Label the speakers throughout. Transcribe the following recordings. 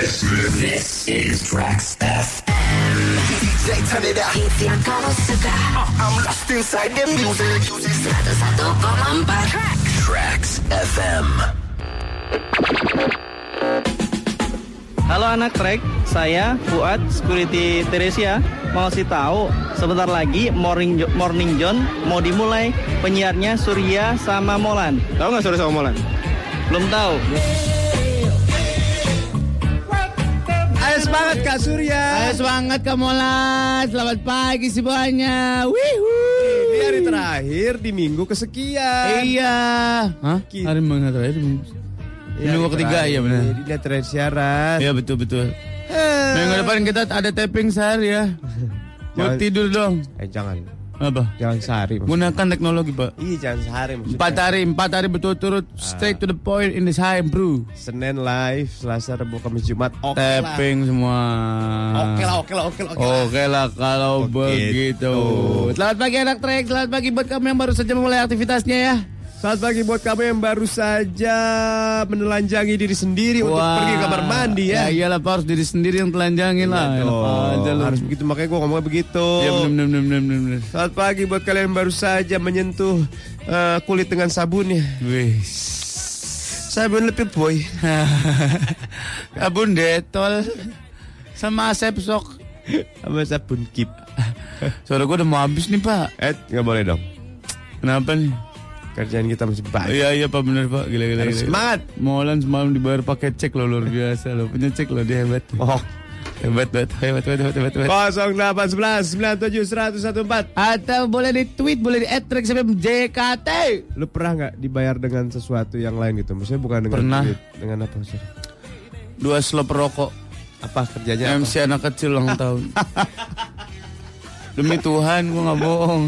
Speaker 1: This is Drax FM.
Speaker 2: DJ turn it up.
Speaker 3: Hits yang kamu suka
Speaker 2: I'm lost inside the music.
Speaker 3: 101,4 Tracks
Speaker 1: Drax FM.
Speaker 4: Halo anak trek, saya Fuad Security Teresia mau kasih tahu sebentar lagi Morning Jo- Morning John mau dimulai penyiarnya Surya sama Molan.
Speaker 5: Tahu nggak sore sama Molan?
Speaker 4: Belum tahu.
Speaker 6: Ayos banget Kak Surya. Ayos banget Kak Molan. Selamat pagi semuanya. Wihu.
Speaker 5: Ini hari terakhir di minggu kesekian.
Speaker 6: Iya. Hah?
Speaker 5: Ki-
Speaker 6: Hari mana terakhir? minggu ketiga, iya benar.
Speaker 5: Ini terakhir siaran.
Speaker 6: Iya betul betul.
Speaker 5: Eh.
Speaker 6: Minggu depan kita ada taping sehari ya. Buat
Speaker 5: Jangan-
Speaker 6: tidur dong.
Speaker 5: Eh, jangan.
Speaker 6: Apa?
Speaker 5: Jangan sehari. maksudnya.
Speaker 6: Gunakan teknologi pak.
Speaker 5: Iya, jangan Ah. sehari. maksudnya.
Speaker 6: Empat hari, empat hari berturut-turut. Straight to the point in this high bro.
Speaker 5: Senin live, Selasa, Rabu, Kamis, Jumat. Oke lah.
Speaker 6: Taping semua.
Speaker 5: Oke lah, oke lah, oke lah. oke lah.
Speaker 6: Oke lah kalau
Speaker 5: Begitu.
Speaker 6: begitu. Selamat pagi anak trek, selamat pagi buat kamu yang baru saja memulai aktivitasnya ya.
Speaker 5: Selamat pagi buat kamu yang baru saja menelanjangi diri sendiri untuk
Speaker 6: Wah.
Speaker 5: pergi ke kamar mandi
Speaker 6: Ya
Speaker 5: ya.
Speaker 6: iyalah Pak, harus diri sendiri yang telanjangin lah. Enak
Speaker 5: Oh,
Speaker 6: aja lu.
Speaker 5: harus begitu makanya gue ngomongnya begitu.
Speaker 6: Ya bener bener bener bener bener.
Speaker 5: Selamat pagi buat kalian yang baru saja menyentuh eh, kulit dengan sabunnya.
Speaker 6: Wih.
Speaker 5: Sabun lebih boy.
Speaker 6: Abun Ya, detol sama asep sok.
Speaker 5: Sama sabun kip.
Speaker 6: Suara gue udah mau habis nih Pak.
Speaker 5: Eh, nggak boleh dong.
Speaker 6: Kenapa nih?
Speaker 5: Kerjaan kita masih banyak.
Speaker 6: Iya iya Pak bener Pak, gila gila.
Speaker 5: Harus
Speaker 6: gila.
Speaker 5: semangat.
Speaker 6: Molan semalam dibayar pakai cek loh luar biasa loh. Punya cek loh dia hebat.
Speaker 5: Oh.
Speaker 6: Hebat hebat hebat hebat hebat hebat.
Speaker 5: 0811 97 114.
Speaker 6: Atau boleh di tweet, boleh di @track JKT.
Speaker 5: Lu pernah nggak dibayar dengan sesuatu yang lain gitu? Maksudnya bukan dengan
Speaker 6: Pernah.
Speaker 5: duit, dengan apa sih?
Speaker 6: Dua slop rokok.
Speaker 5: Apa kerjanya?
Speaker 6: MC anak kecil ulang tahun. Demi Tuhan, gua nggak bohong.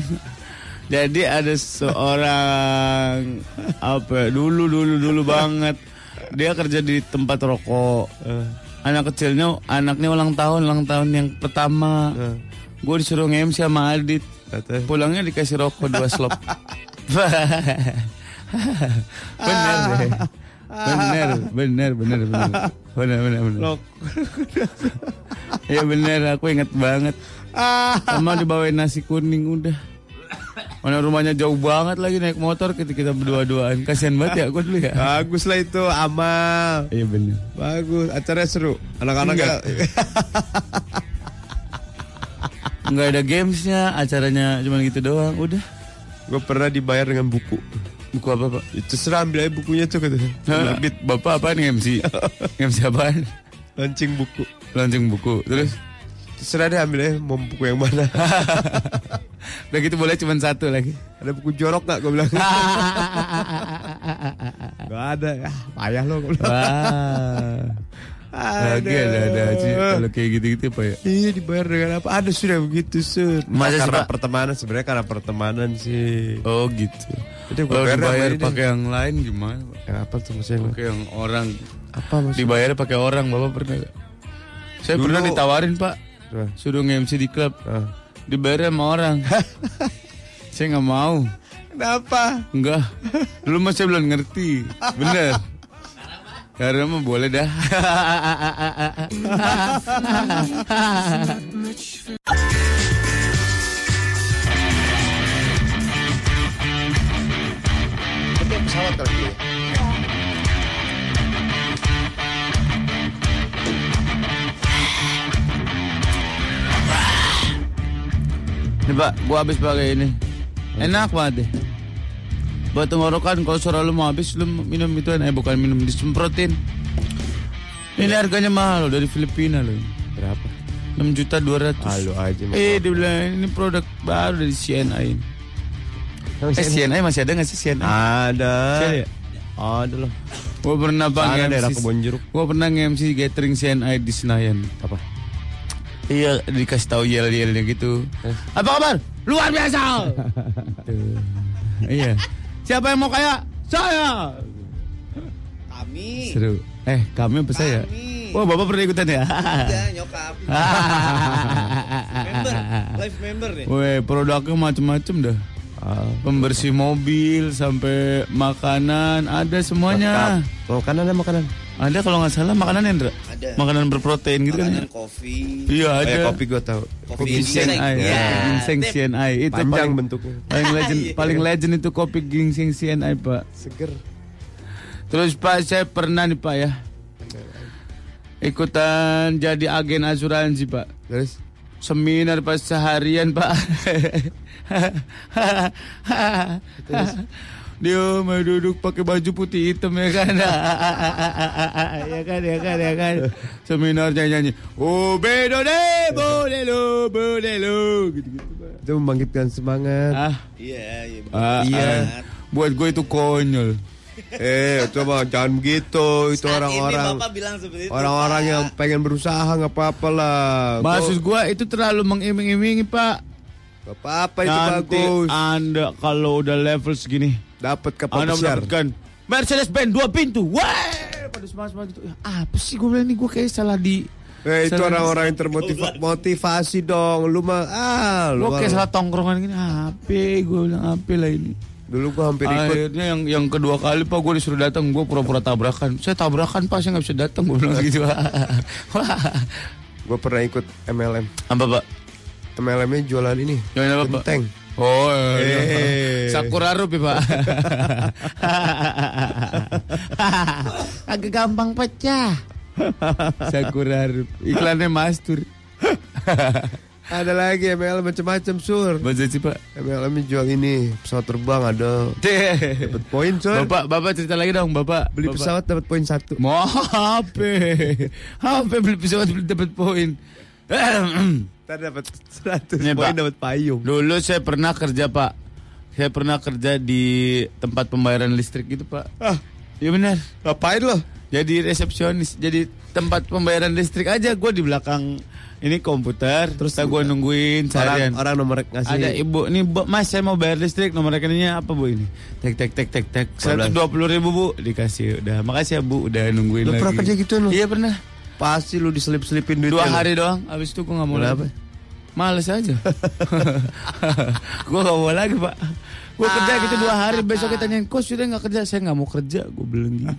Speaker 6: Jadi ada seorang apa ya, dulu dulu dulu banget dia kerja di tempat rokok. Anak kecilnya anaknya ulang tahun ulang tahun yang pertama. Gue disuruh MC sama Adit.
Speaker 5: Kata-
Speaker 6: Pulangnya dikasih rokok dua slop. bener deh. Bener, bener, bener, bener. Bener, bener, bener. Ya bener, aku inget banget.
Speaker 5: Ah,
Speaker 6: Sama dibawain nasi kuning udah. Mana rumahnya jauh banget lagi naik motor kita kita berdua-duaan. Kasihan banget ya aku dulu ya.
Speaker 5: Bagus lah itu amal.
Speaker 6: Iya bener.
Speaker 5: Bagus, acaranya seru. Anak-anak
Speaker 6: Enggak. Nggak ada gamesnya, acaranya cuman gitu doang. Udah.
Speaker 5: Gue pernah dibayar dengan buku.
Speaker 6: Buku apa pak?
Speaker 5: Itu serah ambil aja bukunya tuh gitu.
Speaker 6: Terbit bapak apaan MC? MC apaan?
Speaker 5: Lancing buku.
Speaker 6: Lancung buku. Terus
Speaker 5: Terserah deh ambil aja mau buku yang mana.
Speaker 6: Udah gitu boleh cuman satu lagi.
Speaker 5: ada buku jorok gak gue bilang. Gak ada. Ah, payah lo gue bilang.
Speaker 6: Wah. Lagi ada ada aja kalau kayak gitu-gitu Pak ya.
Speaker 5: Iya dibayar dengan apa? Ada sudah begitu sud.
Speaker 6: Masa sih,
Speaker 5: karena
Speaker 6: Pak?
Speaker 5: pertemanan sebenarnya karena pertemanan sih.
Speaker 6: Oh gitu.
Speaker 5: Udah, gua
Speaker 6: Kalau
Speaker 5: bayar
Speaker 6: dibayar
Speaker 5: sama ini.
Speaker 6: pakai yang lain gimana? Pak?
Speaker 5: Yang apa tuh maksudnya?
Speaker 6: Pakai yang orang.
Speaker 5: Apa maksudnya?
Speaker 6: Dibayar pakai orang Bapak pernah nggak? Saya
Speaker 5: Dulu-
Speaker 6: pernah ditawarin Pak.
Speaker 5: Apa?
Speaker 6: Suruh nge-MC di klub.
Speaker 5: Ah.
Speaker 6: Dibayar sama orang. saya nggak mau.
Speaker 5: Kenapa?
Speaker 6: Enggak. Dulu mah saya belum ngerti. Bener. Karena mah boleh dah. Nih pak, gua habis pakai ini. Enak banget deh. Buat tenggorokan kalau suara lu mau habis lu minum itu eh bukan minum disemprotin. Ini harganya mahal loh, dari Filipina loh.
Speaker 5: Berapa?
Speaker 6: 6 juta 200.
Speaker 5: Halo aja. Mas.
Speaker 6: Eh dibilang ini produk baru dari CNI. Eh CNI masih ada gak sih
Speaker 5: Ah.
Speaker 6: CNI?
Speaker 5: Ada.
Speaker 6: Sel ya?
Speaker 5: Ada loh.
Speaker 6: Gua pernah
Speaker 5: Sana
Speaker 6: bang
Speaker 5: daerah kebon jeruk.
Speaker 6: Gua pernah nge-MC gathering CNI di Senayan.
Speaker 5: Apa?
Speaker 6: Iya dikasih tahu yel yelnya gitu.
Speaker 5: Eh.
Speaker 6: Apa kabar? Luar biasa. Tuh. iya. Siapa yang mau kaya? Saya.
Speaker 7: Kami.
Speaker 6: Seru. Eh, kami apa saya?
Speaker 7: Kami.
Speaker 6: Wah, Bapak pernah ikutan
Speaker 4: Iya,
Speaker 6: ya?
Speaker 7: Ya, nyokap. member, live member nih.
Speaker 6: Weh, produknya macem-macem dah.
Speaker 5: Ah.
Speaker 6: pembersih mobil sampai makanan ada semuanya.
Speaker 5: Makanan ada makanan.
Speaker 6: Ada kalau nggak salah makanan Indra.
Speaker 7: Ada.
Speaker 6: Makanan berprotein gitu
Speaker 7: Makanan
Speaker 6: kan.
Speaker 7: kopi.
Speaker 6: Iya
Speaker 5: Oh,
Speaker 6: ada.
Speaker 5: ya, kopi gue tahu.
Speaker 7: Kopi ginseng.
Speaker 6: CNI.
Speaker 7: Ya.
Speaker 6: Ginseng CNI itu
Speaker 5: Panjang
Speaker 6: paling,
Speaker 5: bentuknya.
Speaker 6: paling legend paling legend itu kopi ginseng CNI, Pak.
Speaker 5: Seger.
Speaker 6: Terus Pak saya pernah nih Pak ya ikutan jadi agen asuransi Pak.
Speaker 5: Terus
Speaker 6: Seminar Pak seharian Pak. Dia mau duduk pakai baju putih hitam ya kan. ya kan ya kan ya kan. Seminarnya nyanyi. Oh bedone bolelo bolelo gitu-gitu Pak.
Speaker 5: itu membangkitkan semangat.
Speaker 6: Ah,
Speaker 7: Iya, iya.
Speaker 6: ah,
Speaker 5: Iya.
Speaker 6: ah. Buat gue itu konyol.
Speaker 5: Eh, coba jangan begitu. Itu
Speaker 7: Saat ini
Speaker 5: orang-orang
Speaker 7: Bapak bilang seperti itu.
Speaker 5: orang-orang
Speaker 7: Pak.
Speaker 5: yang pengen berusaha nggak apa-apa lah.
Speaker 6: Maksud
Speaker 5: Kok-
Speaker 6: gue itu terlalu mengiming-imingi Pak.
Speaker 5: nggak apa-apa itu
Speaker 6: Nanti
Speaker 5: bagus.
Speaker 6: Anda kalau udah level segini,
Speaker 5: Dapat kapal
Speaker 6: Anda
Speaker 5: besar.
Speaker 6: mendapatkan Mercedes Benz dua pintu. Wah, pada semangat-semangat gitu. Ya, apa sih gue bilang ini gue kayak salah di
Speaker 5: Eh, itu
Speaker 6: salah-
Speaker 5: orang-orang yang termotivasi motivasi dong. Lu mah ah,
Speaker 6: Gue
Speaker 5: lu mah-
Speaker 6: kayak salah tongkrongan gini. HP gue bilang HP lah ini.
Speaker 5: Dulu gua hampir ikut.
Speaker 6: Akhirnya yang yang kedua kali pak gue disuruh datang gue pura-pura tabrakan. Saya tabrakan pak saya nggak bisa datang gue bilang gitu. Wah,
Speaker 5: Gua pernah ikut MLM.
Speaker 6: apa pak?
Speaker 5: MLM-nya jualan ini.
Speaker 6: Yang apa pak?
Speaker 5: Genteng.
Speaker 6: Oh, iya, iya.
Speaker 5: Eh.
Speaker 6: Sakura Rupi, Pak. Agak gampang pecah. Sakura Rupi. Iklannya Mastur.
Speaker 5: Ada lagi MLM macam-macam sur.
Speaker 6: Baca sih, Pak.
Speaker 5: MLM -nya jual ini pesawat terbang ada dapat poin sur.
Speaker 6: Bapak, Bapak cerita lagi dong, Bapak.
Speaker 5: Beli
Speaker 6: Bapak.
Speaker 5: pesawat dapat poin satu.
Speaker 6: Mau HP. HP beli pesawat beli dapat poin.
Speaker 5: Ntar dapat 100
Speaker 6: Nih,
Speaker 5: poin
Speaker 6: Pak.
Speaker 5: dapat payung.
Speaker 6: Dulu saya pernah kerja, Pak. Saya pernah kerja di tempat pembayaran listrik gitu, Pak.
Speaker 5: Ah,
Speaker 6: Iya benar.
Speaker 5: ngapain lo?
Speaker 6: jadi resepsionis jadi tempat pembayaran listrik aja gue di belakang ini komputer terus gue nungguin
Speaker 5: Orang,
Speaker 6: seharian
Speaker 5: orang nomor ngasih
Speaker 6: ada ibu nih Bu, mas saya mau bayar listrik nomor rekeningnya apa bu ini tek tek tek tek tek seratus dua puluh ribu bu dikasih udah makasih ya bu udah nungguin
Speaker 5: Lu
Speaker 6: lagi
Speaker 5: pernah kerja gitu, lu?
Speaker 6: iya pernah
Speaker 5: pasti lu diselip-selipin duit
Speaker 6: dua hari doang abis itu gue nggak mau
Speaker 5: Kenapa?
Speaker 6: lagi males aja gue nggak mau lagi pak gue kerja gitu
Speaker 5: Ah.
Speaker 6: dua hari besok kita tanyain kok sudah nggak kerja saya nggak mau kerja gue bilang gitu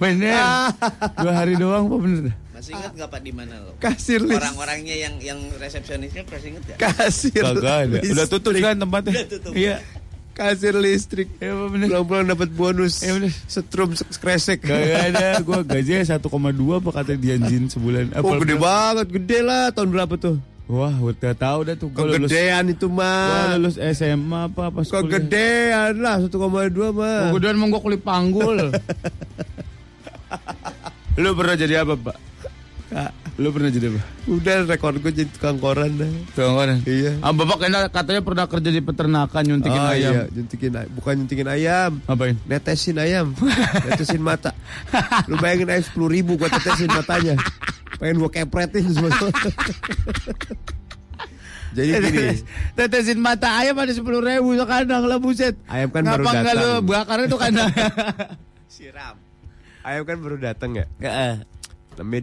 Speaker 6: bener dua hari doang pak bener dah?
Speaker 7: Masih ingat nggak Pak di mana lo?
Speaker 5: kasir list.
Speaker 7: Orang-orangnya yang yang resepsionisnya masih ingat ya?
Speaker 5: kasir. listrik.
Speaker 6: udah tutup kan tempatnya
Speaker 7: Udah tutup.
Speaker 6: iya
Speaker 5: kasir listrik.
Speaker 6: iya pak bener
Speaker 5: Pulang-pulang dapat bonus.
Speaker 6: Iya, bener.
Speaker 5: Setrum se- kresek.
Speaker 6: Gak ada, gue gajinya 1,2 apa kata dianjin sebulan
Speaker 5: Oh
Speaker 6: Apa-
Speaker 5: gede banget, gede lah tahun berapa tuh?
Speaker 6: Wah, udah tahu dah tuh gue lulus
Speaker 5: Kegedean itu
Speaker 6: gua
Speaker 5: mah.
Speaker 6: lulus SMA apa pas kuliah.
Speaker 5: Kegedean lah 1,2 mah.
Speaker 6: Kemudian mau gue kulit panggul. lu pernah jadi apa, Pak? Lu pernah jadi apa?
Speaker 5: Udah rekor gue jadi tukang koran dah.
Speaker 6: Tukang koran.
Speaker 5: Iya.
Speaker 6: Ah, Bapak kena- katanya pernah kerja di peternakan nyuntikin
Speaker 5: Oh,
Speaker 6: ayam.
Speaker 5: iya, nyuntikin ay- bukan nyuntikin ayam.
Speaker 6: Ngapain?
Speaker 5: Netesin ayam, netesin mata. Lu bayangin ayam 10 ribu gua tetesin matanya. Pengen gua kepretin semua. Jadi gini,
Speaker 6: Tetes- Tetesin mata ayam ada 10 ribu sekandang lah buset.
Speaker 5: Ayam kan baru
Speaker 6: Ngapa nggak lu
Speaker 5: datang.
Speaker 6: bakar itu kandang?
Speaker 7: Siram.
Speaker 5: ayam kan baru datang ya.
Speaker 6: Heeh.
Speaker 5: Namanya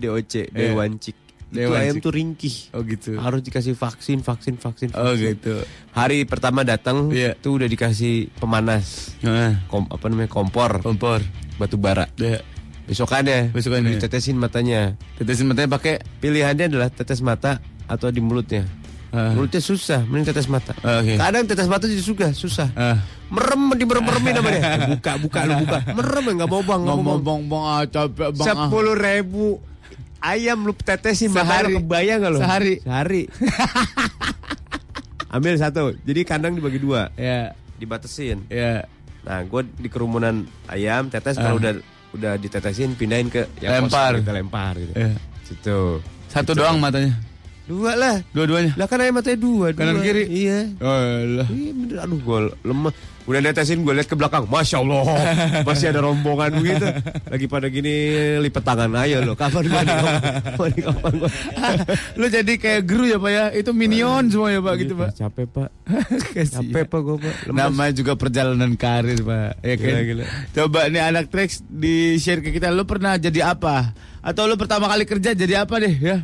Speaker 6: Iya.
Speaker 5: DOC, Dewancik. Itu
Speaker 6: Dewancik.
Speaker 5: ayam tuh ringkih.
Speaker 6: oh gitu.
Speaker 5: Harus dikasih vaksin, vaksin, vaksin.
Speaker 6: Oh
Speaker 5: vaksin.
Speaker 6: gitu.
Speaker 5: Hari pertama datang
Speaker 6: Iya.
Speaker 5: tuh udah dikasih pemanas.
Speaker 6: Heeh.
Speaker 5: Kom, apa namanya? kompor
Speaker 6: Kompor.
Speaker 5: batu bara.
Speaker 6: Ya.
Speaker 5: Besokannya,
Speaker 6: Besokannya.
Speaker 5: ditetesin matanya.
Speaker 6: Tetesin matanya pakai
Speaker 5: Pilihannya adalah tetes mata atau di mulutnya.
Speaker 6: Ah.
Speaker 5: Mulutnya susah, mending tetes mata.
Speaker 6: Ah, oke.
Speaker 5: Kadang tetes mata juga susah, susah.
Speaker 6: Ah.
Speaker 5: Merem di merem meremin apa dia? Buka, buka, lu buka. Merem ya, nggak mau bang, nggak mau
Speaker 6: ngomong
Speaker 5: bang.
Speaker 6: bong bong ah capek bang. ah.
Speaker 5: Sepuluh ribu ayam lu tetesin matanya
Speaker 6: Sehari.
Speaker 5: lu kebayang nggak lu?
Speaker 6: Sehari.
Speaker 5: Sehari. Ambil satu, jadi kandang dibagi dua,
Speaker 6: Ya.
Speaker 5: dibatesin.
Speaker 6: Ya.
Speaker 5: Nah, gue di kerumunan ayam tetes
Speaker 6: Ah.
Speaker 5: kalau udah udah ditetesin pindahin ke
Speaker 6: Lempar.
Speaker 5: kosong, kita lempar gitu.
Speaker 6: Ya.
Speaker 5: Situ.
Speaker 6: Satu doang matanya.
Speaker 5: Dua lah.
Speaker 6: Dua-duanya.
Speaker 5: Lah kan ayam matanya dua, dua.
Speaker 6: Kanan kiri.
Speaker 5: Iya.
Speaker 6: Alah.
Speaker 5: Iya bener, aduh gue lemah Udah netesin gue lihat ke belakang Masya Allah Masih ada rombongan gitu Lagi pada gini lipet tangan aja loh Kapan gue nih Kapan nih kapan gue
Speaker 6: Lu jadi kayak guru ya Pak ya Itu minion semua ya Pak gitu Pak
Speaker 5: Capek pak
Speaker 6: Kasihan.
Speaker 5: Capek pak gue pak Lemas.
Speaker 6: Namanya juga perjalanan karir Pak ya, kan?
Speaker 5: Gila, gila.
Speaker 6: Coba nih anak Trax di share ke kita Lu pernah jadi apa Atau lu pertama kali kerja jadi apa deh ya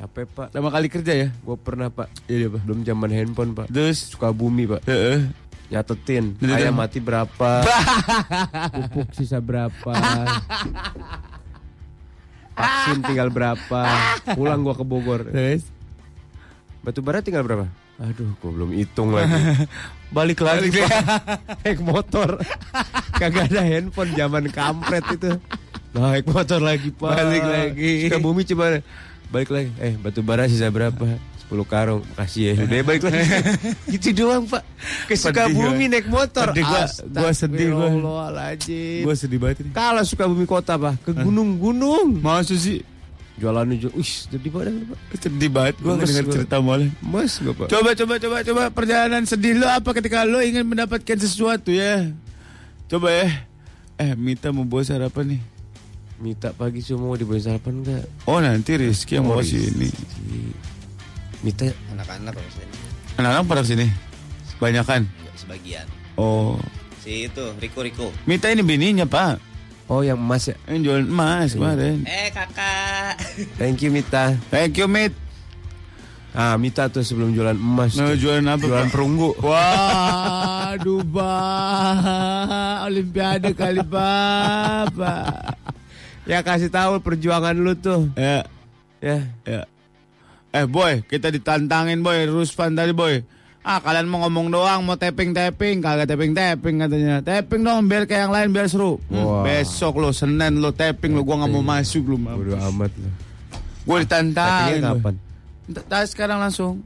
Speaker 5: Capek pak.
Speaker 6: Lama kali kerja ya?
Speaker 5: Gue pernah pak.
Speaker 6: Iya pak.
Speaker 5: Belum zaman handphone pak.
Speaker 6: Terus
Speaker 5: Suka bumi pak.
Speaker 6: Heeh.
Speaker 5: Nyatetin.
Speaker 6: Gitu
Speaker 5: Ayam
Speaker 6: dong.
Speaker 5: mati berapa? Pupuk sisa berapa? Vaksin tinggal berapa? Pulang gua ke Bogor.
Speaker 6: Terus
Speaker 5: Batu bara tinggal berapa? Aduh, gua belum hitung lagi. Balik lagi
Speaker 6: Balik
Speaker 5: Pak. naik motor. Kagak ada handphone zaman kampret itu. Naik motor lagi pak.
Speaker 6: Balik lagi.
Speaker 5: Suka bumi coba. Balik lagi. Eh, batu bara sisa berapa? 10 karung. Makasih ya. Udah balik lagi. gitu doang pak. Ke
Speaker 6: Pedih,
Speaker 5: Sukabumi naik motor.
Speaker 6: Pedih, gua- gua sedih, gua.
Speaker 5: Astagfirullahaladzim.
Speaker 6: gue sedih banget ini.
Speaker 5: Kalah Sukabumi kota pak. Ke gunung-gunung.
Speaker 6: Masa sih?
Speaker 5: Jualannya jual. Uish, jadi badan pak.
Speaker 6: Sedih banget gue
Speaker 5: Gua
Speaker 6: dengar
Speaker 5: kesel.
Speaker 6: cerita Moleh.
Speaker 5: Mas gak pak?
Speaker 6: Coba, coba, coba, coba perjalanan sedih lo apa ketika lo ingin mendapatkan sesuatu ya? Coba ya. Eh, Mita mau bawa sarapan nih.
Speaker 5: Minta pagi semua dibawain sarapan enggak?
Speaker 6: Oh nanti Rizky yang bawa
Speaker 5: Morris.
Speaker 6: Oh, sini.
Speaker 5: Minta
Speaker 7: anak-anak maksudnya
Speaker 6: Anak-anak pada sini. Banyakan.
Speaker 7: Nggak sebagian
Speaker 6: Oh.
Speaker 7: si itu Riko Riko
Speaker 6: Mita ini bininya pak.
Speaker 5: Oh yang emas ya
Speaker 6: Yang jualan emas kemarin.
Speaker 7: eh kakak
Speaker 5: Thank you Mita
Speaker 6: Thank you, Mit.
Speaker 5: Ah Mita tuh sebelum jualan emas
Speaker 6: Nah,
Speaker 5: tuh.
Speaker 6: jualan apa? Pak?
Speaker 5: Jualan perunggu
Speaker 6: Wah, Dubai, Olimpiade kali Bapak.
Speaker 5: Ya kasih tahu perjuangan lu tuh
Speaker 6: Ya,
Speaker 5: Ya
Speaker 6: ya. Eh boy, kita ditantangin boy, Rusvan tadi boy. Ah kalian mau ngomong doang, mau tapping tapping, kagak tapping tapping katanya. Tapping dong, biar kayak yang lain biar seru. Hmm,
Speaker 5: Wah.
Speaker 6: Besok lo Senin lo tapping lo, gua nggak mau masuk lo.
Speaker 5: Bodo amat lu
Speaker 6: Gue ditantangin.
Speaker 5: Tappingnya
Speaker 6: boy.
Speaker 5: kapan?
Speaker 6: T- t- sekarang langsung.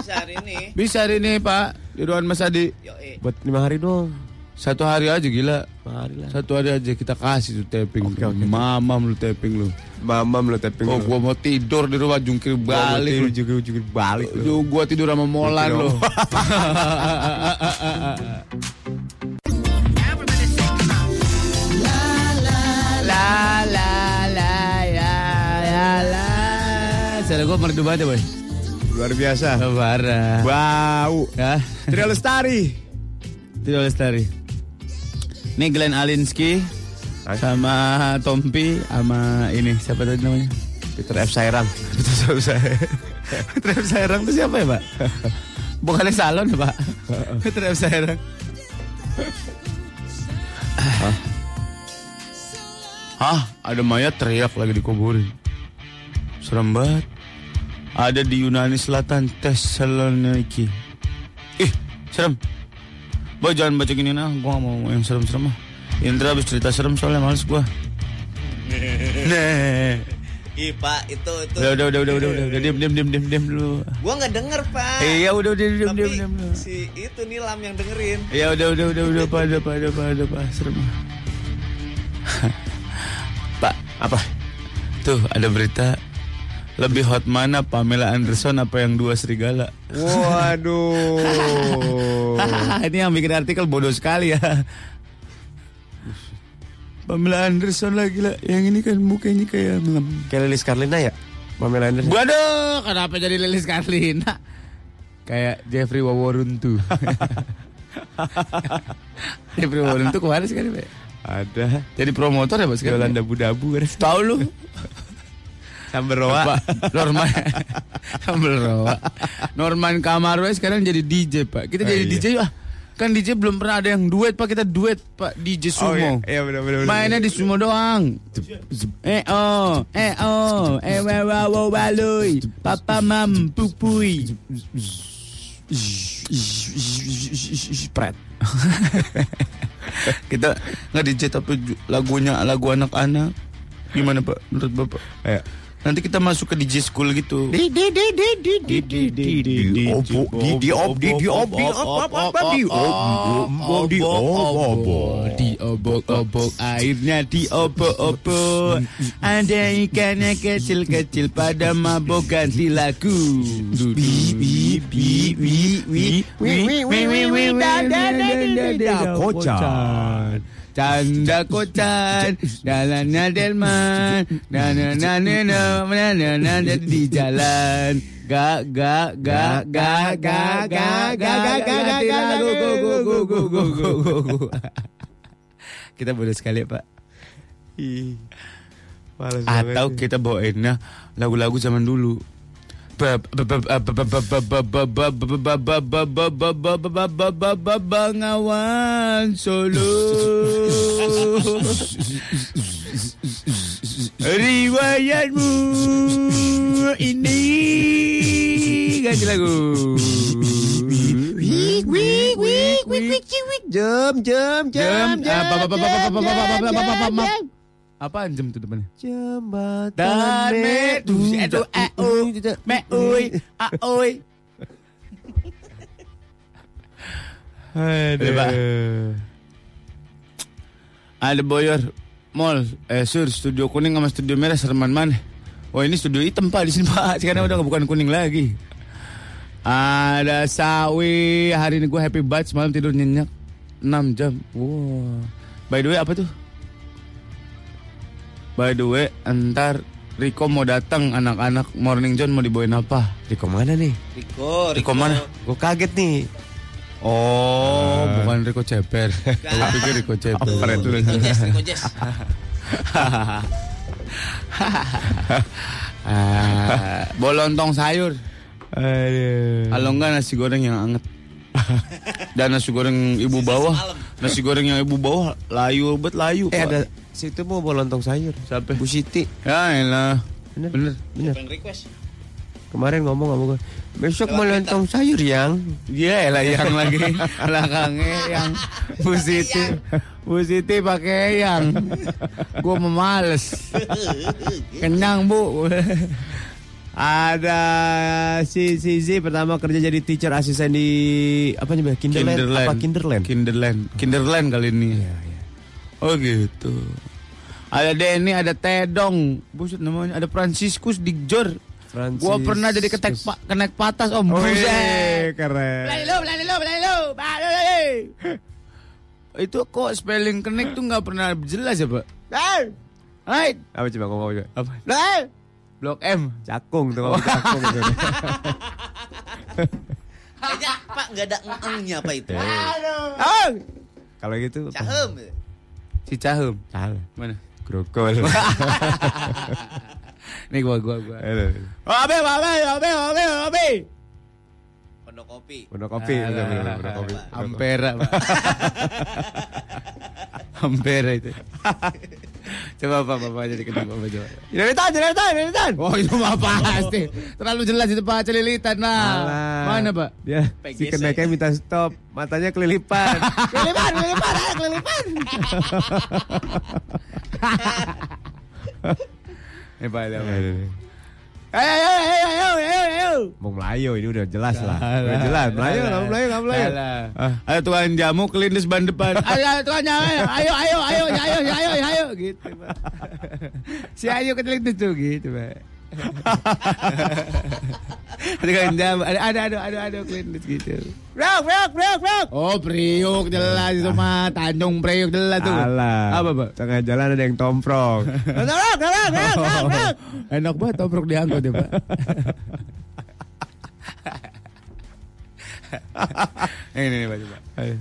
Speaker 7: bisa hari ini
Speaker 6: Bisa hari ini Pak, di ruangan Mas Adi.
Speaker 7: yo eh
Speaker 5: Buat lima hari doang
Speaker 6: Satu hari aja gila.
Speaker 5: Lima hari lah
Speaker 6: Satu hari aja kita kasih tuh tapping. Mamam lu tapping lu.
Speaker 5: Mamam lu tapping
Speaker 6: Oh,
Speaker 5: lu
Speaker 6: gua mau tidur di rumah jungkir balik. lu.
Speaker 5: balik juga juga balik lu
Speaker 6: Lu gua tidur sama Molan
Speaker 5: Jungkir
Speaker 6: lu. La la la ya ya la. Suara gua merdu banget ya, Boy.
Speaker 5: Luar biasa
Speaker 6: Parah.
Speaker 5: Bau
Speaker 6: Ya.
Speaker 5: Trio Lestari
Speaker 6: Tidak Lestari. Ini Glenn Alinsky
Speaker 5: Hai.
Speaker 6: sama Tompi sama ini siapa tadi namanya?
Speaker 5: Peter F. Sairang
Speaker 6: Betul saya. Trap Sairang itu siapa ya, Pak? Bukannya salon, ya, Pak. Trap Sairang. Hah, ada mayat teriak lagi dikuburin. Serem banget. Ada di Yunani Selatan, Thessaloniki. Ih, serem. Boy, jangan baca gini nah, gua nggak mau yang serem-serem ah. Indra habis cerita serem soalnya males gua. Nah.
Speaker 7: ih pak itu itu
Speaker 6: Ya, Udah, udah, udah, udah, udah, udah, udah, diam, diam, diam, diam, diam dulu.
Speaker 7: gua nggak denger pak
Speaker 6: Iya, udah, udah, diam,
Speaker 7: tapi
Speaker 6: diam, diam. dulu.
Speaker 7: si itu nilam yang dengerin
Speaker 6: Iya, udah, udah, udah, udah, pak, udah, pak, udah, pak, udah, pak, serem. pak, apa? Tuh, ada berita. Lebih hot mana Pamela Anderson apa yang dua serigala?
Speaker 5: Waduh
Speaker 6: Ini yang bikin artikel bodoh sekali ya. Pamela Anderson lagi lah. Yang ini kan mukanya kayak melem.
Speaker 5: Kayak Lilis Karlina ya? Pamela Anderson
Speaker 6: Waduh, kenapa jadi Lilis Karlina? Kayak Jeffrey Waworuntu. Jeffrey Waworuntu kemana sih kan? Pak?
Speaker 5: Ada
Speaker 6: Jadi promotor ya, Pak?
Speaker 5: Jualan
Speaker 6: Sekarang, Pak?
Speaker 5: dabu-dabu ada.
Speaker 6: Tahu lu?
Speaker 5: Sambil roa
Speaker 6: Pak, Norman. Ambil rawa. Norman Kamarwe sekarang jadi DJ, Pak.
Speaker 5: Oh,
Speaker 6: Kita jadi
Speaker 5: iya.
Speaker 6: DJ, ah. Kan DJ belum pernah ada yang duet, Pak. Kita duet, Pak. DJ Sumo.
Speaker 5: Oh, iya. Iya, benar, benar, benar.
Speaker 6: Mainnya di sumo doang. Eh oh, eh oh, eh wawa waloi, papa mam pupui. Pret. Kita nggak DJ tapi ju- lagunya lagu anak-anak. Gimana Pak? Menurut Bapak?
Speaker 5: Ayo.
Speaker 6: Nanti kita masuk ke DJ school gitu.
Speaker 5: Di di di di di di di di di di obo di di ob di di ob di ob ob ob di ob ob
Speaker 6: Oh,
Speaker 5: di ob ob
Speaker 6: diobok-obok airnya diobok-obok ada ikannya kecil-kecil pada mabok ganti lagu
Speaker 5: Kocan.
Speaker 6: Canda kocan Jalannya Delman Na na na na na na na na na di jalan Ga ga ga ga ga ga ga ga ga ga ga go go go go go go go go Kita boleh sekali Pak
Speaker 5: Males banget
Speaker 6: Atau
Speaker 5: sih.
Speaker 6: kita bawainnya lagu-lagu zaman dulu. Bangawan Solo Riwayatmu ini Ganti lagu Wik wik wik wik wik
Speaker 5: Jam, jam, jam, jam,
Speaker 6: eh,
Speaker 5: jam, jam, jam, jam, jam.
Speaker 6: Apaan jam itu depannya?
Speaker 5: Jembatan Eh,
Speaker 6: Dan medu Itu
Speaker 5: oh.
Speaker 6: eu Meui Aoi
Speaker 5: Aduh.
Speaker 6: Ada, Pak. Ada boyor Mall Eh sur Studio kuning sama studio merah Sereman mana Wah ini studio hitam pak di sini pak Sekarang udah bukan kuning lagi Ada sawi Hari ini gue happy banget Semalam tidur nyenyak 6 jam Wow By the way apa tuh? By the way, entar Riko mau datang anak-anak Morning John mau dibawain apa?
Speaker 5: Riko mana nih?
Speaker 7: Riko,
Speaker 6: Riko mana?
Speaker 5: Gue kaget nih. Ah.
Speaker 6: Oh, bukan Riko Ceper. Aku pikir Riko Ceper.
Speaker 7: Riko Jazz, Riko Jazz.
Speaker 6: Ah, bolontong sayur.
Speaker 5: Aduh.
Speaker 6: Kalau enggak nasi goreng yang anget. Dan nasi goreng ibu bawah. Nasi goreng yang ibu bawah layu bet layu.
Speaker 5: Eh
Speaker 6: Pak.
Speaker 5: ada situ mau bolontong sayur.
Speaker 6: Siapa?
Speaker 5: Bu Siti.
Speaker 6: Ya elah.
Speaker 5: Bener.
Speaker 6: Bener.
Speaker 5: Bener.
Speaker 7: Pengen request.
Speaker 5: Kemarin ngomong sama gue. Besok mau lontong sayur yang.
Speaker 6: Iya lah yang lagi belakangnya yang Bu Siti. Bu Siti pakai yang. Gue memales. Kenyang Bu.
Speaker 5: Ada si si si pertama kerja jadi teacher asisten di apa namanya Kinderland, apa Kinderland? Iya,
Speaker 6: Kinderland. Kinderland kali ini. Oh gitu. Ada Denny, ada Tedong. Buset namanya ada Franciscus Digjor.
Speaker 5: Francis-
Speaker 6: Gua pernah jadi ketek pa- kenaik patas om.
Speaker 5: Oh, iya,
Speaker 6: Buset.
Speaker 5: keren.
Speaker 6: Blalilo, blalilo, blalilo, blalilo. Itu kok spelling kenek tuh nggak pernah jelas ya pak? Hai,
Speaker 5: Apa coba ngomong apa coba?
Speaker 6: apa? Hai, eh. Blok M.
Speaker 5: Cakung tuh ngomong cakung. tuh.
Speaker 7: Kayaknya Pak nggak ada ngengnya Pak itu.
Speaker 6: Oh,
Speaker 5: Kalau gitu apa?
Speaker 7: Cahem.
Speaker 6: si Cahum.
Speaker 5: Salah.
Speaker 6: Mana?
Speaker 5: Grogol.
Speaker 6: Nih gua, gua, gua.
Speaker 5: Aduh.
Speaker 6: Oh, Abe, abe, abe, abe, abe.
Speaker 7: Pondok kopi.
Speaker 5: Pondok kopi,
Speaker 6: Alah.
Speaker 5: bener, bener, pondok kopi.
Speaker 6: Ampera, Pak. Ampera itu. coba Pak, Bapak jadi kedua Bapak coba.
Speaker 5: Jelilitan, jelilitan, jelilitan.
Speaker 6: Oh, itu mah pasti. Terlalu jelas itu Pak celilitan nah.
Speaker 5: Alah.
Speaker 6: Mana, Pak?
Speaker 5: Dia si
Speaker 7: PGC.
Speaker 5: keneknya minta stop, matanya kelilipan.
Speaker 6: Kelilipan, kelilipan, ayo kelilipan. Eh, Pak, ada, Pak. Ayo, ayo, ayo, ayo, ayo, ayo.
Speaker 5: Mau Melayu ini udah jelas lah. Udah jelas, Melayu, nggak Melayu, nggak Melayu. Eh,
Speaker 6: Ah. Ayo tuan jamu kelindes ban depan. Ayo ayo, tuan jamu, ayo ayo ayo ayo ayo ayo ayo gitu. Pak. si ayo kelindes tuh gitu, Pak. ada kan jamu, ada ada ada ada ada kelindes gitu. Priok priok priok priok. Oh priok jelas itu mah Tanjung Priok jelas tuh.
Speaker 5: Alah.
Speaker 6: Apa pak?
Speaker 5: Tengah jalan ada yang tomprok.
Speaker 6: Tolong, tolong, tolong, tolong. Enak banget tobrok di angkot ya, Pak. ini nih, Pak, coba. Ayo,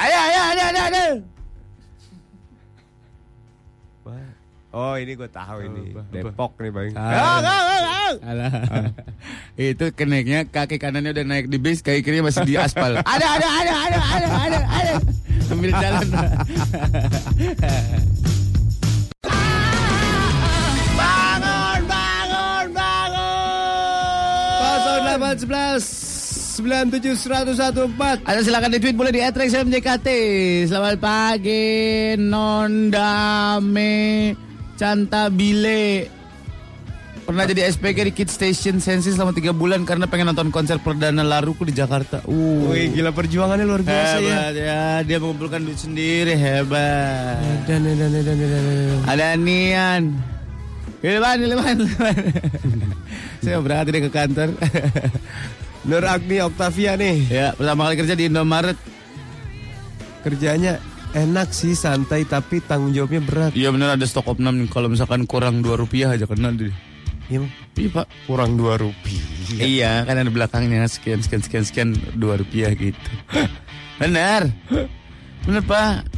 Speaker 6: ayo, ayo, ayo, ayo.
Speaker 5: Oh ini gue tahu
Speaker 6: Apa,
Speaker 5: ini
Speaker 6: apa?
Speaker 5: Depok nih bang. Ah!
Speaker 6: Alah. Itu keneknya kaki kanannya udah naik di bis, kaki kirinya masih di aspal. ada, ada, ada, ada, ada, ada, ada. Sambil jalan. bangun, bangun, bangun.
Speaker 5: 08119710114.
Speaker 6: Atau silakan di tweet boleh di @rexmjkt. Selamat pagi Nondame Cantabile. Pernah jadi SPG di Kids Station Sensi selama 3 bulan karena pengen nonton konser perdana Laruku di Jakarta. Uh.
Speaker 5: Wih gila perjuangannya luar biasa ya.
Speaker 6: Hebat ya, dia mengumpulkan duit sendiri hebat.
Speaker 5: Dan dan dan dan dan. dan.
Speaker 6: Ada Nian. Hilman, Hilman, Hilman. Saya mau berangkat deh ke kantor.
Speaker 5: Nur Agni Octavia nih
Speaker 6: ya, pertama kali kerja di Indomaret.
Speaker 5: kerjanya enak sih santai tapi tanggung jawabnya berat.
Speaker 6: Iya bener ada stok opnam kalau misalkan kurang 2 rupiah aja kena deh.
Speaker 5: Iya Bang.
Speaker 6: Iya pak
Speaker 5: kurang dua rupiah.
Speaker 6: Iya kan ada belakangnya sekian sekian sekian sekian 2 rupiah gitu Bener Bener pak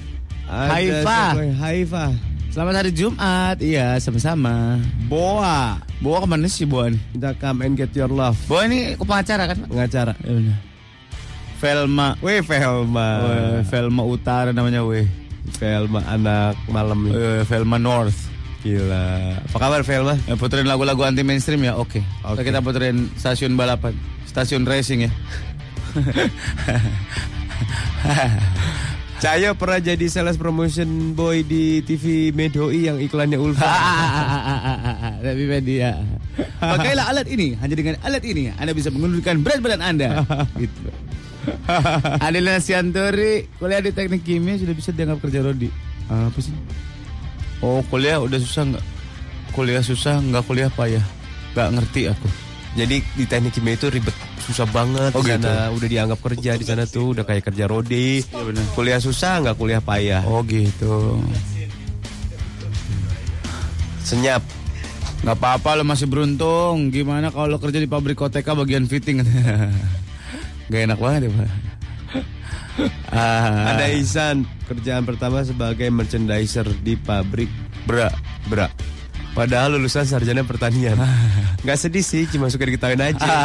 Speaker 6: Haifa
Speaker 5: Haifa.
Speaker 6: Selamat hari Jumat. Iya, sama-sama. Boa. Boa kemana sih Boa nih?
Speaker 5: Kita come and get your love.
Speaker 6: Boa ini ke pengacara kan?
Speaker 5: Pengacara.
Speaker 6: Ya benar. Velma.
Speaker 5: Weh Velma.
Speaker 6: Weh, Velma Utara namanya weh.
Speaker 5: Velma anak malam
Speaker 6: Eh,
Speaker 5: nih.
Speaker 6: Velma North.
Speaker 5: Gila. Apa kabar Velma?
Speaker 6: Ya, puterin lagu-lagu anti mainstream ya, oke.
Speaker 5: Oke.
Speaker 6: Kita puterin stasiun balapan, stasiun racing ya. ya?
Speaker 5: Cahyo pernah jadi sales promotion boy di TV Medoi yang iklannya Ulfa.
Speaker 6: Tapi media. Pakailah alat ini, hanya dengan alat ini Anda bisa menurunkan berat badan Anda. gitu. Adelina Sianturi, kuliah di teknik kimia sudah bisa dianggap kerja Rodi. Apa sih? Oh, kuliah udah susah nggak? Kuliah susah, nggak kuliah payah. Nggak ngerti aku.
Speaker 5: Jadi di teknik kimia itu ribet susah banget
Speaker 6: Oh,
Speaker 5: di
Speaker 6: gitu.
Speaker 5: sana udah dianggap kerja di sana tuh udah kayak kerja rodi kuliah susah nggak kuliah payah
Speaker 6: Oh gitu.
Speaker 5: senyap
Speaker 6: Nggak apa-apa lo masih beruntung. Gimana kalau lo kerja di pabrik koteka bagian fitting? Gak enak banget ya pak. Ah.
Speaker 5: Ada Ihsan, kerjaan pertama sebagai merchandiser di pabrik Bra. Bra. Padahal lulusan sarjana pertanian.
Speaker 6: Ah.
Speaker 5: Nggak sedih sih, cuma suka diketahuin aja.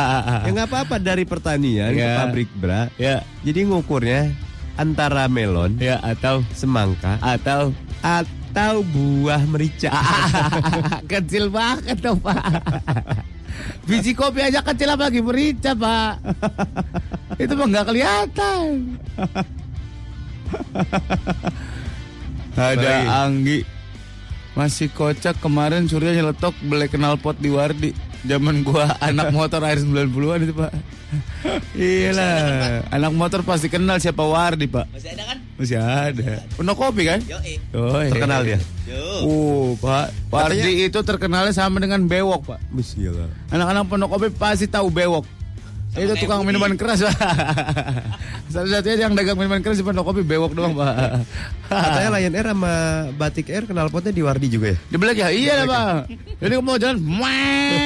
Speaker 5: ya nggak apa-apa dari pertanian ke
Speaker 6: Ya.
Speaker 5: pabrik Bra.
Speaker 6: Ya,
Speaker 5: Jadi ngukurnya antara melon,
Speaker 6: ya atau
Speaker 5: semangka,
Speaker 6: atau Ah,
Speaker 5: atau buah merica.
Speaker 6: kecil banget dong pak. Biji kopi aja kecil apalagi merica pak. Itu mah nggak kelihatan. Ada
Speaker 5: Baik.
Speaker 6: Anggi masih kocak kemarin Surya nyeletok beli knalpot di Wardi. Zaman gua anak motor air 90-an itu, Pak. Iyalah, anak motor pasti kenal siapa Wardi, Pak.
Speaker 7: Masih ada kan?
Speaker 6: Masih ada. Penuh kopi kan?
Speaker 7: Yo, eh.
Speaker 6: Oh, iya.
Speaker 5: Terkenal dia.
Speaker 7: Yo.
Speaker 6: Uh, Pak. Wardi itu terkenalnya sama dengan bewok, Pak.
Speaker 5: Wis, gila.
Speaker 6: Anak-anak pondok kopi pasti tahu bewok.
Speaker 7: Sama
Speaker 6: itu
Speaker 7: kayak
Speaker 6: tukang
Speaker 7: Budi.
Speaker 6: minuman keras, Pak. Satu-satunya yang dagang minuman keras di pondok kopi bewok doang, Pak.
Speaker 5: Nah, Katanya Eh, Lion Air sama Batik Air kenal potnya di Wardi juga ya?
Speaker 6: Di belakang ya? Iya lah, Pak. Jadi kamu mau jalan, meet,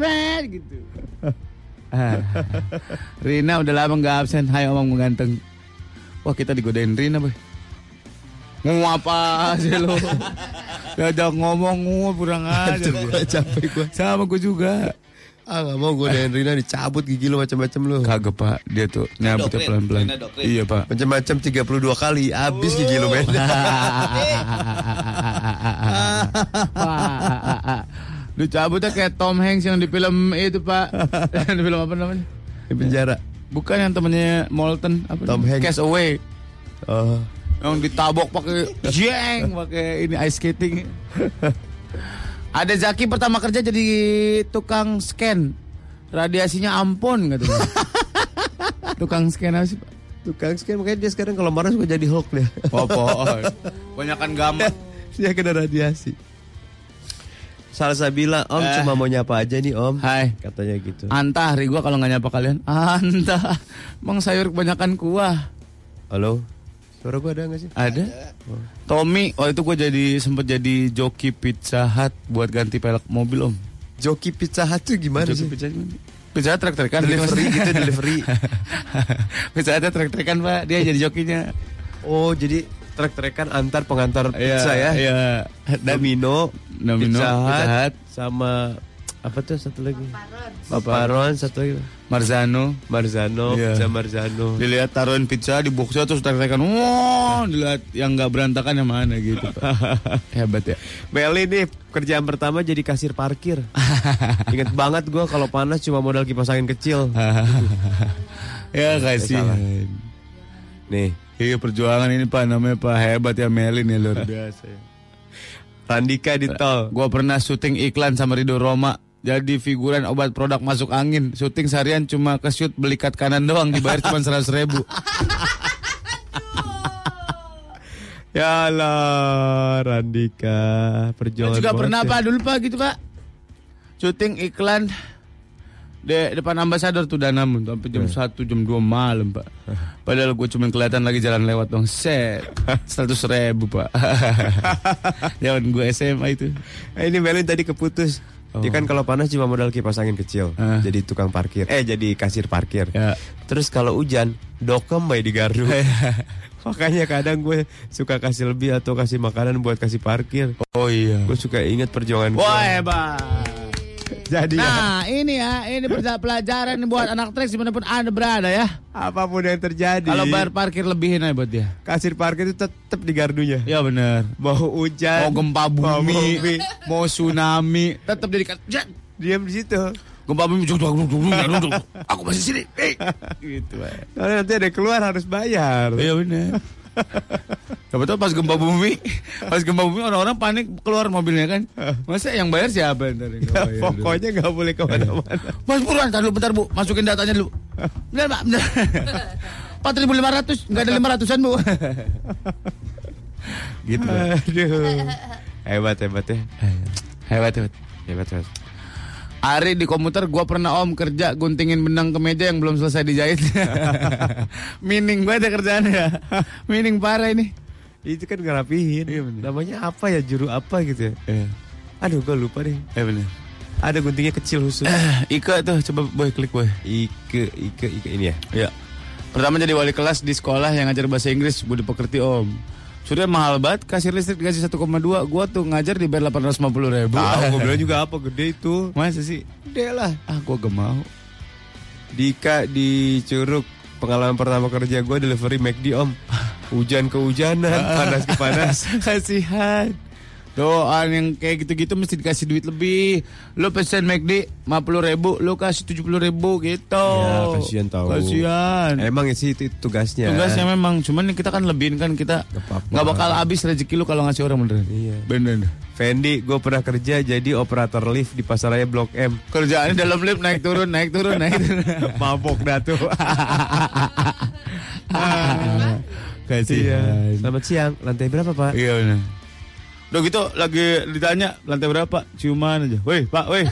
Speaker 6: meet, gitu. Ah. Rina udah lama nggak absen. Hai omong mengganteng. Wah kita digodain Rina, boy. Ngomong apa sih lo? Diajak ngomong, ngomong kurang aja.
Speaker 5: capek gue.
Speaker 6: Sama gue juga.
Speaker 5: Ah nggak mau gue dan Rina dicabut gigi lo macam-macam lo.
Speaker 6: Kagak pak, dia tuh nyabutnya
Speaker 7: Dokrin,
Speaker 6: pelan-pelan.
Speaker 7: Rina Dokrin.
Speaker 6: Iya pak.
Speaker 5: Macam-macam 32 kali habis gigi lo men.
Speaker 6: Lu cabutnya kayak Tom Hanks yang di film itu pak. di film apa namanya?
Speaker 5: di penjara.
Speaker 6: Bukan yang temennya Molten apa?
Speaker 5: Tom
Speaker 6: namanya?
Speaker 5: Hanks.
Speaker 6: Cast Away.
Speaker 5: Oh.
Speaker 6: Yang ditabok pakai jeng pakai ini ice skating. Ada Zaki pertama kerja jadi tukang scan. Radiasinya ampun katanya. tukang scan apa sih pak?
Speaker 5: Tukang scan makanya dia sekarang kalau marah suka jadi Hulk dia.
Speaker 6: Popon. Banyakan gamma.
Speaker 5: dia kena radiasi. Salsabila, Om
Speaker 6: Eh.
Speaker 5: cuma mau nyapa aja nih Om.
Speaker 6: Hai.
Speaker 5: Katanya gitu.
Speaker 6: Antah hari gua kalau nggak nyapa kalian. Antah. Mang sayur kebanyakan kuah.
Speaker 5: Halo. Suara gua ada gak sih?
Speaker 6: Ada? Tommy, oh itu gue jadi sempet jadi joki Pizza Hut buat ganti pelek mobil om.
Speaker 5: Joki Pizza Hut tuh gimana
Speaker 6: Joki
Speaker 5: sih?
Speaker 6: Pizza Hut gimana? Pizza Hut trek trekan
Speaker 5: Delivery gitu, delivery.
Speaker 6: Pizza Hut trek trekan pak, dia jadi jokinya.
Speaker 5: Oh, jadi trek-trekan antar pengantar
Speaker 6: Iya,
Speaker 5: pizza ya.
Speaker 6: Iya.
Speaker 5: Domino,
Speaker 6: Domino,
Speaker 5: Pizza Hut,
Speaker 6: Pizza Hut.
Speaker 5: sama apa tuh satu lagi? Paparon, satu lagi.
Speaker 6: Marzano.
Speaker 5: Marzano,
Speaker 6: Iya.
Speaker 5: Pizza Marzano.
Speaker 6: Dilihat taruhin pizza di boxnya terus trek trekan. Wow, dilihat yang nggak berantakan yang mana gitu pak. Hebat ya.
Speaker 5: Meli nih kerjaan pertama jadi kasir parkir. Ingat banget gua kalau panas cuma modal kipas angin kecil.
Speaker 6: ya kasihan.
Speaker 5: Nih,
Speaker 6: Iya perjuangan ini pak namanya pak hebat ya Melin ya luar biasa. ya.
Speaker 5: Randika di tol.
Speaker 6: Gua pernah syuting iklan sama Rido Roma. Jadi figuran obat produk masuk angin. Syuting seharian cuma ke shoot beli cut kanan doang dibayar cuma seratus ribu.
Speaker 5: Ya lah, Randika perjuangan.
Speaker 6: juga
Speaker 5: banget
Speaker 6: pernah
Speaker 5: ya.
Speaker 6: pak dulu pak gitu pak. Syuting iklan di depan ambasador tuh Danam sampai jam 1 jam 2 malam pak. Padahal gue cuma kelihatan lagi jalan lewat dong. Set seratus ribu pak. Jangan gue SMA itu.
Speaker 5: Eh, Ini Melin tadi keputus. Dia kan kalau panas cuma modal kipas angin kecil.
Speaker 6: Oh. Ah.
Speaker 5: Jadi tukang parkir. Eh jadi kasir parkir.
Speaker 6: Ya.
Speaker 5: Terus kalau hujan, dokem bay di gardu. Makanya kadang gue suka kasih lebih atau kasih makanan buat kasih parkir.
Speaker 6: Oh iya.
Speaker 5: Gue suka ingat perjuangan gue.
Speaker 6: Wah hebat.
Speaker 5: Iya. Jadi ya,
Speaker 6: Nah ini ya, ini perja- pelajaran buat anak trek dimanapun anda berada ya.
Speaker 5: apapun yang terjadi,
Speaker 6: Kalau bayar parkir lebihin aja buat dia.
Speaker 5: kasir parkir itu tetap di gardunya.
Speaker 6: Ya benar.
Speaker 5: Mau
Speaker 6: Mau
Speaker 5: hujan,
Speaker 6: gempa
Speaker 5: Iya. mau
Speaker 6: bumi,
Speaker 5: bumi,
Speaker 6: mau tsunami, tetap jadi kat- Jat!
Speaker 5: diam di situ.
Speaker 6: gempa bumi. Jut, jut, jut, jut, jut, jut. Aku masih sini. Eh. Gitu. eh.
Speaker 5: Kalau nanti ada keluar harus bayar.
Speaker 6: Iya benar. Tapi tuh pas gempa bumi, pas gempa bumi orang-orang panik keluar mobilnya kan. Masa yang bayar siapa ntar? yang bayar
Speaker 5: Ya,
Speaker 6: dulu? Iya.
Speaker 5: pokoknya nggak boleh kemana-mana.
Speaker 6: Mas buruan, ntar dulu bentar bu, masukin datanya dulu. Benar pak, benar. 4.500, nggak ada 500-an bu. gitu.
Speaker 5: Aduh, hebat hebat ya,
Speaker 6: Eh, Hebat hebat.
Speaker 5: hebat hebat.
Speaker 6: Ari di komputer gua pernah om kerja guntingin benang kemeja yang belum selesai dijahit. Mining gue ada kerjaan ya. Mining parah ini.
Speaker 5: Itu kan ngerapihin.
Speaker 6: Iya, bener.
Speaker 5: Namanya apa ya juru apa gitu ya?
Speaker 6: Eh,
Speaker 5: Aduh, gue lupa deh.
Speaker 6: eh benar.
Speaker 5: Ada guntingnya kecil khusus.
Speaker 6: Eh, Ika tuh coba boy klik boy.
Speaker 5: Ike, Ike, Ike ini ya.
Speaker 6: Ya. Pertama jadi wali kelas di sekolah yang ngajar bahasa Inggris budi pekerti om. Sudah mahal banget kasir listrik gaji 1,2 Gua tuh ngajar di bayar 850 ribu
Speaker 5: Tahu, gue bilang juga apa gede itu.
Speaker 6: Masa sih?
Speaker 5: Gede lah.
Speaker 6: Ah gua gak mau
Speaker 5: Dika di Curug pengalaman pertama kerja gue delivery McD om. Hujan kehujanan, panas kepanasan.
Speaker 6: Kasihan Doan yang kayak gitu-gitu mesti dikasih duit lebih Lu pesen McD 50 ribu Lu kasih 70 ribu gitu
Speaker 5: Ya, kasihan tahu.
Speaker 6: Kasihan
Speaker 5: Emang sih itu, itu tugasnya.
Speaker 6: Tugasnya memang Cuman kita kan lebihin kan kita
Speaker 5: Gak apa-apa.
Speaker 6: Gak bakal habis rezeki lu kalau ngasih orang beneran
Speaker 5: Iya.
Speaker 6: Bener
Speaker 5: Fendi, gue pernah kerja jadi operator lift di pasaraya Blok M.
Speaker 6: Kerjaannya dalam lift naik turun naik turun naik turun
Speaker 5: Mabok dah tuh.
Speaker 6: Kasihan
Speaker 5: Selamat siang. Lantai berapa pak?
Speaker 6: Iya bener Udah gitu lagi ditanya lantai berapa Ciuman aja Weh pak weh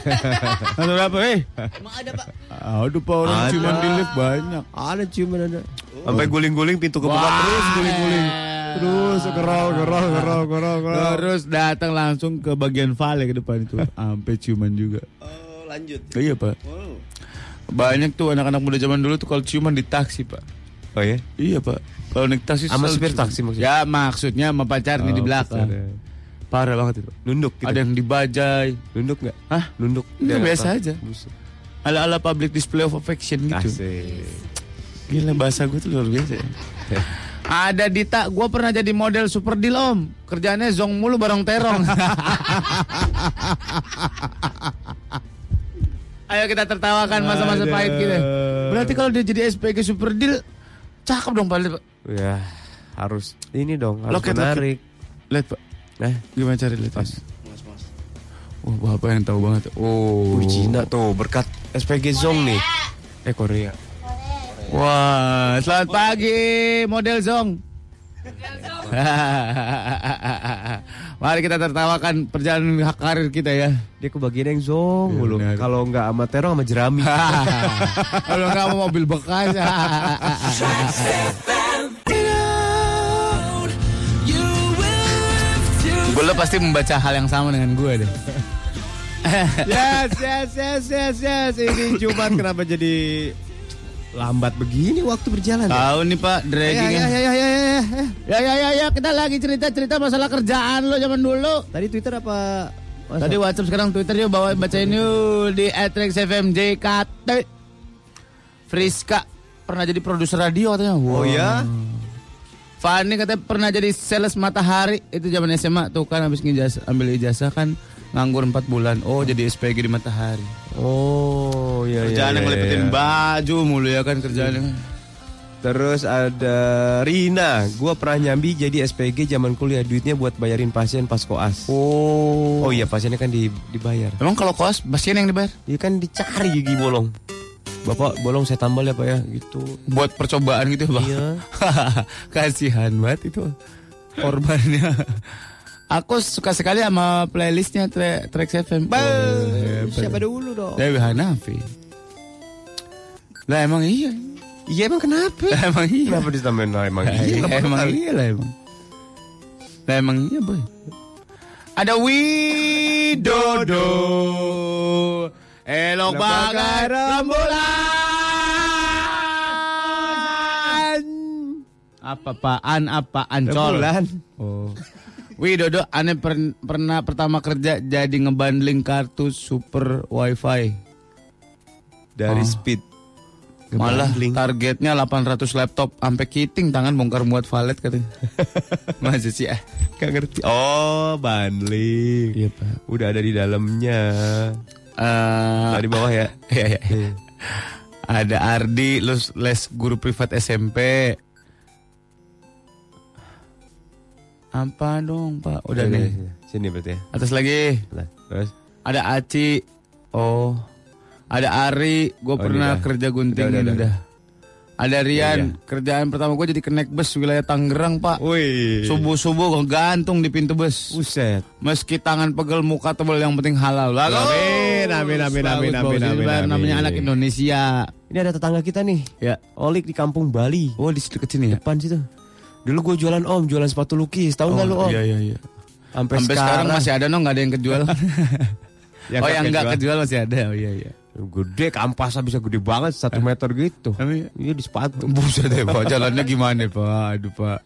Speaker 6: Lantai berapa weh
Speaker 7: Emang ada pak?
Speaker 6: Aduh pak orang
Speaker 5: Ada.
Speaker 6: ciuman di lift banyak
Speaker 5: Ada ciuman ada. Sampai guling-guling pintu kebuka
Speaker 6: Wah.
Speaker 5: terus guling-guling. Terus kerol kerol kerol kerol kerol.
Speaker 6: Eh, Terus datang langsung ke bagian vale ke depan itu Sampai ciuman juga
Speaker 7: Oh, lanjut.
Speaker 6: Iya pak
Speaker 7: Oh.
Speaker 6: Banyak tuh anak-anak muda zaman dulu tuh kalau ciuman di taksi pak
Speaker 5: Oh ya?
Speaker 6: Iya pak Kalau naik taksi
Speaker 5: Sama
Speaker 6: selalu
Speaker 5: supir
Speaker 6: ciuman.
Speaker 5: taksi maksudnya?
Speaker 6: Ya maksudnya sama pacarnya di belakang Parah banget itu
Speaker 5: Nunduk gitu.
Speaker 6: Ada yang dibajai
Speaker 5: nunduk nggak?
Speaker 6: Hah?
Speaker 5: Nunduk.
Speaker 6: Ini
Speaker 5: Dari
Speaker 6: biasa
Speaker 5: atas.
Speaker 6: aja.
Speaker 5: Buset.
Speaker 6: Ala-ala public display of affection gitu
Speaker 5: Asik.
Speaker 6: Gila bahasa gue tuh luar biasa ya. Ada Dita, gue pernah jadi model super deal om Kerjaannya zong mulu bareng terong Ayo kita tertawakan masa-masa
Speaker 5: Aduh.
Speaker 6: pahit kita Berarti kalau dia jadi SPG super deal Cakep dong Pak Lihat, Pak.
Speaker 5: Ya harus ini dong harus
Speaker 6: Loket,
Speaker 5: menarik.
Speaker 6: Lihat Pak
Speaker 5: Nah,
Speaker 6: Gimana cari lihat Mas
Speaker 7: Mas, mas.
Speaker 6: Wah bapak yang tahu banget Oh
Speaker 5: Wih, Cina tuh berkat SPG Zong nih. Eh Korea.
Speaker 6: Wah selamat pagi model zong Mari kita tertawakan perjalanan hak karir kita ya
Speaker 5: Dia kebagian yang zong
Speaker 6: Iya,
Speaker 5: mulu.
Speaker 6: benar.
Speaker 5: Kalau nggak sama terong sama jerami.
Speaker 6: Kalau nggak mau mobil bekas. gue lo pasti membaca hal yang sama dengan gue deh.
Speaker 5: yes, yes, yes, yes, yes. Ini Jumat kenapa jadi lambat begini waktu berjalan? ya?
Speaker 6: Tahu nih Pak
Speaker 5: Ya,
Speaker 6: dragging.
Speaker 5: ya, ya, ya, ya, ya, ya.
Speaker 6: Ya ya ya ya kita lagi cerita cerita masalah kerjaan lo zaman dulu.
Speaker 5: Tadi Twitter apa?
Speaker 6: Tadi WhatsApp sekarang Twitter yuk bawa bacain yuk di @rexfmjkt. Friska pernah jadi produser radio katanya. Wah.
Speaker 5: Oh ya?
Speaker 6: Fani katanya pernah jadi sales matahari itu zaman SMA tuh kan habis ngijaz- ambil ijazah kan nganggur 4 bulan. Oh jadi SPG di matahari. Iya,
Speaker 5: Oh, ya,
Speaker 6: Kerjaan yang ngelipetin baju mulu ya kan kerjaannya.
Speaker 5: Terus ada Rina, gua pernah nyambi jadi SPG zaman kuliah duitnya buat bayarin pasien pas koas.
Speaker 6: Oh.
Speaker 5: Oh iya pasiennya kan di- dibayar.
Speaker 6: Emang kalau koas pasien yang dibayar?
Speaker 5: Iya kan dicari gigi bolong. Bapak bolong saya tambal ya pak ya gitu.
Speaker 6: Buat percobaan gitu bang.
Speaker 5: Iya.
Speaker 6: Kasihan banget itu korbannya. Aku suka sekali sama playlistnya Tre- Trax FM.
Speaker 5: Bang,
Speaker 6: Hebat.
Speaker 5: siapa dulu dong?
Speaker 6: Dewi iya, Hanafi. Lah emang iya.
Speaker 5: Iya emang kenapa?
Speaker 6: Lah emang iya.
Speaker 5: Kenapa ditambahin lah emang?
Speaker 6: Lah, iya, emang iya lah emang. Lah emang iya boy. Ada Widodo Berkedok bagai rembulan. Apa apaan apaan col?
Speaker 5: Rembulan.
Speaker 6: Oh. Widodo aneh per- pernah pertama kerja jadi ngebundling kartu super wifi.
Speaker 5: Dari
Speaker 6: Oh.
Speaker 5: speed.
Speaker 6: Malah
Speaker 5: Ngebundling.
Speaker 6: targetnya 800 laptop sampai kiting tangan bongkar muat valet katanya. Masih sih ah.
Speaker 5: Gak ngerti. Oh, bundling.
Speaker 6: Iya, Pak.
Speaker 5: Udah ada di dalamnya.
Speaker 6: Eh,
Speaker 5: Dari bawah ya.
Speaker 6: Iya, iya, iya. Ada Ardi, lu les guru privat SMP. Apa dong, Pak?
Speaker 5: Iya,
Speaker 6: Udah nih.
Speaker 5: Sini berarti ya.
Speaker 6: Atas lagi.
Speaker 5: Nah, terus.
Speaker 6: Ada Aci. Oh. Ada Ari, gue
Speaker 5: ini
Speaker 6: pernah
Speaker 5: dah.
Speaker 6: kerja gunting
Speaker 5: Udah, udah,
Speaker 6: udah, Iya,
Speaker 5: udah.
Speaker 6: Ada Rian, kerjaan pertama gue jadi kenek bus wilayah Tangerang, Pak.
Speaker 5: Wih.
Speaker 6: Subuh-subuh gue gantung di pintu bus.
Speaker 5: Buset.
Speaker 6: Meski tangan pegel muka tebal yang penting halal. Bagus.
Speaker 5: Amin, amin, amin, amin,
Speaker 6: Bagus,
Speaker 5: amin,
Speaker 6: bagus.
Speaker 5: amin, amin.
Speaker 6: Namanya anak Indonesia.
Speaker 5: Ini ada tetangga kita nih.
Speaker 6: Ya.
Speaker 5: Olik di kampung Bali.
Speaker 6: Oh, di situ ke sini ya.
Speaker 5: Depan situ. Dulu gue jualan om, jualan sepatu lukis. Tahu nggak lu om?
Speaker 6: Iya, iya, iya.
Speaker 5: Oh, Sampai,
Speaker 6: Sampai sekarang masih ada no nggak ada yang kejual.
Speaker 5: Yang
Speaker 6: oh,
Speaker 5: nggak
Speaker 6: yang nggak
Speaker 5: kejual.
Speaker 6: kejual masih ada. Oh, iya, iya.
Speaker 5: Gede kampasnya bisa gede banget satu meter gitu.
Speaker 6: Tapi
Speaker 5: Iya di sepatu.
Speaker 6: buset deh, Pak. Jalannya gimana, Pak? Aduh, Pak.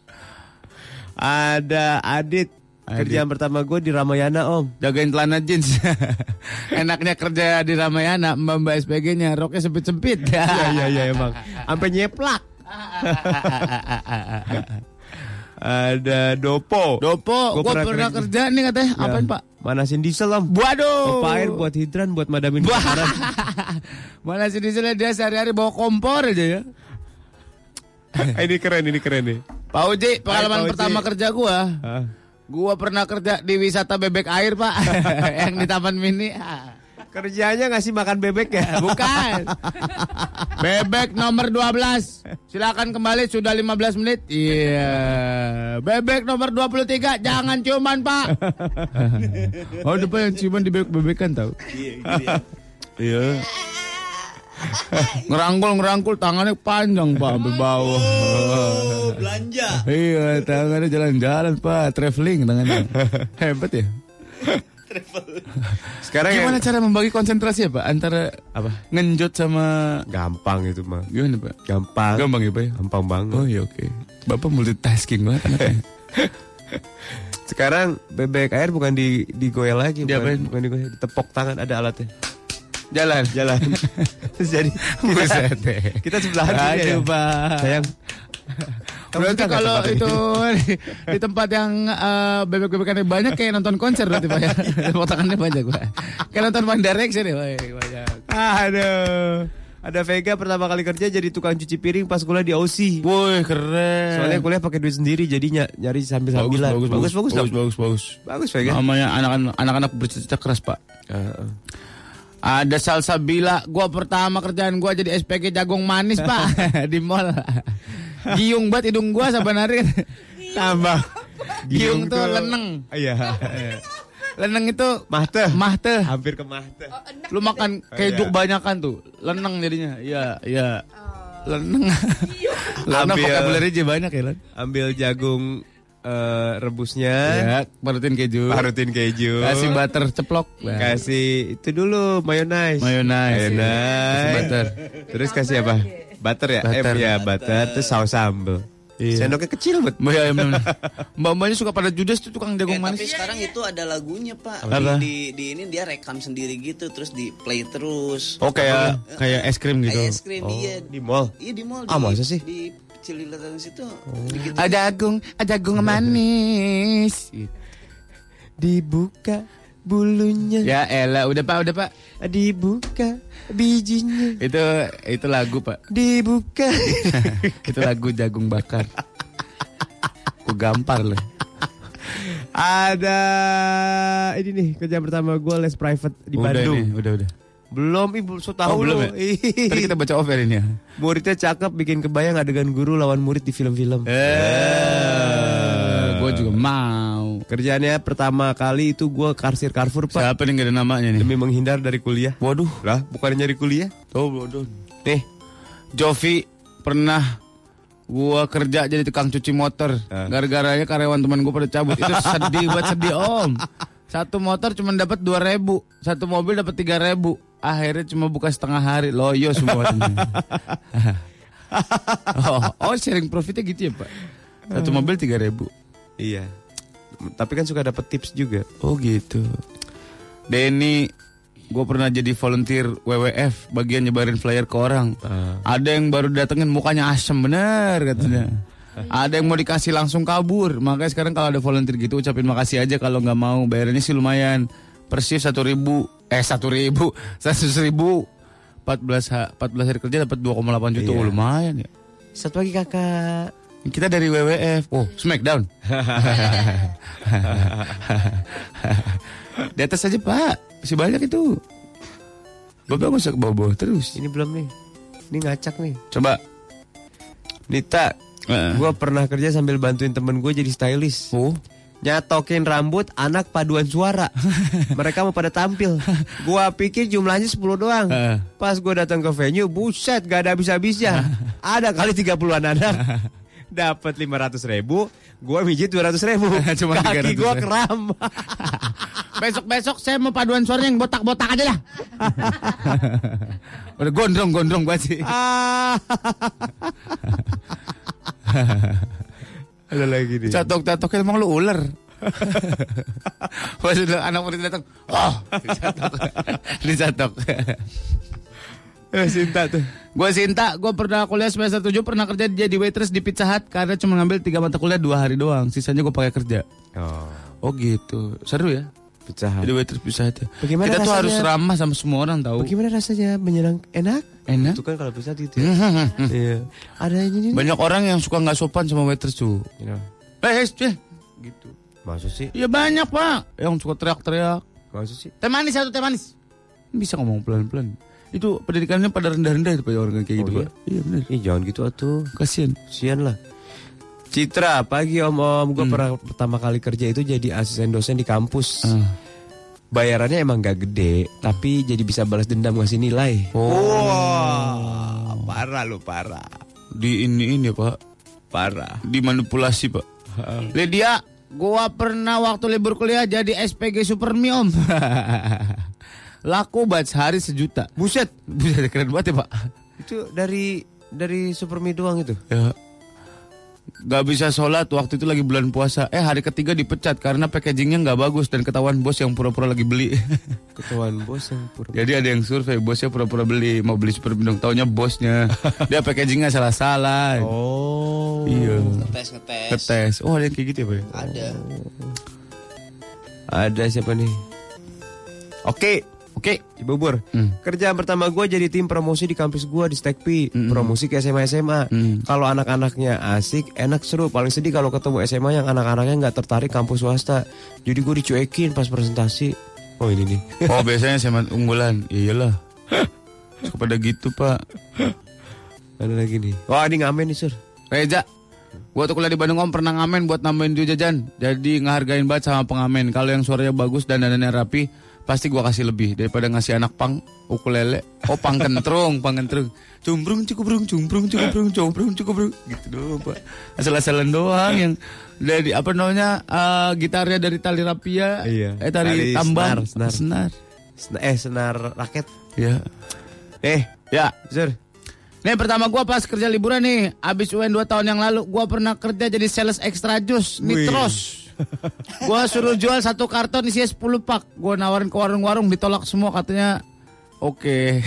Speaker 5: Ada Adit.
Speaker 6: Adit.
Speaker 5: Kerjaan pertama gue di Ramayana om.
Speaker 6: Jagain celana jeans. Enaknya kerja di Ramayana, Mbak Mbak SPG-nya roknya sempit-sempit.
Speaker 5: Iya iya iya emang. Sampai nyeplak. Ada Dopo.
Speaker 6: Dopo, gue
Speaker 5: Gua pernah
Speaker 6: pernah
Speaker 5: kerja.
Speaker 6: kerja nih katanya.
Speaker 5: Ya,
Speaker 6: Apain, Pak?
Speaker 5: Manasin diesel om.
Speaker 6: Waduh.
Speaker 5: Pompa air buat hidran buat madamin
Speaker 6: Wah.
Speaker 5: kebakaran.
Speaker 6: Mana sih di sana dia sehari-hari bawa kompor aja ya.
Speaker 5: ini keren ini keren nih.
Speaker 6: Pak Uji,
Speaker 5: Pak
Speaker 6: pengalaman
Speaker 5: Uji.
Speaker 6: pertama kerja gua. Gua pernah kerja di wisata bebek air, Pak. Yang di Taman Mini.
Speaker 5: Kerjanya ngasih makan bebek ya?
Speaker 6: Eh, Bukan. Bebek nomor 12. Silakan kembali sudah 15 menit. Iya. Bebek nomor 23 jangan ciuman, Pak. oh, depan yang ciuman di bebek-bebekan tahu.
Speaker 7: iya,
Speaker 6: Iya. Ngerangkul-ngerangkul tangannya panjang, Pak, sampai bawah.
Speaker 7: Oh, belanja.
Speaker 6: Iya, tangannya jalan-jalan, Pak. Traveling tangannya. Hebat ya.
Speaker 5: Sekarang
Speaker 6: Gimana
Speaker 5: Gimana
Speaker 6: cara membagi konsentrasi ya, Pak? Antara
Speaker 5: Apa?
Speaker 6: ngenjot sama
Speaker 5: Gampang itu mah.
Speaker 6: gimana, Pak?
Speaker 5: Gampang.
Speaker 6: Gampang ya, Pak ya?
Speaker 5: Gampang banget.
Speaker 6: Oh iya, oke. Bapak multitasking banget. anaknya.
Speaker 5: Sekarang bebek air bukan di digoyang lagi,
Speaker 6: Diapain?
Speaker 5: bukan, bukan digoyang, ditepok tangan ada alatnya.
Speaker 6: Jalan.
Speaker 5: Jalan. Terus jadi
Speaker 6: Buset deh.
Speaker 5: kita ya. sebelahan dulu
Speaker 6: Aduh, Pak.
Speaker 5: Sayang. Kamu
Speaker 6: Berarti
Speaker 5: suka nggak
Speaker 6: kalau
Speaker 5: tempat ini?
Speaker 6: itu di tempat yang eh, bebek-bebekannya banyak kayak nonton konser berarti Pak ya. Tepuk tangannya banyak, Pak. Kayak nonton One Direction ya, Pak. Banyak.
Speaker 5: Aduh. Ada Vega pertama kali kerja jadi tukang cuci piring pas kuliah di Aussie.
Speaker 6: Woi, keren.
Speaker 5: Soalnya kuliah pakai duit sendiri jadinya nyari sambil-sambilan.
Speaker 6: bagus, bagus, Iya kan?
Speaker 5: bagus,
Speaker 6: bagus,
Speaker 5: dong.
Speaker 6: bagus, bagus.
Speaker 5: bagus Vega.
Speaker 6: Namanya anak-anak anak-anak bercita-cita keras, Pak.
Speaker 5: Heeh.
Speaker 6: Ada salsabila, gua pertama kerjaan gua jadi SPG jagung manis, Pak, di mall. Giung banget hidung gua sebenarnya.
Speaker 5: Tambah.
Speaker 6: Giung tuh leneng.
Speaker 5: Iya.
Speaker 6: Leneng itu
Speaker 5: Mahte.
Speaker 6: mahte.
Speaker 5: Hampir ke Mahte.
Speaker 6: Lu makan keju kebanyakan tuh. Leneng jadinya. Iya, iya. Leneng. Iya. Leneng
Speaker 5: Ambil.
Speaker 6: vocabulary aja banyak ya, Len.
Speaker 5: Ambil jagung eh, rebusnya,
Speaker 6: Ya, parutin keju.
Speaker 5: parutin keju.
Speaker 6: Kasih butter ceplok. Ya. Bang.
Speaker 5: Kasih itu dulu mayonnaise.
Speaker 6: Mayonnaise.
Speaker 5: Mayonnaise.
Speaker 6: Kasih butter.
Speaker 5: Terus kasih apa? Butter ya? Eh,
Speaker 6: Butter. Iya.
Speaker 5: ya butter terus saus sambal. Sendoknya kecil bet.
Speaker 6: Mbak- ya, Mbak- Mbak-mbaknya suka pada judes tuh tukang
Speaker 7: Eh,
Speaker 6: jagung
Speaker 7: tapi
Speaker 6: manis.
Speaker 7: sekarang itu ada lagunya pak.
Speaker 6: Apa?
Speaker 7: Di, di, di ini dia rekam sendiri gitu, terus di play terus.
Speaker 6: Oh kayak kayak es krim gitu.
Speaker 7: Ice cream iya.
Speaker 5: Di mall.
Speaker 7: Iya di mall.
Speaker 5: Ah,
Speaker 7: di-
Speaker 5: masa sih?
Speaker 7: Di Cililitan situ.
Speaker 6: Oh.
Speaker 7: Dikit-
Speaker 6: Ada jagung, ada jagung manis.
Speaker 5: Dibuka bulunya,
Speaker 6: Ya elah, udah Pak, udah Pak.
Speaker 5: dibuka bijinya,
Speaker 6: Itu itu lagu, Pak.
Speaker 5: dibuka.
Speaker 6: itu lagu jagung bakar. Ku gampar loh.
Speaker 5: Ada ini nih kerja pertama gue les private di
Speaker 6: udah
Speaker 5: Bandung.
Speaker 6: nih, udah udah.
Speaker 5: Belum ibu so
Speaker 6: Oh,
Speaker 5: tahu
Speaker 6: belum
Speaker 5: lu. Iya.
Speaker 6: ya? Tadi kita baca over ini ya.
Speaker 5: Muridnya cakep bikin kebayang adegan guru lawan murid di film-film.
Speaker 6: Eh, gue juga mau.
Speaker 5: Kerjaannya pertama kali itu gue karsir Carrefour pak
Speaker 6: Siapa nih gak ada namanya nih?
Speaker 5: demi menghindar dari kuliah.
Speaker 6: Waduh.
Speaker 5: Lah, bukan nyari kuliah?
Speaker 6: Tuh, waduh. Oh, Eh,
Speaker 5: Nih,
Speaker 6: Jovi pernah gua kerja jadi tukang cuci motor.
Speaker 5: Eh.
Speaker 6: Gara-garanya karyawan teman gua pada cabut. Itu sedih buat sedih, Om. Satu motor cuma dapat 2000, satu mobil dapat 3000. akhirnya cuma buka setengah hari loyo semuanya. oh, oh sharing profitnya gitu ya pak? Satu mobil tiga ribu.
Speaker 5: Iya. Tapi kan suka dapat tips juga.
Speaker 6: Oh gitu. Denny, gue pernah jadi volunteer WWF bagian nyebarin flyer ke orang. Ada yang baru datengin mukanya asem bener katanya. Ada yang mau dikasih langsung kabur. Makanya sekarang kalau ada volunteer gitu ucapin makasih aja kalau nggak mau bayarannya sih lumayan. Persif satu ribu, eh satu ribu, satu ribu. 14, ha- 14 hari kerja dapat 2,8 juta Oh, lumayan ya. Satu lagi kakak. Kita dari WWF. Oh, Smackdown. Di atas aja pak Masih banyak itu Bapak gak usah ke bawah-bawah terus
Speaker 5: Ini belum nih. Ini ngacak nih.
Speaker 6: Coba
Speaker 5: Nita,
Speaker 6: Eh.
Speaker 5: gue pernah kerja sambil bantuin temen gue jadi stylist.
Speaker 6: Oh
Speaker 5: Nyatokin rambut anak paduan suara. Mereka mau pada tampil. Gua pikir jumlahnya 10 doang.
Speaker 6: Eh.
Speaker 5: Pas gue datang ke venue, buset gak ada habis-habisnya. ada kali 30-an anak. Dapat 500 ribu, gue mijit 200 ribu.
Speaker 6: Cuma 300
Speaker 5: Kaki gue
Speaker 6: ribu.
Speaker 5: kram.
Speaker 6: Besok-besok saya mau paduan suaranya yang botak-botak aja lah Udah gondrong-gondrong gue sih
Speaker 5: Ah. ada lagi nih.
Speaker 6: Catok-catoknya emang lu ular Pas udah anak murid datang Oh dicatok. Dicatok
Speaker 5: Eh, Sinta tuh.
Speaker 6: Gue Sinta, gue pernah kuliah semester 7 Pernah kerja jadi waitress di Pizza Hut Karena cuma ngambil 3 mata kuliah 2 hari doang Sisanya gue pakai kerja
Speaker 5: Oh,
Speaker 6: Oh gitu, seru ya
Speaker 5: pecahan.
Speaker 6: Jadi waitress bisa aja.
Speaker 5: Bagaimana
Speaker 6: Kita tuh
Speaker 5: rasanya?
Speaker 6: harus ramah sama semua orang tahu.
Speaker 5: Bagaimana rasanya menyerang enak?
Speaker 6: Enak.
Speaker 5: Oh. Itu kan kalau bisa gitu ya. Iya. Ada ini nih.
Speaker 6: Banyak orang yang suka nggak sopan sama waitress tuh. Eh, eh, eh. gitu.
Speaker 5: Maksud sih?
Speaker 6: Ya banyak pak yang suka teriak-teriak.
Speaker 5: Maksud sih?
Speaker 6: Teh manis satu teh manis. Bisa ngomong pelan-pelan. Itu pendidikannya pada rendah-rendah itu pak orang kayak gitu
Speaker 5: Oh,
Speaker 6: pak. Iya benar.
Speaker 5: Ih, jangan gitu atuh.
Speaker 6: Kasian.
Speaker 5: Sian lah. Citra, pagi om-om. Gue pernah pertama kali kerja itu jadi asisten dosen di kampus. Bayarannya emang gak gede, tapi jadi bisa balas dendam ngasih nilai.
Speaker 6: Wah, parah lo parah. Ah, Di ini ini pak. Parah. Ah. Dimanipulasi pak. Lydia, gua pernah waktu libur kuliah jadi SPG Supermi om. Laku buat sehari sejuta. Buset, buset keren banget ya pak.
Speaker 5: Itu dari dari Supermi doang itu.
Speaker 6: Ya. Gak bisa sholat waktu itu lagi bulan puasa. Eh hari ketiga dipecat karena packagingnya nggak bagus dan ketahuan bos yang pura-pura lagi beli.
Speaker 5: Ketuaan bos yang pur-
Speaker 6: Jadi ada yang survei bosnya pura-pura beli mau beli super bindung taunya bosnya dia packagingnya salah-salah.
Speaker 5: Oh.
Speaker 6: Iya.
Speaker 7: Ngetes ngetes.
Speaker 6: Ketes. Oh ada yang kayak gitu ya pak? ya?
Speaker 7: Ada.
Speaker 5: Ada siapa nih? Oke.
Speaker 6: Oke.
Speaker 5: Cibubur.
Speaker 6: Hmm.
Speaker 5: Kerjaan pertama gue jadi tim promosi di kampus gue di Stekpi, promosi ke SMA SMA.
Speaker 6: Hmm.
Speaker 5: Kalau anak-anaknya asik, enak seru. Paling sedih kalau ketemu SMA yang anak-anaknya nggak tertarik kampus swasta. Jadi gue dicuekin pas presentasi. Oh ini nih.
Speaker 6: Oh biasanya semen unggulan. Ya Iyalah. Suka pada gitu pak.
Speaker 5: Ada lagi nih. Wah ini ngamen nih sur.
Speaker 6: Reza. Gua tuh kuliah di Bandung om pernah ngamen buat nambahin duit jajan. Jadi ngehargain banget sama pengamen. Kalau yang suaranya bagus dan dandannya rapi, pasti gua kasih lebih daripada ngasih anak pang ukulele. Oh pang kentrung, pang kentrung. Cumbrung cukubrung, cumbrung cukubrung, cumbrung cukubrung. Gitu doang pak. Asal-asalan doang yang dari apa namanya eh, gitarnya dari tali rapia,
Speaker 5: Iya.
Speaker 6: eh tali,
Speaker 5: Tali
Speaker 6: tambang,
Speaker 5: senar, senar.
Speaker 6: senar.
Speaker 5: Sen- eh senar raket.
Speaker 6: Ya.
Speaker 5: Eh
Speaker 6: Ya.
Speaker 5: sur.
Speaker 6: Nih pertama gua pas kerja liburan nih, abis UN 2 tahun yang lalu gua pernah kerja jadi sales extra jus nitros. gua suruh jual satu karton isinya 10 pak. Gua nawarin ke warung-warung ditolak semua katanya oke.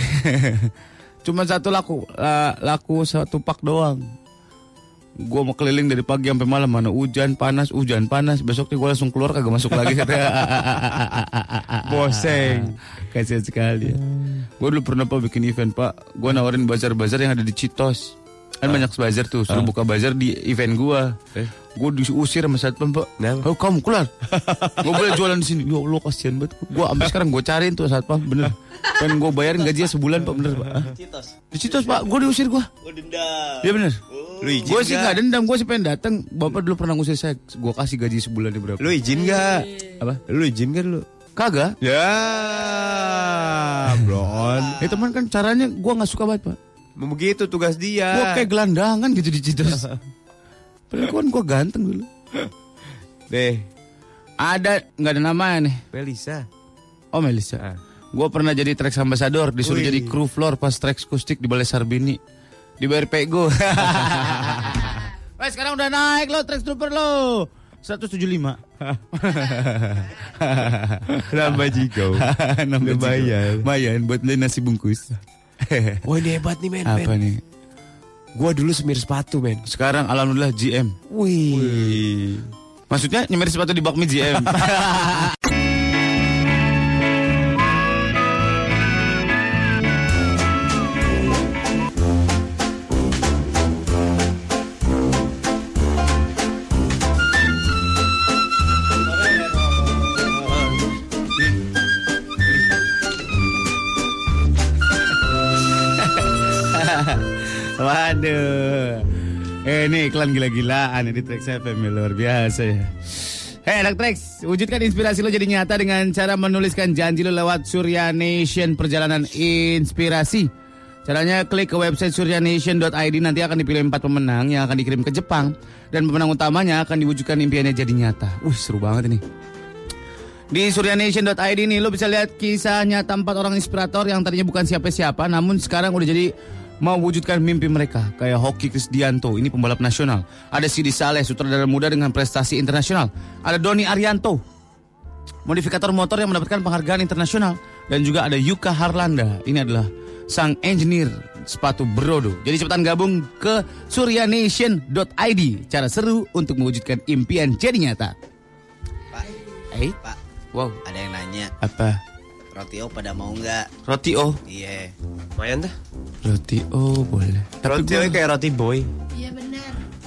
Speaker 6: Cuma satu laku, la- laku satu pak doang. Gua mau keliling dari pagi sampai malam mana hujan panas hujan panas besoknya gua langsung keluar kagak masuk lagi katanya.
Speaker 5: Boseng.
Speaker 6: Kasian sekali ya. Gue dulu pernah pak bikin event pak. Gue nawarin bazar-bazar yang ada di Citos.
Speaker 5: Ah.
Speaker 6: Kan banyak bazar tuh. Suruh buka bazar di event gue. Gue diusir sama satpam pak.
Speaker 5: Eh. Kenapa?
Speaker 6: Oh, kamu keluar. gue boleh jualan di sini. Ya Allah kasihan banget. Gue sampai sekarang gue cariin tuh satpam bener. Pengen gue bayarin gajinya sebulan pak bener pak. Hah?
Speaker 7: Citos.
Speaker 6: Di Citos pak. Gue diusir gue.
Speaker 7: Oh dendam.
Speaker 6: Iya bener.
Speaker 7: Oh.
Speaker 6: Gue sih gak dendam. Gue sih pengen datang. Bapak dulu pernah ngusir saya. Gue kasih gaji sebulan di berapa?
Speaker 5: Lu izin gak?
Speaker 6: Apa?
Speaker 5: Lu izin gak lu?
Speaker 6: Kagak.
Speaker 5: Ya. Bro.
Speaker 6: Ya teman kan caranya gue nggak suka banget pak.
Speaker 5: Begitu tugas dia.
Speaker 6: Gue kayak gelandangan gitu di Citos. Padahal kan gue ganteng dulu.
Speaker 5: Deh.
Speaker 6: Ada nggak ada namanya nih?
Speaker 5: Melisa.
Speaker 6: Oh Melisa. Gue pernah jadi Trax Ambassador, disuruh jadi kru floor pas Trax Kustik di Balai Sarbini. Di BRP gue. Wes sekarang udah naik lo Trax Trooper lo. 175.
Speaker 5: Nambah jigo.
Speaker 6: Nambah
Speaker 5: Lumayan.
Speaker 6: juga. Lumayan buat beli nasi bungkus.
Speaker 5: Wah ini hebat nih men.
Speaker 6: Apa
Speaker 5: men.
Speaker 6: nih?
Speaker 5: Gua dulu semir sepatu men.
Speaker 6: Sekarang alhamdulillah GM.
Speaker 5: Wih.
Speaker 6: Maksudnya nyemir sepatu di bakmi GM. Waduh. Eh, ini iklan gila-gilaan ini Trax FM ya, luar biasa ya. Hei anak Trax, wujudkan inspirasi lo jadi nyata dengan cara menuliskan janji lo lewat Surya Nation Perjalanan Inspirasi. Caranya klik ke website suryanation.id nanti akan dipilih empat pemenang yang akan dikirim ke Jepang dan pemenang utamanya akan diwujudkan impiannya jadi nyata. Wih seru banget ini. Di suryanation.id nih lo bisa lihat kisah nyata empat orang inspirator yang tadinya bukan siapa-siapa namun sekarang udah jadi mewujudkan mimpi mereka kayak Hoki Krisdianto ini pembalap nasional ada Sidi Saleh sutradara muda dengan prestasi internasional ada Doni Arianto modifikator motor yang mendapatkan penghargaan internasional dan juga ada Yuka Harlanda ini adalah sang engineer sepatu Brodo jadi cepetan gabung ke suryanation.id cara seru untuk mewujudkan impian jadi nyata
Speaker 7: Pak,
Speaker 6: eh
Speaker 7: Pak,
Speaker 6: wow
Speaker 7: ada yang nanya,
Speaker 6: apa
Speaker 7: roti oh pada mau nggak?
Speaker 6: Roti oh.
Speaker 7: Iya.
Speaker 5: Lumayan dah.
Speaker 6: Roti oh boleh. Tapi
Speaker 5: Roti
Speaker 6: gua-
Speaker 5: kayak roti boy.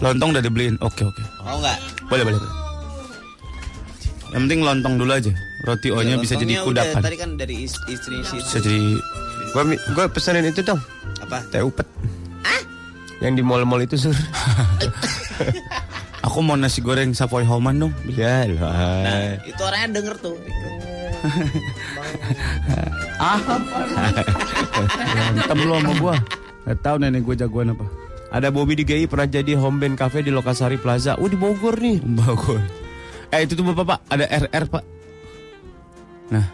Speaker 6: lontong udah dibeliin. Oke oke.
Speaker 7: Mau nggak?
Speaker 6: Boleh boleh. boleh. Yang penting lontong dulu aja. Roti ohnya bisa
Speaker 7: Ya, Lontongnya
Speaker 6: jadi
Speaker 7: udah,
Speaker 6: kudapan. Iya.
Speaker 7: Tadi kan dari is- istrinya si
Speaker 6: Bisa jadi
Speaker 5: Gua mi- gua pesenin itu dong.
Speaker 7: apa?
Speaker 5: Teh upet. Yang di mall-mall itu sur.
Speaker 6: aku mau nasi goreng Savoy Homan dong.
Speaker 5: ya lah.
Speaker 7: Nah, itu orangnya denger tuh.
Speaker 6: Ah. Berantem lu sama gua. Gak tahu nenek gua jagoan apa.
Speaker 5: Ada Bobby di GI pernah jadi home band cafe di Lokasari Plaza. Oh di Bogor nih.
Speaker 6: Bagus. Eh itu tuh bapak pak ada RR pak. Nah,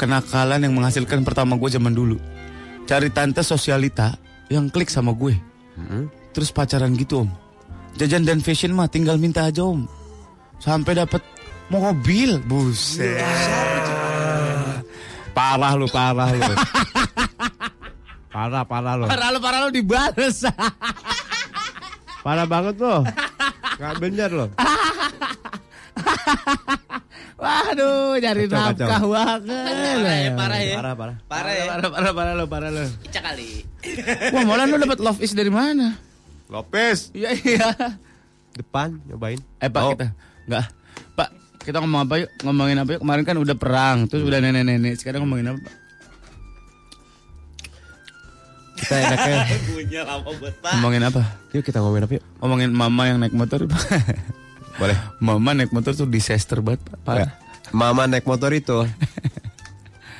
Speaker 6: kenakalan yang menghasilkan pertama gue zaman dulu. Cari tante sosialita yang klik sama gue. Terus pacaran gitu om. Jajan dan fashion mah tinggal minta aja om. Sampai dapat mobil, buset.
Speaker 5: Parah lu, parah lu. parah, parah lu.
Speaker 6: Parah lo, parah lo dibales.
Speaker 5: Parah banget lo. Gak bener lo.
Speaker 6: Waduh, nyari
Speaker 5: Kacau, kacau.
Speaker 6: nafkah banget.
Speaker 7: Parah ya, parah ya.
Speaker 5: Parah, parah.
Speaker 7: Parah ya.
Speaker 6: Parah, parah, parah lo, parah lo.
Speaker 7: Kecak kali.
Speaker 6: Wah, malah lo dapat love is dari mana?
Speaker 5: Lopez.
Speaker 6: Iya, iya.
Speaker 5: Depan, nyobain. Oh.
Speaker 6: Eh Pak
Speaker 5: Mau?
Speaker 6: kita nggak Pak kita ngomong apa yuk ngomongin apa yuk kemarin kan udah perang terus udah nenek-nenek sekarang ngomongin apa Pak?
Speaker 5: Kita enaknya.
Speaker 7: Punya lama buat Pak.
Speaker 6: Ah. ngomongin apa
Speaker 5: Yuk kita ngomongin apa yuk?
Speaker 6: ngomongin mama yang naik motor Pak.
Speaker 5: Boleh.
Speaker 6: mama naik motor tuh disaster banget Pak.
Speaker 5: Ya.
Speaker 6: Parah.
Speaker 5: Mama naik motor itu.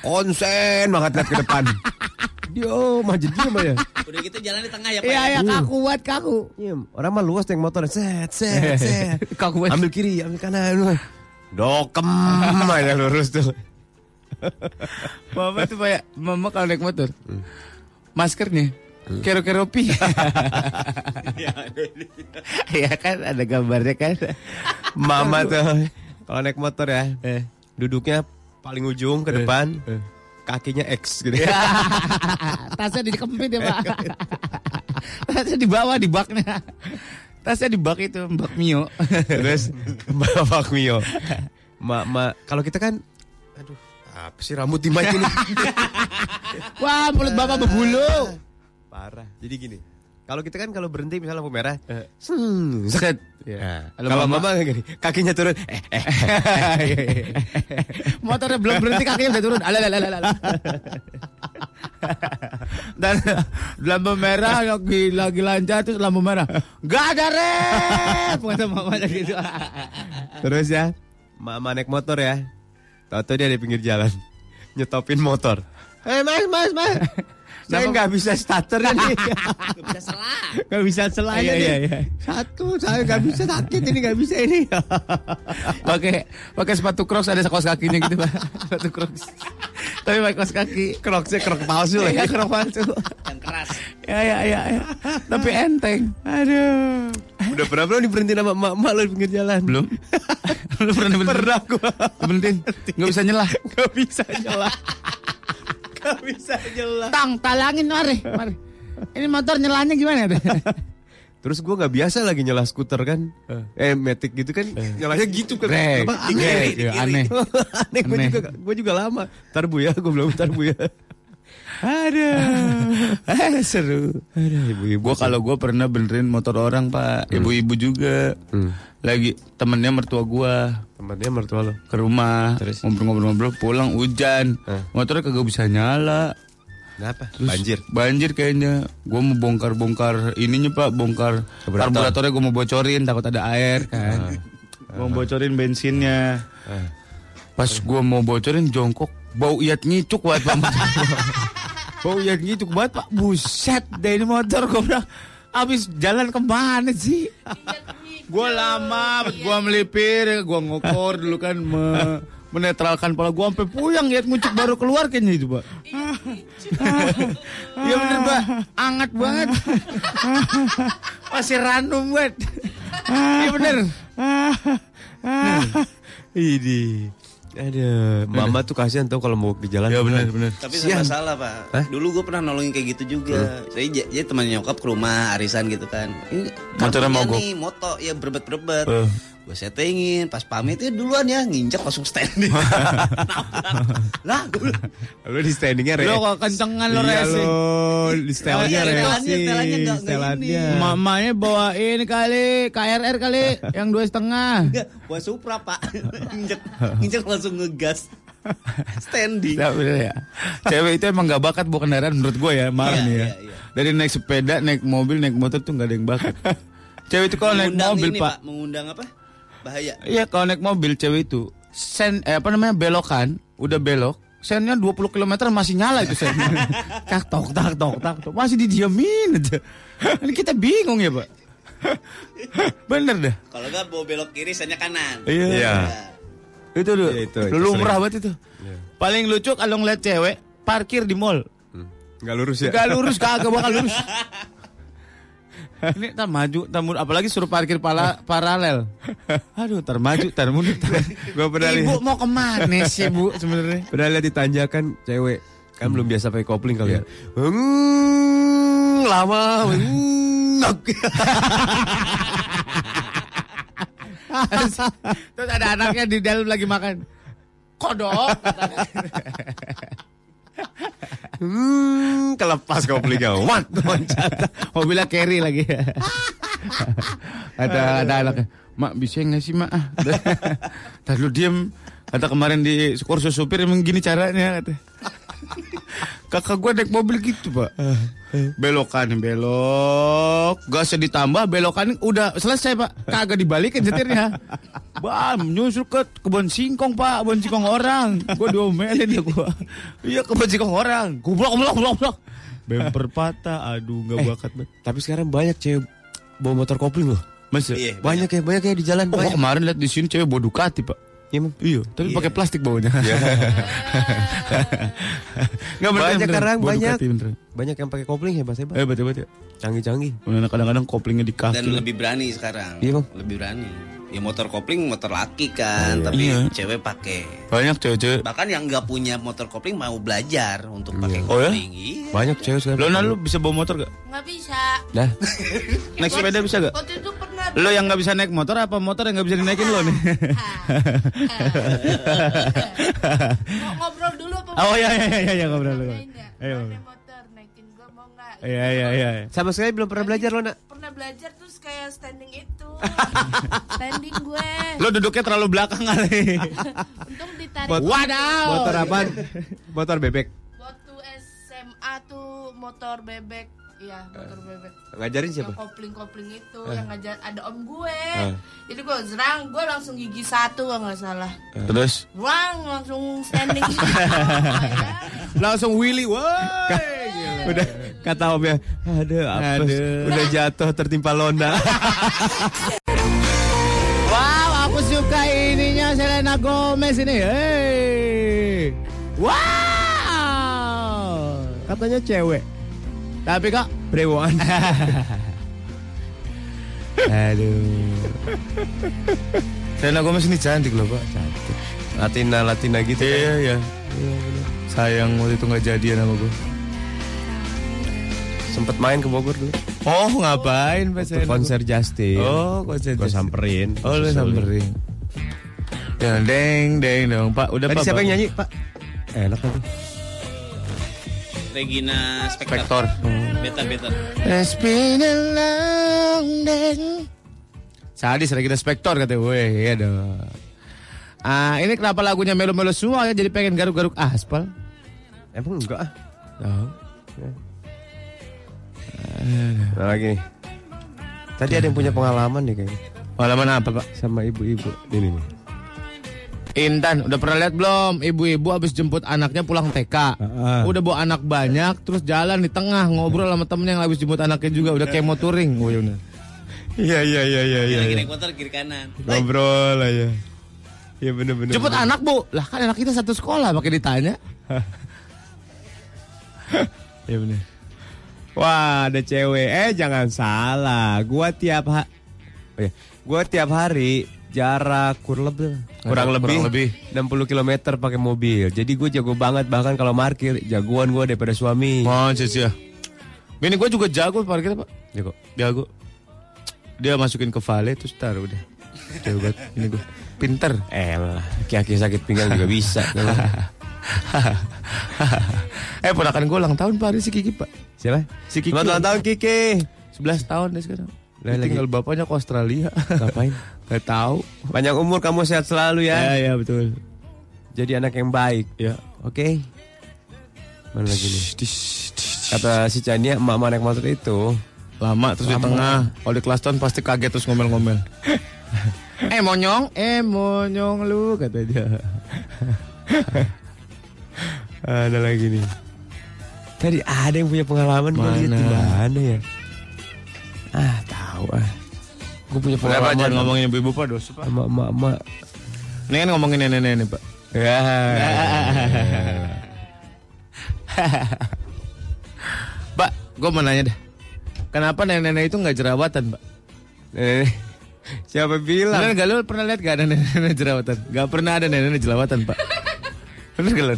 Speaker 5: Konsen banget lihat ke depan. Yo, maju diem aja.
Speaker 7: Udah gitu jalan di tengah ya Pak.
Speaker 6: Iya
Speaker 7: ya?
Speaker 6: iya kaku buat kaku.
Speaker 5: Diem. Iya, Orang mah luas naik motor. Set, set, set.
Speaker 6: Kaku banget.
Speaker 5: Ambil kiri, ambil kanan. Dokem aja lurus tuh.
Speaker 6: Mama tuh kayak mama kalau naik motor maskernya kero-keropi. Iya kan ada gambarnya kan.
Speaker 5: Mama tuh kalau naik motor ya,
Speaker 6: Eh.
Speaker 5: duduknya paling ujung ke depan, kakinya X gitu.
Speaker 6: Iya. Tasnya dikempit ya pak Tasnya di bawah di baknya Tasnya di bak itu bak mio
Speaker 5: Terus Bapak Mio. Ma, ma- kalau kita kan aduh, apa sih rambut di mic ini?
Speaker 6: Wah mulut bapak berbulu
Speaker 5: Parah. Jadi gini, kalau kita kan kalau berhenti misalnya lampu merah,
Speaker 6: Eh. Set
Speaker 5: ya.
Speaker 6: Iya. Kalau
Speaker 5: kalau
Speaker 6: mama- Iya,
Speaker 5: mama, gini, kakinya turun, eh, eh.
Speaker 6: Motornya belum berhenti kakinya udah turun Alalalalalala. Dan lampu merah lagi, lagi lancar terus lampu merah Gak ada rep Kata mamanya gitu
Speaker 5: Terus ya, mama naik motor ya. Tahu-tahu dia di pinggir jalan nyetopin motor. Eh mas, mas, mas. Saya nggak bisa starternya nih.
Speaker 7: Bisa salah.
Speaker 5: Nggak bisa selain
Speaker 6: Iya,
Speaker 5: ini.
Speaker 6: iya, iya.
Speaker 5: Satu, saya nggak bisa sakit ini nggak bisa ini.
Speaker 6: Pakai pakai sepatu crocs ada kaos kakinya gitu pak. sepatu crocs. Tapi pakai kaos kaki.
Speaker 5: Crocsnya krok palsu lah
Speaker 6: Iya,
Speaker 5: ya.
Speaker 6: crocs palsu.
Speaker 7: Yang keras.
Speaker 6: Ya ya ya. ya. Tapi enteng. Aduh.
Speaker 5: Udah pernah belum diberhentiin sama emak-emak lo di pinggir jalan?
Speaker 6: Belum. Lu pernah berhenti?
Speaker 5: Pernah gua.
Speaker 6: Berhenti. Nggak bisa nyelah.
Speaker 5: Nggak bisa nyelah. Nggak bisa nyelah.
Speaker 6: Tang, talangin mari, mari. Ini motor nyelahnya gimana?
Speaker 5: Terus gue nggak biasa lagi nyelah skuter kan, eh metik gitu kan, nyelahnya gitu kan,
Speaker 6: Greg,
Speaker 5: Apa, aneh.
Speaker 6: Greg, iya, aneh.
Speaker 5: aneh. Gue
Speaker 6: Aneh.
Speaker 5: juga, gue juga lama. Ntar bu ya, gue belum ntar bu ya. Aduh, Eh, seru. Aduh, ibu-ibu.
Speaker 6: Gue kalau gue pernah benerin motor orang pak, ibu-ibu juga. Lagi temennya mertua gue
Speaker 5: temannya mertua lo.
Speaker 6: ke rumah ngobrol-ngobrol-ngobrol pulang hujan motornya kagak bisa nyala
Speaker 5: Kenapa?
Speaker 6: Terus
Speaker 5: Banjir.
Speaker 6: banjir kayaknya gue mau bongkar bongkar ininya pak bongkar
Speaker 5: Karburator. Ah.
Speaker 6: karburatornya gue mau bocorin takut ada air kan gue mau bocorin bensinnya pas gue mau bocorin jongkok bau iat ngicuk banget pak bau iat ngicuk banget pak buset deh ini motor gue bilang abis jalan kemana sih gue lama gue melipir gue ngokor dulu kan me- menetralkan pala gue sampai puyeng iat ngicuk baru keluar kayaknya itu pak Iya bener mbak Angat banget Masih random banget Iya bener
Speaker 5: Ini. Aduh, mama tuh kasihan tau kalau mau di jalan.
Speaker 6: Iya bener bener
Speaker 7: Tapi sama salah pak. Dulu gue pernah nolongin kayak gitu juga. Saya j- jadi teman nyokap ke rumah arisan gitu kan. Ini
Speaker 6: Motornya
Speaker 7: kamu ya
Speaker 6: mogok. Eh.
Speaker 7: nih, Moto ya berbet berbet. Gue settingin, pas pamit ya duluan ya nginjak langsung standing. Nabrak. lah gue bilang,
Speaker 5: Lo di standingnya re.
Speaker 6: Lo kok kencengan lo
Speaker 5: Iya
Speaker 6: racing
Speaker 5: lo, di
Speaker 7: Iya,
Speaker 5: setelannya re.
Speaker 7: setelannya, setelannya nggak- nggak
Speaker 5: Setelannya.
Speaker 6: Mamanya bawain kali KRR kali Yang dua setengah
Speaker 7: enggak, gue supra pak. nginjak, nginjak langsung ngegas. Standing.
Speaker 6: Nah, bener ya. Cewek itu emang gak bakat bawa kendaraan menurut gue ya marah
Speaker 7: Iya,
Speaker 6: nih ya.
Speaker 7: iya, iya.
Speaker 6: Dari naik sepeda, naik mobil, naik motor tuh gak ada yang bakat. Cewek itu kalau naik
Speaker 7: Mengundang
Speaker 6: mobil
Speaker 7: ini
Speaker 6: pak,
Speaker 7: pak. Mengundang apa? Bahaya.
Speaker 6: Iya kalau naik mobil cewek itu sen eh, apa namanya belokan udah belok sennya 20 km masih nyala itu sen tak tok tak tok tak tok masih didiamin aja ini kita bingung ya pak bener dah
Speaker 7: Kalau enggak bawa belok kiri, saya kanan.
Speaker 6: iya
Speaker 5: Iya.
Speaker 6: itu lu
Speaker 5: Iya, itu, itu
Speaker 6: lu lumrah
Speaker 5: sering. Iya.
Speaker 6: banget itu paling lucu kalau ngeliat cewek parkir di mall
Speaker 5: Nggak lurus ya.
Speaker 6: Gak lurus, kagak bakal lurus. Ini ntar maju, ntar mundur. apalagi suruh parkir pala, paralel. Aduh, ntar maju, ntar mundur. ntar-
Speaker 5: Gua pernah
Speaker 6: Ibu
Speaker 5: lihat.
Speaker 6: mau kemana sih, Bu sebenarnya?
Speaker 5: Pernah lihat di tanjakan cewek kan belum biasa pakai kopling kali ya. Hmm, lama. Hmm, oke.
Speaker 6: Terus, terus ada anaknya di dalam lagi makan. Kodok.
Speaker 5: Hmm, kelepas koplingnya. What? Loncat.
Speaker 6: Mobilnya carry lagi. ada ada anaknya. Mak bisa nggak sih mak? Ah." Ntar lu diem. Kata kemarin di kursus supir emang gini caranya kata. Kakak gue naik mobil gitu pak. Belokan belok, gasnya ditambah, belokan udah selesai pak. Kagak dibalikin setirnya. Bam, nyusul ke kebun singkong pak, kebun singkong orang. Gue diomelin ya gue. Iya kebun singkong orang. Gublok, gublok, gublok, gublok. Bemper patah, aduh nggak bakat banget.
Speaker 5: Tapi sekarang banyak cewek bawa motor kopling loh.
Speaker 6: Masa?
Speaker 7: Iya,
Speaker 5: Banyak ya, banyak ya di jalan.
Speaker 6: Oh, gua
Speaker 5: Banyak.
Speaker 6: kemarin lihat di sini cewek bawa Ducati, Pak.
Speaker 5: Iya, Mam.
Speaker 6: Iya, tapi pakai plastik bawahnya. Enggak
Speaker 5: Banyak sekarang, banyak. Banyak yang pakai kopling hebat-hebat.
Speaker 6: Eh, betul betul.
Speaker 5: Canggih-canggih.
Speaker 6: Kadang-kadang koplingnya di kaki.
Speaker 7: dan lebih berani sekarang.
Speaker 5: Iya, Bang.
Speaker 7: Lebih berani. Ya motor kopling motor laki kan, tapi
Speaker 6: Iya.
Speaker 7: cewek pakai.
Speaker 6: Banyak cewek-cewek.
Speaker 7: Bahkan yang nggak punya motor kopling mau belajar untuk pakai
Speaker 6: Oh ya?
Speaker 7: kopling. Iya.
Speaker 5: Banyak cewek sekarang.
Speaker 6: Lo nah, lu bisa bawa motor gak?
Speaker 3: Nggak bisa.
Speaker 5: Nah,
Speaker 6: Naik sepeda bisa gak?
Speaker 3: Waktu itu pernah.
Speaker 6: Lo yang gak bisa naik motor apa motor yang gak bisa dinaikin lo nih?
Speaker 3: Mau ngobrol dulu apa?
Speaker 6: oh iya iya iya iya ngobrol lo.
Speaker 3: Boleh nggak?
Speaker 6: Ayo.
Speaker 3: Ada motor naikin gue mau nggak?
Speaker 6: Iya iya iya.
Speaker 5: sama sekali belum pernah belajar lo, Nak.
Speaker 3: Pernah belajar terus kayak standing itu. standing gue.
Speaker 6: Lo duduknya terlalu belakang kali.
Speaker 3: Untung ditarik.
Speaker 6: Wadaw.
Speaker 5: Motor apaan? Motor bebek.
Speaker 3: Waktu SMA tuh motor bebek. Iya, motor bebek.
Speaker 5: Ngajarin
Speaker 3: Yang
Speaker 5: siapa?
Speaker 3: kopling-kopling itu yang ngajar ada om gue. Jadi gue zerang, gue langsung gigi satu kalau nggak salah.
Speaker 6: Terus
Speaker 3: Wang langsung standing. Bayangin.
Speaker 6: langsung Willy, woi.
Speaker 5: udah kata ya, omnya aduh apes
Speaker 6: Aduh.
Speaker 5: udah jatuh tertimpa lona
Speaker 6: Wow, aku suka ininya Selena Gomez ini. Hey. Wow.
Speaker 5: katanya cewek
Speaker 6: Tapi kok
Speaker 5: brewokan
Speaker 6: Aduh.
Speaker 5: Selena Gomez ini cantik loh pak cantik Latina Latina gitu
Speaker 6: Iya,
Speaker 5: kan.
Speaker 6: iya. Sayang waktu itu nggak jadian sama gue.
Speaker 5: sempet main ke Bogor dulu
Speaker 6: Oh, ngapain Pak
Speaker 5: Ke
Speaker 6: Selena?
Speaker 5: konser Justin
Speaker 6: Oh, konser
Speaker 5: gue
Speaker 6: Justin.
Speaker 5: samperin
Speaker 6: Oh, lu
Speaker 5: Susulin.
Speaker 6: samperin. Deng, deng, deng, dong, Pak. Udah,
Speaker 5: tadi
Speaker 6: Pak.
Speaker 5: siapa
Speaker 6: Pak.
Speaker 5: yang nyanyi pak enak lagi
Speaker 7: Regina Spektor.
Speaker 5: Vektor
Speaker 7: Better, better.
Speaker 6: It's been a long day. Sadis lagi kita spektor katanya, weh, iya dong. Ah, ini kenapa lagunya melo-melo semua ya? Jadi pengen garuk-garuk aspal.
Speaker 5: emang enggak ah
Speaker 6: Tahu.
Speaker 5: Nah, lagi nih. Tadi ada yang punya pengalaman nih kayaknya
Speaker 6: Halaman apa, Pak?
Speaker 5: sama ibu-ibu ini nih.
Speaker 6: Intan, udah pernah lihat belum? Ibu-ibu abis jemput anaknya pulang TK.
Speaker 5: Heeh.
Speaker 6: Udah bawa anak banyak, terus jalan di tengah ngobrol sama temen yang abis jemput anaknya juga. Udah kayak mau touring. Oh, iya bener.
Speaker 5: Iya iya iya iya iya.
Speaker 7: Lagi
Speaker 5: iya.
Speaker 7: naik motor kiri kanan.
Speaker 5: Ngobrol aja. Iya bener-bener.
Speaker 6: Jemput anak, Bu. Lah, kan anak kita satu sekolah, pakai ditanya.
Speaker 5: Iya bener. Wah ada cewek. Eh jangan salah. Gua tiap ha oh, iya. Gua tiap hari jarak kurang lebih
Speaker 6: Kurang
Speaker 5: kurang lebih,
Speaker 6: lebih.
Speaker 5: 60 km pakai mobil. Jadi gue jago banget bahkan kalau markir jagoan gua daripada suami.
Speaker 6: Mau ya. Bini gue juga jago parkir, Pak.
Speaker 5: Jago.
Speaker 6: Jago. Dia masukin ke vale terus taruh udah. Jago banget. Ini gue pinter.
Speaker 5: Eh lah, kaki sakit pinggang juga bisa.
Speaker 6: eh, ponakan gue ulang tahun Pak hari si Kiki, Pak.
Speaker 5: Siapa?
Speaker 6: Si Kiki.
Speaker 5: Selamat ulang tahun Kiki.
Speaker 6: 11 tahun deh sekarang.
Speaker 5: Lah, lagi-
Speaker 6: Tinggal bapaknya ke Australia.
Speaker 5: Ngapain?
Speaker 6: Gak tahu.
Speaker 5: Panjang umur kamu sehat selalu
Speaker 6: Ya,
Speaker 5: ya.
Speaker 6: ya betul.
Speaker 5: Jadi anak yang baik.
Speaker 6: Ya.
Speaker 5: Oke. Mana lagi nih? Kata si Chania emak naik motor itu.
Speaker 6: Lama terus di tengah. Kalau di kelas tahun pasti kaget terus ngomel-ngomel. eh monyong, eh monyong lu kata dia.
Speaker 5: Ada lagi nih. Tadi ada yang punya pengalaman gua
Speaker 6: Mana?
Speaker 5: lihat di mana ya? Ah, tahu ah. Gue punya
Speaker 6: Kenapa
Speaker 5: pengalaman
Speaker 6: jangan ngomongin ibu-ibu Pak dosa Pak?
Speaker 5: sama emak-emak.
Speaker 6: Ini kan ngomongin nenek-nenek nih, Pak.
Speaker 5: Ya.
Speaker 6: Pak, gue mau nanya dah. Kenapa nenek-nenek itu nggak jerawatan Pak?
Speaker 5: Eh, Siapa bilang?
Speaker 6: Bener gak lu pernah lihat gak ada nenek-nenek jerawatan? Gak pernah ada nenek-nenek jerawatan Pak. Bener gak lu?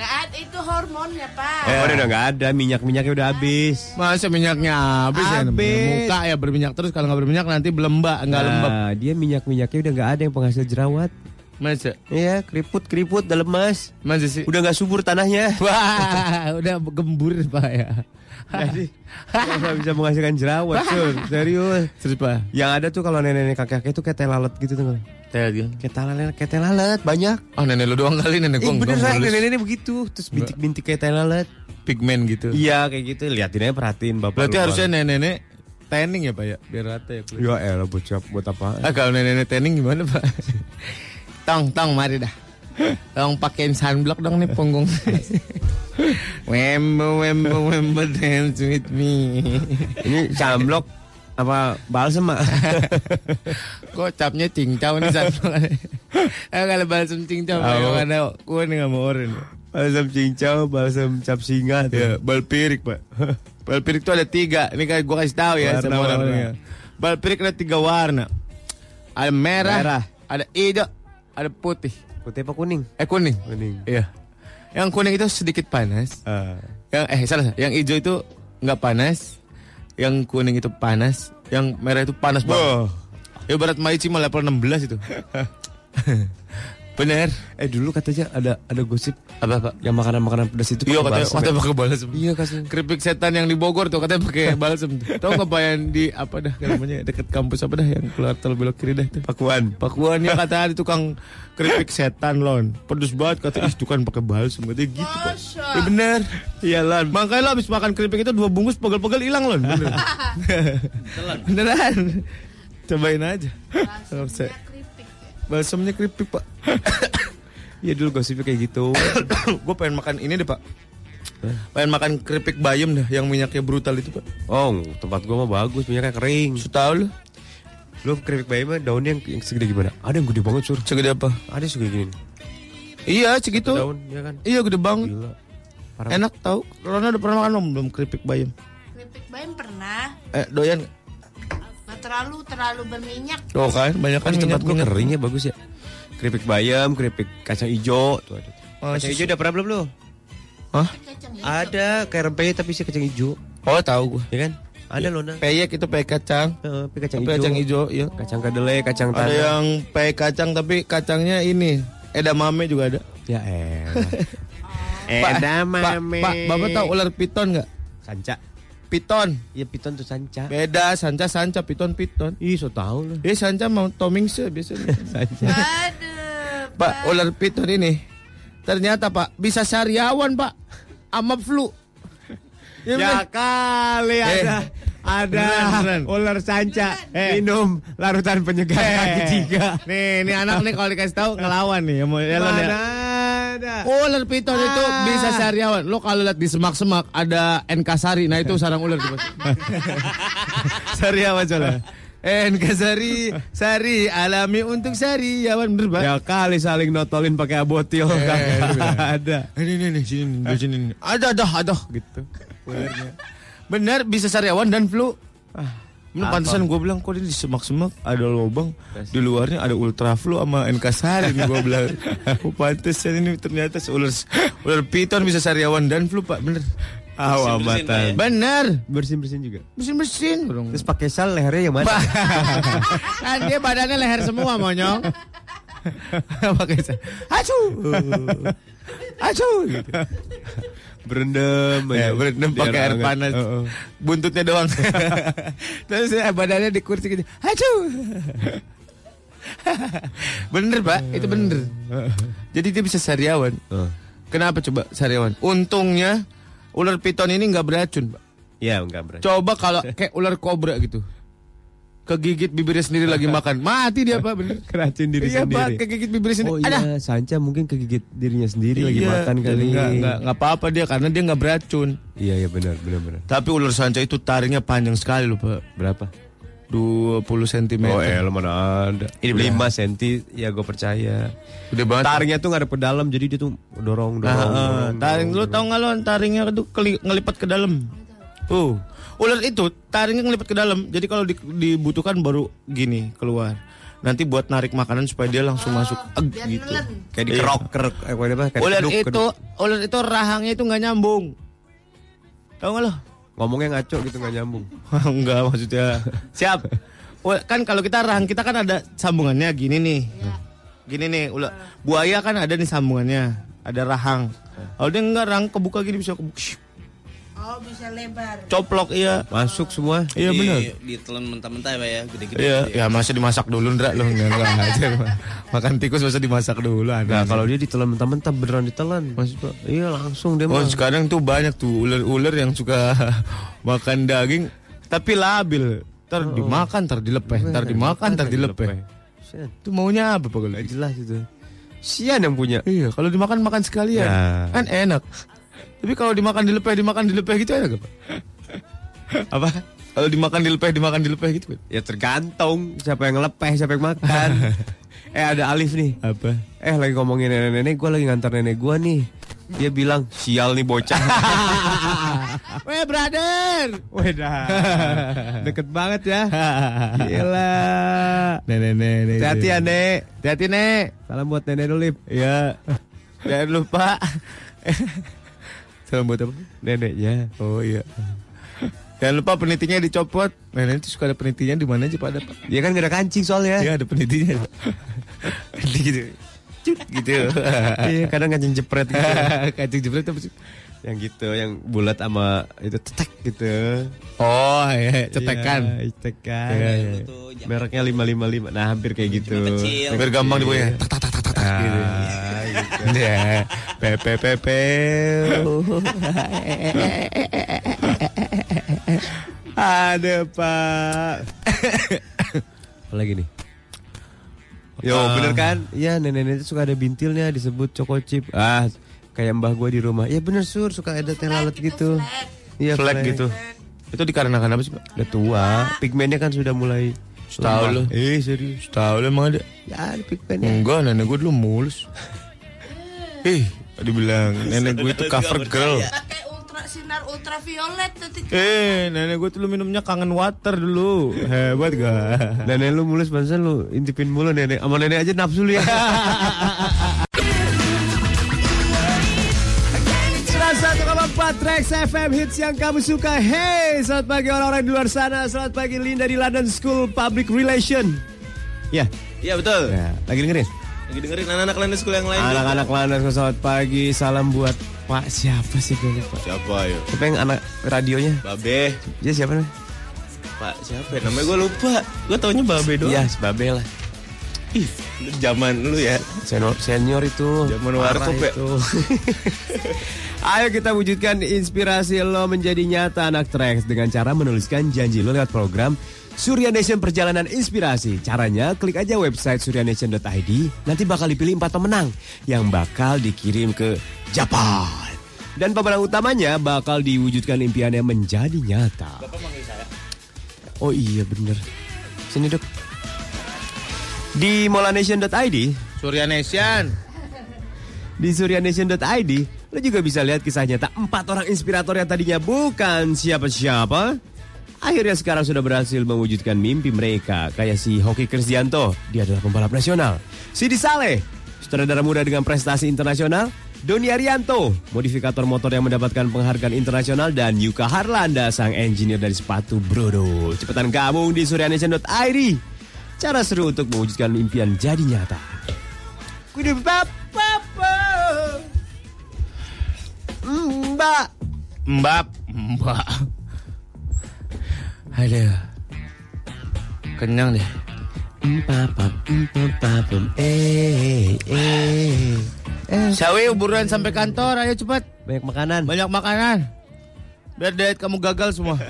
Speaker 3: Nggak ada, itu hormonnya pak.
Speaker 5: Eh, udah udah nggak ada minyak-minyaknya udah habis.
Speaker 6: Masa minyaknya habis, ya?
Speaker 5: Habis.
Speaker 6: Muka ya berminyak terus kalau nggak berminyak nanti belembak nggak lembab.
Speaker 5: Nah, dia minyak-minyaknya udah nggak ada yang penghasil jerawat.
Speaker 6: Masa?
Speaker 5: Iya, keriput-keriput udah lemas.
Speaker 6: Masa sih?
Speaker 5: Udah nggak subur tanahnya.
Speaker 6: Wah, udah gembur pak ya.
Speaker 5: Jadi nggak bisa menghasilkan jerawat, sur. Serius.
Speaker 6: Terus pak,
Speaker 5: Yang ada tuh kalau nenek-nenek kakek-kakek itu kayak teh lalat gitu tuh. Nggak? Kayak teh lalat, kayak teh lalat banyak.
Speaker 6: Oh nenek lu doang kali nenek
Speaker 5: Eh,
Speaker 6: gua
Speaker 5: bener
Speaker 6: enggak
Speaker 5: Ray,
Speaker 6: mulus.
Speaker 5: nenek-nenek begitu. Terus bintik-bintik kayak teh lalat.
Speaker 6: pigmen gitu.
Speaker 5: Iya, kayak gitu. Liatin aja perhatiin bapak.
Speaker 6: Berarti
Speaker 5: lu,
Speaker 6: harusnya
Speaker 5: Bang.
Speaker 6: nenek-nenek tanning ya pak ya, biar rata ya. kulit.
Speaker 5: Ya elah buat siap buat apa?
Speaker 6: Ah kalau nenek-nenek tanning gimana pak? tong tong mari dah. Tong pakein sunblock dong nih punggung. Wembo wembo wembo dance with me.
Speaker 5: Ini camblok apa balsem mak?
Speaker 6: Kok capnya cincau nih sunblock. Eh kalau balsam cincau
Speaker 5: Oh.
Speaker 6: oh. ada kuning sama orange.
Speaker 5: balsam cincau, balsam cap singa. tuh.
Speaker 6: Ya, bal pirik, Pak. Bal pirik itu ada tiga. Ini kayak gua kasih tahu ya
Speaker 5: Warna,
Speaker 6: sama orang
Speaker 5: warna.
Speaker 6: ya. Bal pirik ada tiga warna. Ada merah,
Speaker 5: Merah.
Speaker 6: ada hijau, ada putih.
Speaker 5: Putih apa kuning?
Speaker 6: Eh kuning.
Speaker 5: Kuning.
Speaker 6: Iya. Yang kuning itu sedikit panas.
Speaker 5: Ah.
Speaker 6: Yang eh salah, salah. yang hijau itu nggak panas. Yang kuning itu panas, yang merah itu panas banget. Ya Ibarat Maici mah level 16 itu. Bener.
Speaker 5: Eh dulu katanya ada ada gosip
Speaker 6: Apa, Pak?
Speaker 5: yang makanan-makanan pedas itu
Speaker 6: Iya
Speaker 5: pakai
Speaker 6: katanya
Speaker 5: balsam
Speaker 6: katanya
Speaker 5: ya?
Speaker 6: pakai balsam.
Speaker 5: Iya, kasih.
Speaker 6: Keripik setan yang di Bogor tuh katanya pakai balsam. tuh. Tahu nggak Pak, yang di apa dah namanya dekat kampus apa dah yang keluar tol belok kiri dah tuh.
Speaker 5: Pakuan.
Speaker 6: Pakuan ya kata ada tukang keripik setan lon. Pedes banget kata ih tukang pakai balsam katanya gitu Pak.
Speaker 3: Masya.
Speaker 6: Ya bener. Iya lon. Makanya lo habis makan keripik itu dua bungkus pegel-pegel hilang lon. Bener. Beneran. Cobain aja.
Speaker 3: Rasanya keripik ya.
Speaker 6: Balsamnya keripik Pak.
Speaker 5: Iya dulu gosipnya kayak gitu.
Speaker 6: Gue pengen makan ini deh Pak. Pengen makan keripik bayam dah yang minyaknya brutal itu, Pak.
Speaker 5: Oh, tempat gua mah bagus, minyaknya kering.
Speaker 6: Setahun lu.
Speaker 5: Lu keripik bayam mah daunnya yang, yang segede gimana? Ada yang gede banget, Sur.
Speaker 6: Segede apa?
Speaker 5: Ada segede gini.
Speaker 6: Iya, segitu.
Speaker 5: Daun, ya kan?
Speaker 6: Iya, gede banget.
Speaker 5: Gila. Parah.
Speaker 6: Enak tau. Rona udah pernah makan belum, belum keripik bayam?
Speaker 3: Keripik bayam pernah,
Speaker 6: Eh, doyan. nggak?
Speaker 3: nggak terlalu terlalu berminyak.
Speaker 6: Tuh kan, banyak kan
Speaker 5: Kan di tempat gua
Speaker 6: minyak-minyak.
Speaker 5: kering ya bagus ya. Keripik bayam, keripik kacang ijo, tuh ada.
Speaker 6: Oh,
Speaker 5: Kacang
Speaker 6: susu.
Speaker 5: ijo udah pernah belum lu?
Speaker 3: Kacang hijau.
Speaker 5: Ada kayak rempeyek tapi sih kacang ijo,
Speaker 6: Oh, tahu gua.
Speaker 5: ya kan? Ada loh, Nang.
Speaker 6: Peyek itu peyek kacang.
Speaker 5: Heeh, tapi kacang
Speaker 6: Tapi kacang
Speaker 5: ijo.
Speaker 6: hijau, ya.
Speaker 5: Kacang kedelai,
Speaker 6: Ada
Speaker 5: kacang tanah.
Speaker 6: yang peyek kacang tapi kacangnya ini edamame juga ada.
Speaker 5: Ya elah. Eh,
Speaker 6: Pak,
Speaker 5: Edamame.
Speaker 6: Pak, Bapak tahu ular piton nggak?
Speaker 5: Sanca.
Speaker 6: Piton.
Speaker 5: Iya piton tuh sanca.
Speaker 6: Beda sanca sanca piton piton.
Speaker 5: Ih, so tau lu.
Speaker 6: Iya sanca mau toming se biasanya.
Speaker 3: Aduh.
Speaker 6: Pak, ular piton ini ternyata Pak bisa sariawan Pak. Sama flu. Iya,
Speaker 8: Ya
Speaker 6: bener.
Speaker 8: kali
Speaker 6: Eh.
Speaker 8: ada ada
Speaker 6: Beneran, beneran.
Speaker 8: ular sanca
Speaker 5: Eh, minum larutan penyegar
Speaker 8: Eh.
Speaker 5: kaki tiga.
Speaker 8: Nih, ini anak nih kalau dikasih tahu ngelawan nih sama Elon ya. Ah.
Speaker 5: Mana ada?
Speaker 6: Ular piton itu bisa sariawan. Lo kalau lihat di semak-semak ada NK Sari, nah itu sarang ular tuh. Mas. sariawan soalnya. NK Sari, Sari alami untuk sariawan bener Pak.
Speaker 5: Ya kali saling notolin pakai abotil kagak ada.
Speaker 6: Ini ini ini sini ini, sini ini. Ada ada ada gitu. Bener bisa sariawan dan flu. Bener, pantesan gue bilang kok ini di semak-semak ada lubang di luarnya ada ultra flu sama NK Sari nih gue bilang. Oh, pantesan ini ternyata ular ular piton bisa sariawan dan flu pak Ah, bener.
Speaker 7: Bersihin,
Speaker 6: ya.
Speaker 5: Awam
Speaker 7: bersihin,
Speaker 5: mata.
Speaker 6: Bener
Speaker 5: Bersin bersin juga.
Speaker 6: mesin-mesin
Speaker 5: Terus pakai sal lehernya yang mana?
Speaker 6: kan dia badannya leher semua monyong pakai sa- acu acu gitu.
Speaker 5: Eh, Berendam.
Speaker 6: ya
Speaker 5: aja.
Speaker 6: berendam
Speaker 5: Iya, Biar
Speaker 6: pakai air
Speaker 5: hangat.
Speaker 6: panas
Speaker 5: Heeh.
Speaker 6: buntutnya doang terus ya, badannya di kursi gitu acu bener pak itu bener jadi dia bisa sariawan
Speaker 5: Heeh.
Speaker 6: kenapa coba sariawan untungnya ular piton ini nggak beracun pak
Speaker 5: Ya enggak berani.
Speaker 6: Coba kalau kayak ular kobra gitu. Kegigit bibirnya sendiri lagi makan. Mati dia Pak bener.
Speaker 5: Keracun diri
Speaker 6: iya Pak,
Speaker 5: sendiri.
Speaker 6: kegigit bibirnya sendiri.
Speaker 5: Oh
Speaker 6: Ada.
Speaker 5: iya, Sanca mungkin kegigit dirinya sendiri lagi
Speaker 6: Iya,
Speaker 5: makan
Speaker 6: jadi
Speaker 5: kali.
Speaker 6: nggak- nggak- nggak apa-apa dia karena dia nggak beracun.
Speaker 5: Iya iya benar benar benar.
Speaker 6: Tapi ular sanca itu taringnya panjang sekali loh Pak.
Speaker 5: Berapa?
Speaker 6: 20 cm.
Speaker 5: Oh el mana ada? Iya. Ini 5 senti ya gue percaya.
Speaker 6: Gede banget.
Speaker 5: Taringnya tuh ngadep ke dalam jadi dia tuh dorong dorong.
Speaker 6: Nah, eh,
Speaker 5: dorong,
Speaker 6: taring lu
Speaker 5: dorong,
Speaker 6: tau nggak lo taringnya itu keli- ngelipat ke dalam.
Speaker 5: Oh.
Speaker 6: Tuh. Ular itu taringnya ngelipat ke dalam. Jadi kalau di- dibutuhkan baru gini keluar. Nanti buat narik makanan supaya dia langsung masuk Eg,
Speaker 3: Oh, biar
Speaker 6: gitu.
Speaker 3: nelen.
Speaker 5: Kayak dikerok kerok eh apa apa, kayak
Speaker 6: Ular
Speaker 5: keduk,
Speaker 6: itu
Speaker 5: keduk.
Speaker 6: ular itu rahangnya itu nggak nyambung. Tahu nggak lo?
Speaker 5: ngomongnya ngaco gitu nggak nyambung.
Speaker 6: Enggak maksudnya. Siap. Ul- Kan kalau kita rahang kita kan ada sambungannya gini nih. Gini nih ular buaya kan ada nih sambungannya, ada rahang. Kalau dia enggak rahang kebuka gini bisa kebuka. Shh,
Speaker 3: Oh, bisa lebar.
Speaker 6: Coplok iya.
Speaker 5: Masuk semua.
Speaker 6: Iya benar.
Speaker 7: Ditelan mentah-mentah ya, Pak, ya, gede-gede.
Speaker 6: Iya, ya masa dimasak dulu Ndra lo enggak enggak ajar. Makan tikus masa dimasak dulu
Speaker 5: Nah
Speaker 6: ada.
Speaker 5: kalau dia ditelan mentah-mentah beneran ditelan. Iya langsung dia
Speaker 6: Oh
Speaker 5: mah.
Speaker 6: sekarang tuh banyak tuh ular-ular yang suka makan daging tapi labil. Ntar dimakan, ntar dilepeh, ntar dimakan, ntar dilepeh.
Speaker 5: Sian.
Speaker 6: Itu maunya apa Pak Gula?
Speaker 5: Jelas itu. Sian yang punya.
Speaker 6: Iya, kalau dimakan makan sekalian.
Speaker 5: Nah.
Speaker 6: Kan enak. Tapi kalau dimakan dilepeh, dimakan dilepeh gitu enak gak, Pak? apa? Kalau dimakan dilepeh, dimakan dilepeh gitu. Pak?
Speaker 5: Ya tergantung siapa yang ngelepeh, siapa yang makan. eh ada Alif nih.
Speaker 6: Apa?
Speaker 5: Eh lagi ngomongin nenek-nenek, gue lagi ngantar nenek gue nih. Dia bilang, sial nih bocah.
Speaker 6: Weh, brother.
Speaker 5: Wedah, deket banget ya. Gila.
Speaker 6: Nenek, nenek.
Speaker 5: Hati-hati ya, Nek.
Speaker 6: Hati-hati, Nek.
Speaker 5: Salam buat nenek Nulip.
Speaker 6: Ya. Jangan lupa. Salam buat apa?
Speaker 5: Neneknya.
Speaker 6: Oh iya. Jangan lupa penitinya dicopot. Nenek itu suka ada penitinya di mana aja Pak ada Pak.
Speaker 5: Dia kan gak ada kancing soalnya.
Speaker 6: Iya, ada penitinya. gitu. Cut gitu.
Speaker 5: Iya, kadang kancing jepret gitu.
Speaker 6: Kacang jepret apa sih?
Speaker 5: yang gitu, yang bulat sama itu tetek gitu.
Speaker 6: Oh, iya, cetekan.
Speaker 5: Iya, cetekan.
Speaker 6: Iya, iya.
Speaker 7: Itu jangan
Speaker 5: Mereknya 555. Nah, hampir kayak gitu.
Speaker 7: kecil.
Speaker 6: Biar gampang dipunya. Tak tak tak tak tak tak gitu.
Speaker 5: Ah, gitu.
Speaker 6: Ya, pe pe pe pe.
Speaker 5: Ada, Pak. Apa lagi nih? Yo, bener kan? Iya, nenek-nenek itu suka ada bintilnya disebut cokocip. Ah, Kayak mbah gue di rumah. Ya bener sur suka ada teh lalat gitu. Iya
Speaker 6: Flag
Speaker 5: flek.
Speaker 6: gitu. Itu dikarenakan apa sih, Pak?
Speaker 5: Udah tua, pigmennya kan sudah mulai
Speaker 6: Tahu
Speaker 5: lemah.
Speaker 6: lu. Eh, serius. Tahu lu emang ada?
Speaker 5: Ya ada pigmennya.
Speaker 6: Enggak, nenek gue dulu mulus. Ih, dibilang nenek gue itu cover girl.
Speaker 3: pakai ultra sinar ultraviolet nanti
Speaker 6: Eh, nenek gue tuh lu minumnya kangen water dulu. Hebat gak?
Speaker 5: Nenek lu mulus bangsa lu intipin mulu nenek. Sama nenek aja nafsu lu ya. satu Trax FM hits yang kamu suka Hey, selamat pagi orang-orang di luar sana Selamat pagi Linda di London School Public Relation Ya,
Speaker 7: Iya betul.
Speaker 5: ya lagi dengerin
Speaker 7: Lagi dengerin anak-anak London School yang lain.
Speaker 5: Anak-anak London School selamat pagi Salam buat Pak siapa sih gue lupa
Speaker 7: Siapa ya?
Speaker 5: Siapa yang anak radionya
Speaker 7: Babe.
Speaker 5: Dia siapa namanya?
Speaker 7: Pak siapa ya? Namanya gue lupa. Gue taunya Babe doang.
Speaker 5: Iya, si Babe lah
Speaker 7: Ih, lu zaman lu ya.
Speaker 5: Senior, senior itu
Speaker 7: Zaman
Speaker 5: parah
Speaker 7: warkop ya.
Speaker 5: itu. Ayo kita wujudkan inspirasi lo menjadi nyata anak trek dengan cara menuliskan janji lo lewat program Surya Nation Perjalanan Inspirasi. Caranya klik aja website suryanation.id nanti bakal dipilih empat pemenang yang bakal dikirim ke Japan. Dan pemenang utamanya bakal diwujudkan impiannya menjadi nyata. Oh iya bener. Sini dok. Di molanation.id
Speaker 6: Surya Nation.
Speaker 5: di suryanation.id lo juga bisa lihat kisah nyata empat orang inspirator yang tadinya bukan siapa-siapa akhirnya sekarang sudah berhasil mewujudkan mimpi mereka kayak si Hoki Krisdianto dia adalah pembalap nasional Sidi Saleh sutradara muda dengan prestasi internasional Doni Arianto, modifikator motor yang mendapatkan penghargaan internasional dan Yuka Harlanda, sang engineer dari sepatu Brodo. Cepetan gabung di suryanation.id. Cara seru untuk mewujudkan impian jadi nyata. Kudu papa. Mbak.
Speaker 6: Mbak, Mbak. Aduh. Kenyang deh.
Speaker 5: Eh, eh.
Speaker 6: Sawi buruan sampai kantor, ayo cepat.
Speaker 5: Banyak makanan.
Speaker 6: Banyak makanan. Biar diet kamu gagal semua.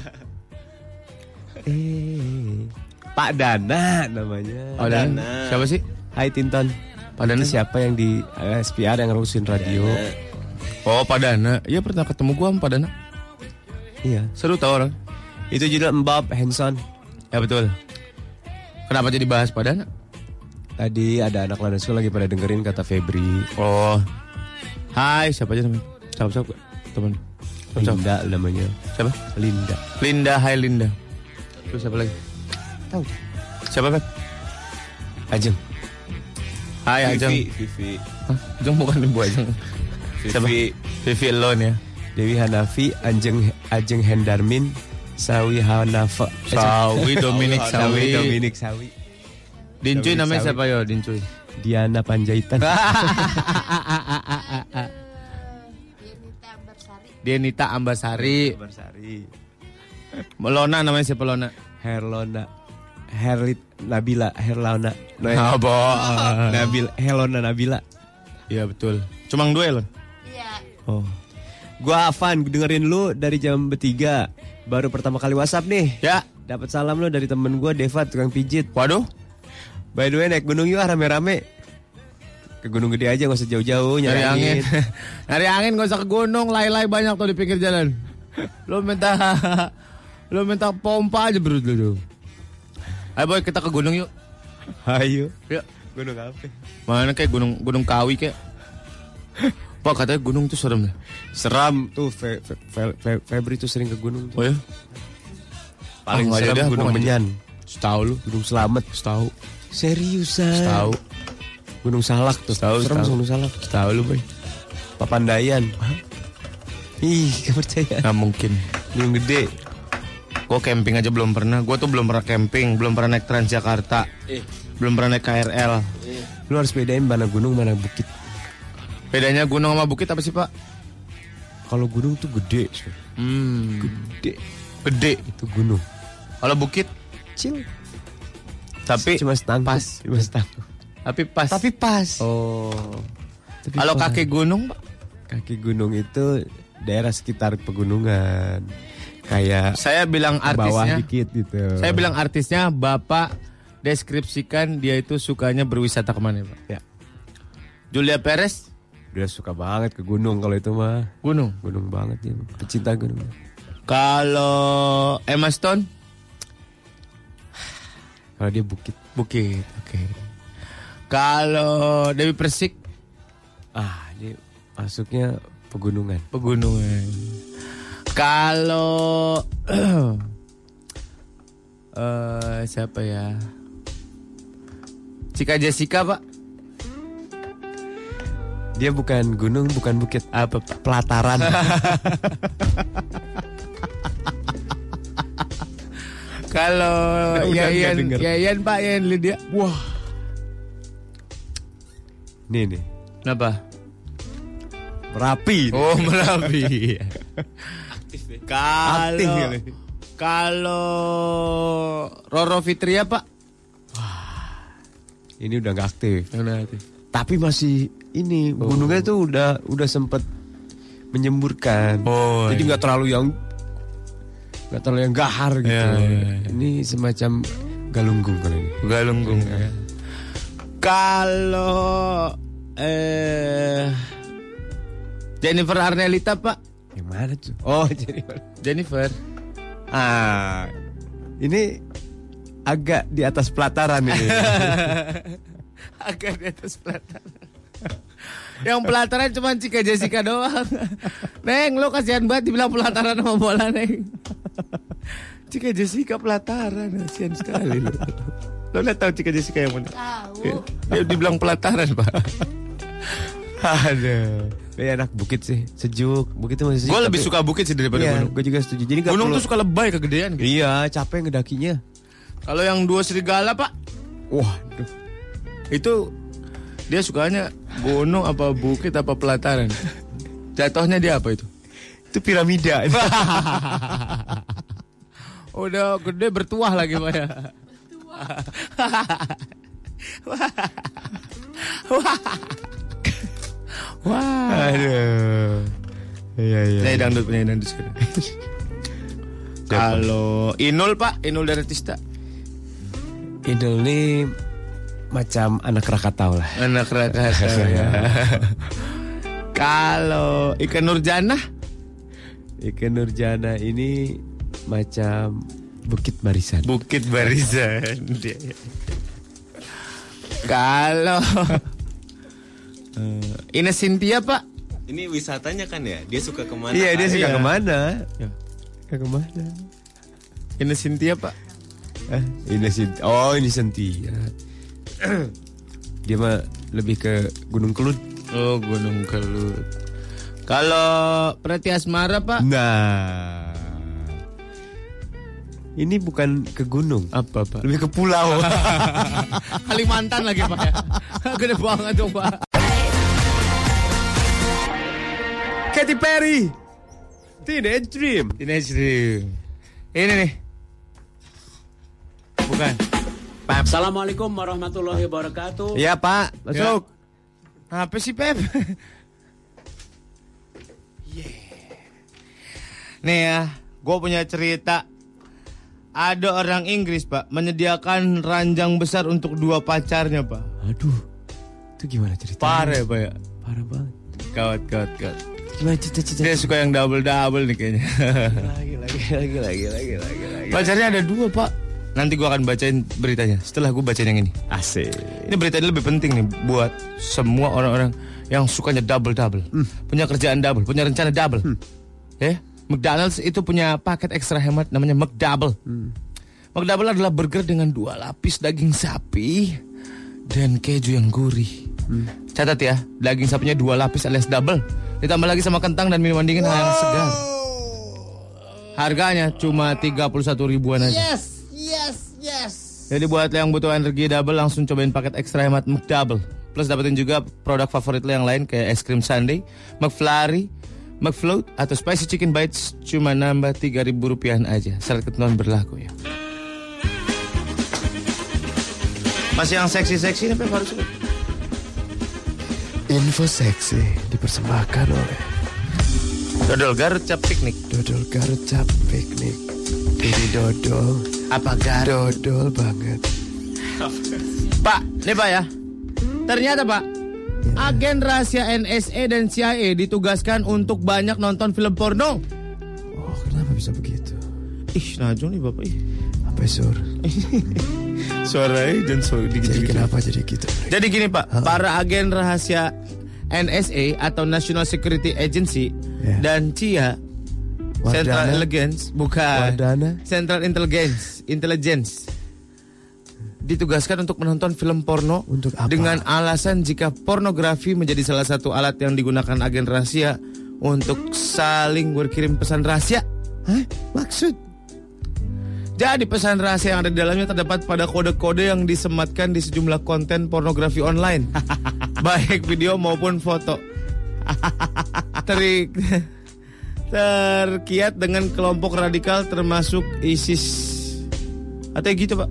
Speaker 5: Eh. Pak Dana namanya.
Speaker 6: dan siapa sih?
Speaker 5: Hai Tinton. Pak Dana siapa yang di eh, SPR yang ngerusin radio?
Speaker 6: Oh, Padana. Iya pernah ketemu gua sama Padana.
Speaker 5: Iya.
Speaker 6: Seru tau orang.
Speaker 5: Itu judul Mbak Hanson.
Speaker 6: Ya betul. Kenapa jadi bahas Padana?
Speaker 5: Tadi ada anak London School lagi pada dengerin kata Febri.
Speaker 6: Oh. Hai, siapa aja namanya? Siapa-siapa gua? teman. Siapa?
Speaker 5: Linda namanya.
Speaker 6: Siapa?
Speaker 5: Linda.
Speaker 6: Linda, hai Linda. Terus siapa lagi?
Speaker 5: Tahu.
Speaker 6: Siapa, Pep?
Speaker 5: Ajeng.
Speaker 6: Hai, Ajeng.
Speaker 7: Vivi, Vivi,
Speaker 6: Hah? Ajeng bukan Ibu Ajeng. Siapa?
Speaker 7: Vivi.
Speaker 6: Vivi Elon ya.
Speaker 5: Dewi Hanafi, Ajeng Ajeng Hendarmin, Sawi Hanafa. eh,
Speaker 6: Sawi, Dominic
Speaker 5: Sawi
Speaker 6: Sawi.
Speaker 5: Dominik Sawi.
Speaker 6: Dincuy
Speaker 5: Dominic
Speaker 6: namanya
Speaker 5: Sawi.
Speaker 6: siapa yo? Dincuy.
Speaker 5: Diana Panjaitan.
Speaker 3: Nita Ambarsari
Speaker 6: Denita Ambasari.
Speaker 5: Bersari.
Speaker 6: Melona namanya siapa Lona?
Speaker 5: Herlona. Herlit Nabila, Herlona. No, ya.
Speaker 6: Apa?
Speaker 5: Nabil, Helona Nabila.
Speaker 6: Iya betul. Cuma duel.
Speaker 3: iya
Speaker 5: Oh. Gua Afan, dengerin lu dari jam bertiga. Baru pertama kali WhatsApp nih.
Speaker 6: Ya.
Speaker 5: Dapat salam lu dari temen gua Deva tukang pijit.
Speaker 6: Waduh.
Speaker 5: By the way naik gunung yuk ah, rame-rame. Ke gunung gede aja gak usah jauh-jauh nyari,
Speaker 6: Nyari angin.
Speaker 5: angin.
Speaker 6: Nyari angin gak usah ke gunung, lai-lai banyak tuh di pinggir jalan. Lo minta lo minta pompa aja bro dulu. Ayo boy kita ke gunung yuk.
Speaker 5: Ayo.
Speaker 6: Yuk.
Speaker 5: Gunung apa?
Speaker 6: Mana kayak gunung gunung kawi kayak. Pak katanya gunung tuh serem deh.
Speaker 5: Seram tuh Fe- Fe- Fe- Fe- Febri tuh sering ke gunung tuh.
Speaker 6: Oh ya? Ah,
Speaker 5: Paling
Speaker 6: nggak
Speaker 5: seram
Speaker 6: jadi ah,
Speaker 5: gunung
Speaker 6: gua nggak
Speaker 5: Menyan,
Speaker 6: Setahu lu.
Speaker 5: Gunung Selamet,
Speaker 6: Setahu.
Speaker 5: seriusan.
Speaker 6: Setahu.
Speaker 5: Gunung Salak tuh.
Speaker 6: Tahu,
Speaker 5: Serem
Speaker 6: tahu.
Speaker 5: Gunung Salak.
Speaker 6: Setahu lu boy.
Speaker 5: Papandayan. Ih, gak percaya.
Speaker 6: Nggak mungkin.
Speaker 5: Gunung gede.
Speaker 6: Gue camping aja belum pernah. Gue tuh belum pernah camping, belum pernah naik Transjakarta,
Speaker 5: Eh.
Speaker 6: belum pernah naik KRL.
Speaker 5: Lu harus bedain mana gunung mana bukit.
Speaker 6: Bedanya gunung sama bukit apa sih pak?
Speaker 5: Kalau gunung tuh gede, cuy.
Speaker 6: Hmm.
Speaker 5: gede
Speaker 6: Gede.
Speaker 5: itu gunung.
Speaker 6: Kalau bukit,
Speaker 5: Kecil.
Speaker 6: tapi
Speaker 5: Cuma setangkup.
Speaker 6: Pas.
Speaker 5: Cuma setangkup.
Speaker 6: tapi pas.
Speaker 5: Tapi pas.
Speaker 6: Oh.
Speaker 5: Tapi
Speaker 6: Kalau
Speaker 5: pas.
Speaker 6: kaki gunung, Pak?
Speaker 5: kaki gunung itu daerah sekitar pegunungan. Kayak
Speaker 6: saya bilang
Speaker 5: ke bawah
Speaker 6: artisnya.
Speaker 5: dikit gitu.
Speaker 6: Saya bilang artisnya, bapak deskripsikan dia itu sukanya berwisata kemana, Pak?
Speaker 5: Ya.
Speaker 6: Julia Perez
Speaker 5: Dia suka banget ke gunung kalau itu mah.
Speaker 6: Gunung.
Speaker 5: Gunung banget dia, pecinta gunung.
Speaker 6: Kalau Emma Stone?
Speaker 5: Kalau dia bukit.
Speaker 6: Bukit. Oke. Kalau Dewi Persik?
Speaker 5: Ah, dia masuknya pegunungan.
Speaker 6: Pegunungan. Kalau eh siapa ya? Cika Jessica, Pak.
Speaker 5: Dia bukan gunung, bukan bukit. Apa? Pelataran.
Speaker 6: Kalau
Speaker 5: Udah nggak
Speaker 6: Yayan,
Speaker 5: denger.
Speaker 6: Yayan, Pak, Yayan Lydia. Wah.
Speaker 5: nih nih.
Speaker 6: Kenapa?
Speaker 5: Merapi.
Speaker 6: Oh, Merapi.
Speaker 5: Aktif
Speaker 6: Kalau
Speaker 5: kali.
Speaker 6: kalau Roro Fitria, Pak.
Speaker 5: Ini udah nggak aktif.
Speaker 6: Udah aktif.
Speaker 5: Tapi masih ini
Speaker 6: Oh.
Speaker 5: gunungnya tuh udah udah sempet menyemburkan.
Speaker 6: Oh,
Speaker 5: Jadi nggak terlalu yang nggak terlalu yang gahar gitu.
Speaker 6: Iya, iya, iya.
Speaker 5: Ini semacam galunggung kali ini.
Speaker 6: Galunggung. ya. Kalau eh Jennifer Arnelita, Pak.
Speaker 5: Yang mana tuh? Oh, jadi
Speaker 6: Jennifer.
Speaker 5: ah ini agak di atas pelataran ini.
Speaker 6: Agak di atas pelataran. Yang pelataran cuma Cika Jessica doang. Neng, lo kasihan banget dibilang pelataran sama bola, Neng. Cika Jessica pelataran, kasihan sekali lo. Lo udah tahu Cika Jessica yang mana?
Speaker 3: Tahu.
Speaker 6: Dia dibilang pelataran, Pak.
Speaker 5: Aduh. Ya enak bukit sih, sejuk. Bukit itu masih sejuk.
Speaker 6: Gue lebih
Speaker 5: tapi-
Speaker 6: suka bukit sih daripada
Speaker 5: Iya,
Speaker 6: gunung.
Speaker 5: gue juga setuju. Jadi nggak
Speaker 6: Gunung
Speaker 5: perlu-
Speaker 6: tuh suka lebay kegedean gitu.
Speaker 5: Iya, capek ngedakinya.
Speaker 6: Kalau yang dua serigala pak
Speaker 5: Wah,
Speaker 6: Itu dia sukanya gunung apa bukit apa pelataran Jatuhnya dia apa itu?
Speaker 5: itu piramida.
Speaker 6: Udah gede bertuah lagi pak ya Wah
Speaker 5: Aduh. Iya, iya.
Speaker 6: Nyanyi dangdut, penyanyi dangdut sekarang Kalau Inul pak, Inul Daratista
Speaker 5: Idol ini macam anak Krakatau lah.
Speaker 6: Anak Rakata ya. Kalau Ikan Nurjanah
Speaker 5: Ikan Nurjana ini macam bukit barisan. Iya,
Speaker 6: Bukit Barisan. Kalau Eh, Ines Cynthia Pak,
Speaker 9: Ini wisatanya kan ya, dia suka kemana?
Speaker 5: Iya, dia suka
Speaker 6: Iya.
Speaker 5: kemana? Suka kemana?
Speaker 6: Ines Cynthia Pak.
Speaker 5: Eh, ini Sin- Oh, ini Senti. dia mah lebih ke Gunung Kelud.
Speaker 6: Oh Gunung Kelut. Kalau Preti Asmara Pak,
Speaker 5: Nah. Ini bukan ke gunung.
Speaker 6: apa Pak?
Speaker 5: Lebih ke pulau.
Speaker 6: Kalimantan lagi Pak ya. Gede banget dong Pak.
Speaker 5: Katy Perry. Teenage Dream.
Speaker 6: Ines Dream. Ini nih. Bukan.
Speaker 10: Assalamualaikum warahmatullahi wabarakatuh.
Speaker 5: Iya,
Speaker 6: Ya.
Speaker 5: Pak. Masuk.
Speaker 6: Apa sih Pep? Nih ya, gue punya cerita. Ada orang Inggris pak menyediakan ranjang besar untuk dua pacarnya pak.
Speaker 5: Aduh. Itu gimana ceritanya?
Speaker 6: Parah ya, pak ya.
Speaker 5: Parah banget.
Speaker 6: Kawat kawat kawat.
Speaker 5: Gimana cerita-cerita?
Speaker 6: Dia suka yang double double nih kayaknya.
Speaker 5: Lagi, lagi, lagi, lagi, lagi, lagi, lagi.
Speaker 6: Pacarnya ada dua pak. Nanti gue akan bacain beritanya. Setelah gue bacain yang ini.
Speaker 5: Asik.
Speaker 6: Ini berita ini lebih penting nih buat semua orang-orang yang sukanya double double, punya kerjaan double, punya rencana double. Ya, McDonald's itu punya paket ekstra hemat namanya McDouble. McDouble adalah burger dengan dua lapis daging sapi dan keju yang gurih. Catat ya, daging sapinya dua lapis alias double. Ditambah lagi sama kentang dan minuman dingin yang segar. Harganya cuma 31 ribuan aja.
Speaker 3: Yes, yes, yes.
Speaker 6: Jadi buat yang butuh energi double langsung cobain paket ekstra hemat McDouble. Plus dapetin juga produk favorit lo yang lain kayak es krim sundae, McFlurry, McFloat atau spicy chicken bites cuma nambah 3000 rupiah aja. Syarat ketentuan berlaku ya. Masih yang seksi-seksi tapi harus
Speaker 5: Info seksi dipersembahkan oleh
Speaker 6: Dodol Garut cap piknik.
Speaker 5: Dodol Garut Cap Piknik. Ini dodol,
Speaker 6: Apa Garut?
Speaker 5: dodol banget.
Speaker 6: Pak, nih Pak ya. Ternyata Pak,
Speaker 11: Iya.
Speaker 6: Agen rahasia NSA dan CIA ditugaskan untuk banyak nonton film
Speaker 11: Oh,
Speaker 6: porno.
Speaker 11: kenapa bisa begitu?
Speaker 6: Ih, najo nih bapak. Ih.
Speaker 11: Apa ya, sur?
Speaker 6: Suaranya dan suara dikit
Speaker 11: Jadi kenapa jadi gitu?
Speaker 6: Jadi gini Pak, para agen rahasia NSA atau National Security Agency
Speaker 11: Ya.
Speaker 6: dan CIA
Speaker 11: Wardana.
Speaker 6: Central Intelligence bukan
Speaker 11: Wardana.
Speaker 6: Central Intelligence Intelligence ditugaskan untuk menonton film porno
Speaker 11: Untuk apa?
Speaker 6: dengan alasan jika pornografi menjadi salah satu alat yang digunakan agen rahasia untuk saling berkirim pesan rahasia.
Speaker 11: Hah? Maksud?
Speaker 6: Jadi pesan rahasia yang ada di dalamnya terdapat pada kode-kode yang disematkan di sejumlah konten pornografi online, baik video maupun foto. Teri terkiat dengan kelompok radikal termasuk ISIS. Atau gitu pak?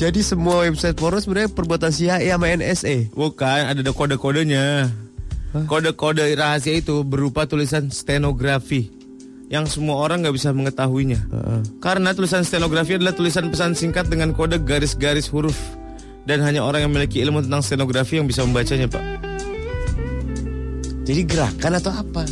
Speaker 5: Jadi semua website porno sebenarnya perbuatan CIA sama E. NSA.
Speaker 6: Bukan, ada de- kode-kodenya. Kode-kode rahasia itu berupa tulisan stenografi yang semua orang nggak bisa mengetahuinya. Karena tulisan stenografi adalah tulisan pesan singkat dengan kode garis-garis huruf dan hanya orang yang memiliki ilmu tentang stenografi yang bisa membacanya, Pak.
Speaker 11: Jadi gerakan atau apa?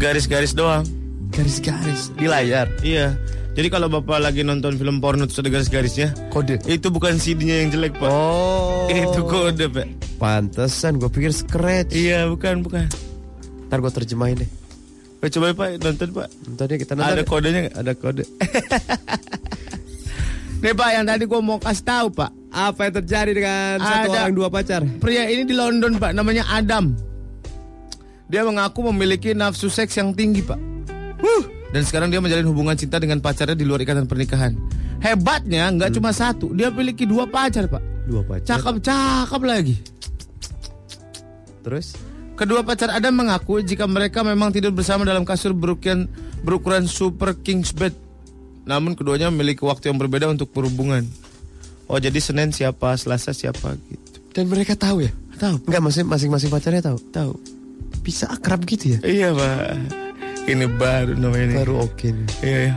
Speaker 6: Garis-garis doang.
Speaker 11: Garis-garis di layar.
Speaker 6: Iya. Jadi kalau Bapak lagi nonton film porno terus ada garis-garisnya,
Speaker 11: Kode.
Speaker 6: itu bukan CD-nya yang jelek, Pak.
Speaker 5: Oh.
Speaker 6: Itu kode, Pak.
Speaker 5: Pantesan gue pikir scratch.
Speaker 6: Iya, bukan, bukan.
Speaker 5: Ntar gue terjemahin deh.
Speaker 6: Pak, Coba Pak nonton, Pak.
Speaker 5: Ntar deh ya, kita nonton.
Speaker 6: Ada kodenya nggak?
Speaker 5: Ada kode. Eh,
Speaker 6: Nih Pak yang tadi gua mau kasih tahu Pak
Speaker 5: Apa yang terjadi dengan satu
Speaker 6: Ada.
Speaker 5: orang dua pacar?
Speaker 6: Pria ini di London Pak namanya Adam Dia mengaku memiliki nafsu seks yang tinggi Pak Huh. Dan sekarang dia menjalin hubungan cinta dengan pacarnya di luar ikatan pernikahan Hebatnya nggak cuma satu Dia memiliki dua pacar Pak
Speaker 5: Hmm. Dua pacar.
Speaker 6: Cakep-cakep lagi
Speaker 5: Terus?
Speaker 6: Kedua pacar Adam mengaku jika mereka memang tidur bersama dalam kasur berukiran, berukuran super king's bed. Namun keduanya memiliki waktu yang berbeda untuk berhubungan. Oh jadi Senin siapa, Selasa siapa gitu.
Speaker 5: Dan mereka tahu ya?
Speaker 6: Tahu.
Speaker 5: Enggak, maksudnya masing-masing pacarnya tahu. Tahu. Bisa akrab gitu ya?
Speaker 6: Iya pak. Ini baru namanya ini.
Speaker 5: Baru oke. nih.
Speaker 6: Iya. iya.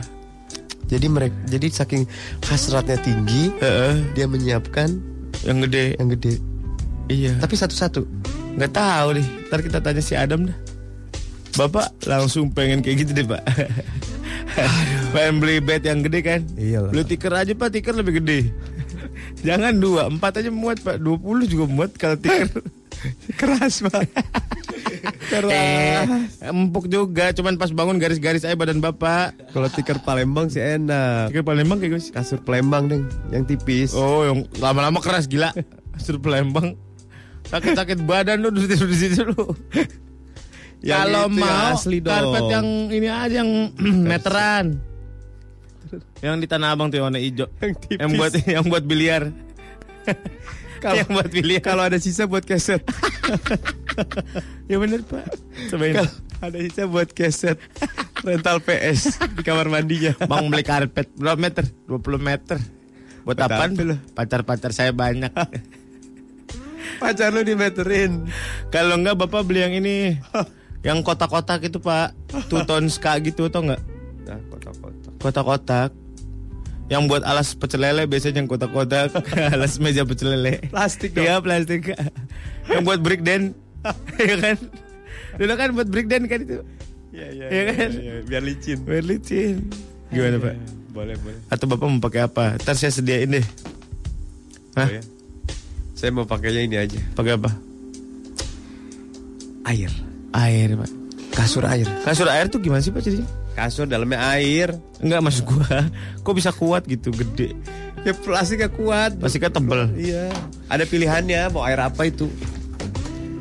Speaker 5: Jadi mereka jadi saking hasratnya tinggi,
Speaker 6: Heeh,
Speaker 5: dia menyiapkan
Speaker 6: yang gede.
Speaker 5: yang gede.
Speaker 6: Iya.
Speaker 5: Tapi satu-satu.
Speaker 6: Nggak tahu nih. Ntar kita tanya si Adam dah. Bapak langsung pengen kayak gitu deh pak. pengen beli bed yang gede kan?
Speaker 5: Iyalah.
Speaker 6: Beli tiker aja pak, tiker lebih gede. Jangan dua, empat aja muat pak. Dua puluh juga muat kalau tiker. Keras pak. Keras. empuk juga, cuman pas bangun garis-garis aja badan bapak.
Speaker 5: Kalau tiker Palembang sih enak.
Speaker 6: Tiker Palembang kayak gue sih.
Speaker 5: Kasur Palembang, Deng, yang tipis.
Speaker 6: Oh, yang lama-lama keras gila. Sur Palembang. Sakit-sakit badan lu di situ di situ lu.
Speaker 5: Yang
Speaker 6: Kalau
Speaker 5: itu yang
Speaker 6: mau
Speaker 5: asli dong.
Speaker 6: karpet yang ini aja yang meteran. yang di Tanah Abang tuh yang warna hijau.
Speaker 5: Yang tipis.
Speaker 6: Yang buat yang buat biliar. yang buat biliar.
Speaker 5: Kalau ada sisa buat keset.
Speaker 6: ya bener Pak. Cobain.
Speaker 5: Kalau ada sisa buat keset. Rental PS di kamar mandinya.
Speaker 6: Bang beli karpet berapa meter? 20 meter. Buat
Speaker 5: Buat
Speaker 6: apaan?
Speaker 5: apa lu?
Speaker 6: Pacar-pacar saya banyak.
Speaker 5: Pacar lu dimeterin.
Speaker 6: Kalau enggak Bapak beli yang ini. yang kotak-kotak itu Pak. Two tone ska gitu atau enggak?
Speaker 5: Nah, kotak-kotak.
Speaker 6: kotak-kotak yang buat alas pecel lele biasanya yang kotak-kotak alas meja pecel lele
Speaker 5: Plastik dong.
Speaker 6: iya plastik yang buat break dance ya kan dulu kan buat break dance kan itu
Speaker 5: Iya, iya,
Speaker 6: Iya
Speaker 5: iya,
Speaker 6: kan?
Speaker 5: iya, Biar licin.
Speaker 6: Biar licin gimana pak
Speaker 5: Boleh, boleh.
Speaker 6: atau bapak mau pakai apa ntar saya sediain deh Hah?
Speaker 5: Boleh. Saya mau pakainya ini aja.
Speaker 6: pakai apa
Speaker 5: Air.
Speaker 6: air pak
Speaker 5: Kasur air.
Speaker 6: kasur air tuh gimana sih pak jadinya
Speaker 5: Kasur dalamnya air.
Speaker 6: Enggak maksud gua kok bisa kuat gitu gede
Speaker 5: Ya plastiknya kuat.
Speaker 6: pasti kan tebel
Speaker 5: Iya. Ada pilihannya mau air apa itu?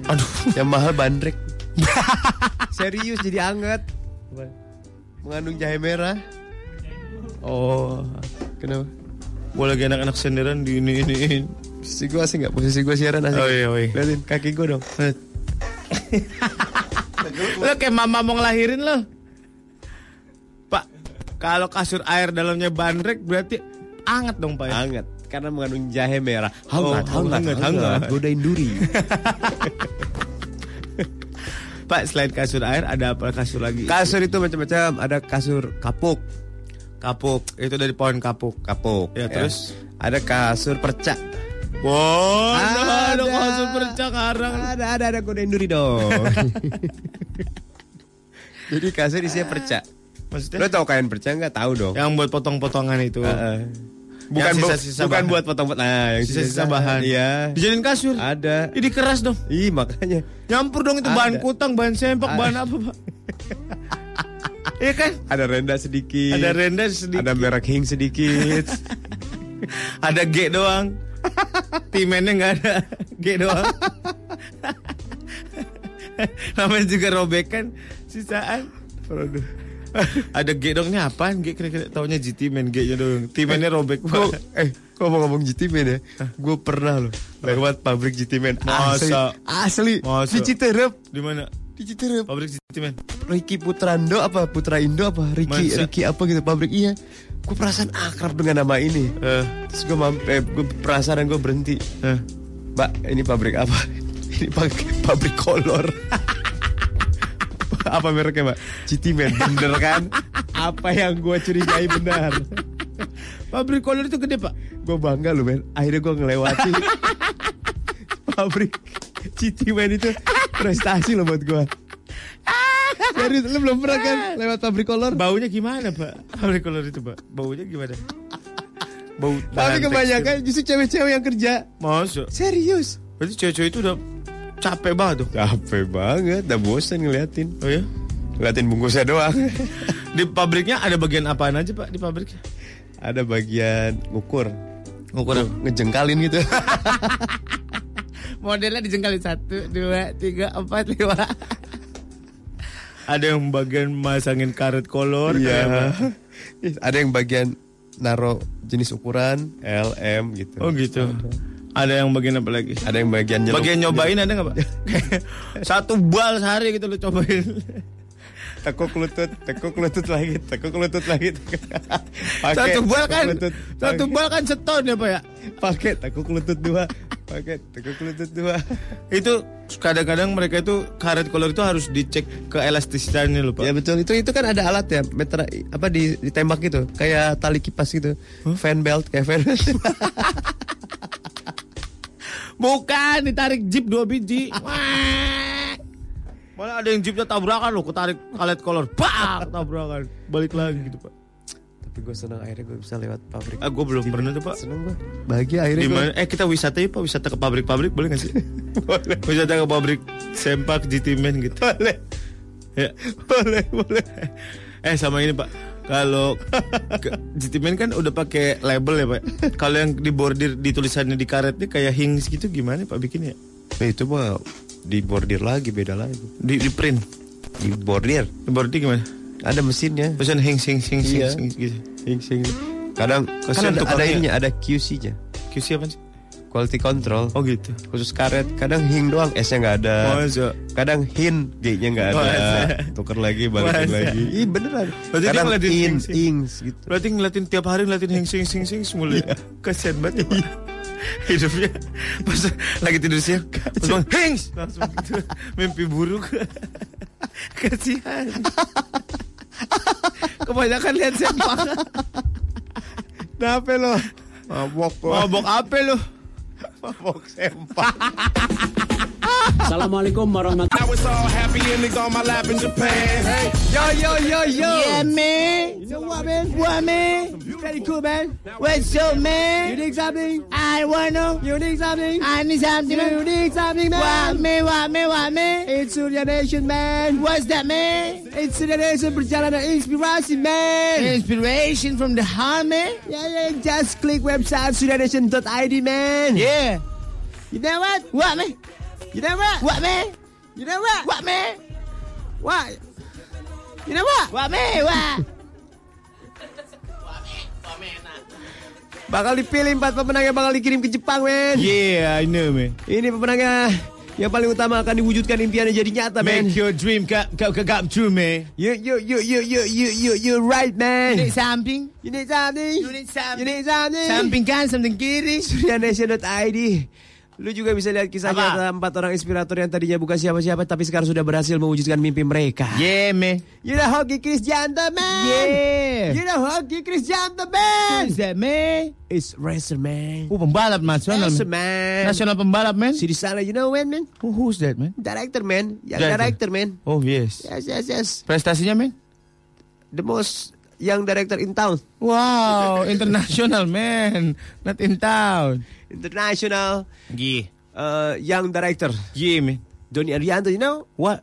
Speaker 6: aduh
Speaker 5: Yang mahal bandrek. Serius jadi anget. Mengandung jahe merah.
Speaker 6: oh
Speaker 5: Kenapa?
Speaker 6: gua lagi anak-anak senderan di ini iniin
Speaker 5: Posisi gue asing nggak? Posisi gue siaran asing.
Speaker 6: Oh, iya,
Speaker 5: nggak?
Speaker 6: iya.
Speaker 5: Liatin kaki gue dong.
Speaker 6: Lo kayak mama mau ngelahirin lo. Pak, kalau kasur air dalamnya bandrek berarti anget dong Pak. ya?
Speaker 5: Anget. Karena mengandung jahe merah.
Speaker 6: Oh,
Speaker 5: Hangat, hangat,
Speaker 6: hangat,
Speaker 5: hangat,
Speaker 6: hangat.
Speaker 5: Godain duri.
Speaker 6: Pak, selain kasur air ada apa kasur lagi?
Speaker 5: kasur itu macam-macam. Ada kasur kapuk.
Speaker 6: kapuk. Itu dari pohon kapuk.
Speaker 5: Kapuk.
Speaker 6: Ya, terus?
Speaker 5: Ada kasur perca.
Speaker 12: Wow,
Speaker 5: Ada.
Speaker 12: ada konsul percak karang.
Speaker 5: Ada ada ada kuda induri dong. Jadi kasur isinya perca. Lo
Speaker 12: Maksudnya
Speaker 5: tau kain perca nggak? Tahu dong. Eh.
Speaker 12: yang buat potong-potongan itu.
Speaker 5: Heeh. Bukan bu-
Speaker 12: sisa-sisa
Speaker 5: bukan
Speaker 12: bahan.
Speaker 5: buat potong-potong. Nah, yang
Speaker 12: Sisa-sisa bahan.
Speaker 5: Iya.
Speaker 12: Dijadiin kasur.
Speaker 5: Ada.
Speaker 12: Ini keras dong.
Speaker 5: Ih makanya.
Speaker 12: Nyampur dong itu bahan
Speaker 5: Ada.
Speaker 12: kutang, bahan sempak, bahan apa, Pak? Iya kan?
Speaker 5: Ada rendah sedikit.
Speaker 12: Ada renda sedikit.
Speaker 5: Ada merek hing sedikit.
Speaker 12: Ada G doang. Timennya nggak ada G doang. Namanya juga robekan sisaan. Produk. ada G dong ini apaan? G kira-kira taunya GT men G-nya doang. Timennya robek.
Speaker 5: Gua-
Speaker 12: Pak.
Speaker 5: eh, kok mau ngomong GT Man ya? Gue pernah loh lewat pabrik GT Man. Asli,
Speaker 12: Masa?
Speaker 5: asli.
Speaker 12: Masa? Oh.
Speaker 5: Di Citerep,
Speaker 12: Di mana?
Speaker 5: di Citerep.
Speaker 12: Pabrik GT men.
Speaker 5: Ricky Putrando apa Putra Indo apa Ricky
Speaker 12: Masa?
Speaker 5: Ricky apa gitu pabrik iya. Gue perasaan akrab dengan nama ini. Terus eh, gue mampir, gue penasaran gue berhenti.
Speaker 12: Eh.
Speaker 5: Mbak, ini pabrik apa? ini pabrik, pabrik kolor. apa mereknya mbak? GT Man bener kan? apa yang gue curigai benar?
Speaker 12: Pabrik kolor itu gede pak.
Speaker 5: gue bangga loh men akhirnya gue ngelewati pabrik Citi men itu prestasi loh buat gue serius lu belum pernah kan lewat pabrik kolor
Speaker 12: Baunya gimana pak? Pabrik kolor itu pak. Baunya gimana? Bau.
Speaker 5: tapi
Speaker 12: bahan
Speaker 5: kebanyakan
Speaker 12: tekstil.
Speaker 5: justru cewek-cewek yang kerja
Speaker 12: Masa?
Speaker 5: serius
Speaker 12: Berarti cewek-cewek itu udah capek banget tuh.
Speaker 5: capek banget udah bosen ngeliatin
Speaker 12: Oh ya?
Speaker 5: ngeliatin bungkusnya doang
Speaker 12: Di pabriknya ada bagian apaan aja pak di pabriknya?
Speaker 5: ada bagian ngukur
Speaker 12: Ngukur
Speaker 5: ngejengkalin gitu
Speaker 12: Modelnya dijengkalin satu, dua, tiga, empat, lima. ada yang bagian masangin karet kolor.
Speaker 5: Iya.
Speaker 12: kayak-
Speaker 5: ada yang bagian naro jenis ukuran L M gitu
Speaker 12: Oh gitu. Ada yang bagian apa lagi?
Speaker 5: ada yang bagian nyelup-
Speaker 12: Bagian nyobain ada nggak pak? satu bal sehari gitu lo cobain.
Speaker 5: tekuk lutut, tekuk lutut lagi, tekuk lutut lagi. tekuk- Pakai
Speaker 12: satu bal
Speaker 5: tekuk
Speaker 12: kan,
Speaker 5: lutut,
Speaker 12: satu
Speaker 5: pakai-
Speaker 12: bal kan seton ya pak ya.
Speaker 5: Pakai tekuk lutut dua, pakai tekuk lutut dua.
Speaker 12: Itu kadang-kadang mereka itu karet kolor itu harus dicek ke elastisitasnya loh pak.
Speaker 5: Ya betul itu itu kan ada alat ya meter apa di ditembak gitu kayak tali kipas gitu fan belt kayak fan belt.
Speaker 12: Bukan ditarik jeep dua biji. Wah. Malah ada yang jeepnya tabrakan loh, ketarik karet kolor. Pak, tabrakan. Balik lagi gitu, Pak.
Speaker 5: Tapi gue senang akhirnya gue bisa lewat pabrik.
Speaker 12: Ah, gue belum pernah tuh, Pak.
Speaker 5: Seneng gue. Bahagia akhirnya.
Speaker 12: Di
Speaker 5: gua.
Speaker 12: mana? Eh, kita wisata yuk, Pak. Wisata ke pabrik-pabrik boleh gak sih? boleh. Wisata ke pabrik sempak GT Man gitu. Boleh. Ya. Boleh, boleh. Eh, sama ini, Pak. Kalau ke- GT Man kan udah pakai label ya, Pak. Kalau yang di bordir di tulisannya di karetnya kayak Hings gitu gimana, Pak bikinnya?
Speaker 5: Nah, itu mah di bordir lagi beda lagi.
Speaker 12: Di, di print.
Speaker 5: Di bordir
Speaker 12: Di bordir gimana?
Speaker 5: ada mesinnya.
Speaker 12: Pesan hing hing hing hing
Speaker 5: Iya.
Speaker 12: hing gitu.
Speaker 5: Hing, sing. Kadang kan ada,
Speaker 12: Kasihan
Speaker 5: ada
Speaker 12: tukangnya.
Speaker 5: ininya, ada QC-nya.
Speaker 12: QC apa sih?
Speaker 5: Quality control.
Speaker 12: Oh gitu.
Speaker 5: khusus karet kadang hing doang S-nya nggak ada
Speaker 12: Masa?
Speaker 5: kadang hin G-nya nggak ada
Speaker 12: Masa?
Speaker 5: tuker lagi balikin
Speaker 12: Masa?
Speaker 5: lagi ih beneran
Speaker 12: Berarti dia
Speaker 5: kadang
Speaker 12: ngeliatin
Speaker 5: in
Speaker 12: hing-hing.
Speaker 5: ings gitu
Speaker 12: Berarti ngeliatin tiap hari ngeliatin hing hing hing hing semula. Kasihan banget ya, Pak. Hidupnya pas lagi tidur siang langsung hing langsung gitu. Mimpi buruk. Kasihan. Kebanyakan lihat sepak.
Speaker 5: kenapa lo mabok
Speaker 12: Mabok apa lu?
Speaker 5: mabok sempak
Speaker 13: Assalamualaikum warahmatullahi wabarakatuh.
Speaker 5: yo yo yo yo
Speaker 12: Yeah, man. You know what, man? What, man? Pretty cool, man. What's up, man? You need something? I wanna. You need something? I need something, man. You need something, man. What, man? What, man? What, man? It's Surya Nation, man. What's that, man? It's Surya Nation Perjalanan Inspirasi, man. Inspiration from the heart, man? Yeah, yeah. Just click website suryanation.id, man. Yeah. You know what? What, man? You know what? What, man? You know what? What, man? What? You know what? Wame, wah.
Speaker 5: bakal dipilih empat pemenang yang bakal dikirim ke Jepang men
Speaker 12: Yeah, I know, man.
Speaker 5: ini pemenangnya yang paling utama akan diwujudkan impiannya jadi nyata men
Speaker 12: Make your dream come, come, come true, man.
Speaker 5: you you you you you you you you right man
Speaker 12: something?
Speaker 5: you need something
Speaker 12: You need something?
Speaker 5: you need something
Speaker 12: Something kan, something kiri.
Speaker 5: Suryanation.id Lu juga bisa lihat kisah nyata empat orang inspirator yang tadinya bukan siapa-siapa tapi sekarang sudah berhasil mewujudkan mimpi mereka.
Speaker 12: Yeah, me.
Speaker 5: You know hockey Chris gentleman.
Speaker 12: Yeah.
Speaker 5: You know hockey Chris gentleman.
Speaker 12: that me?
Speaker 5: It's racer man.
Speaker 12: Uh, pembalap nasional.
Speaker 5: Racer
Speaker 12: men.
Speaker 5: man.
Speaker 12: Nasional pembalap, men.
Speaker 5: Si di sana you know when man?
Speaker 12: Who- who's that, man?
Speaker 5: Director man. Yang
Speaker 12: Director.
Speaker 5: director man.
Speaker 12: Oh, yes.
Speaker 5: Yes yes yes.
Speaker 12: Prestasinya, men?
Speaker 5: The most yang director in town.
Speaker 12: Wow, international, man. Not in town.
Speaker 5: International.
Speaker 12: Yeah.
Speaker 5: Uh, young director.
Speaker 12: Yeah, man.
Speaker 5: Doni Arianto you know?
Speaker 12: What?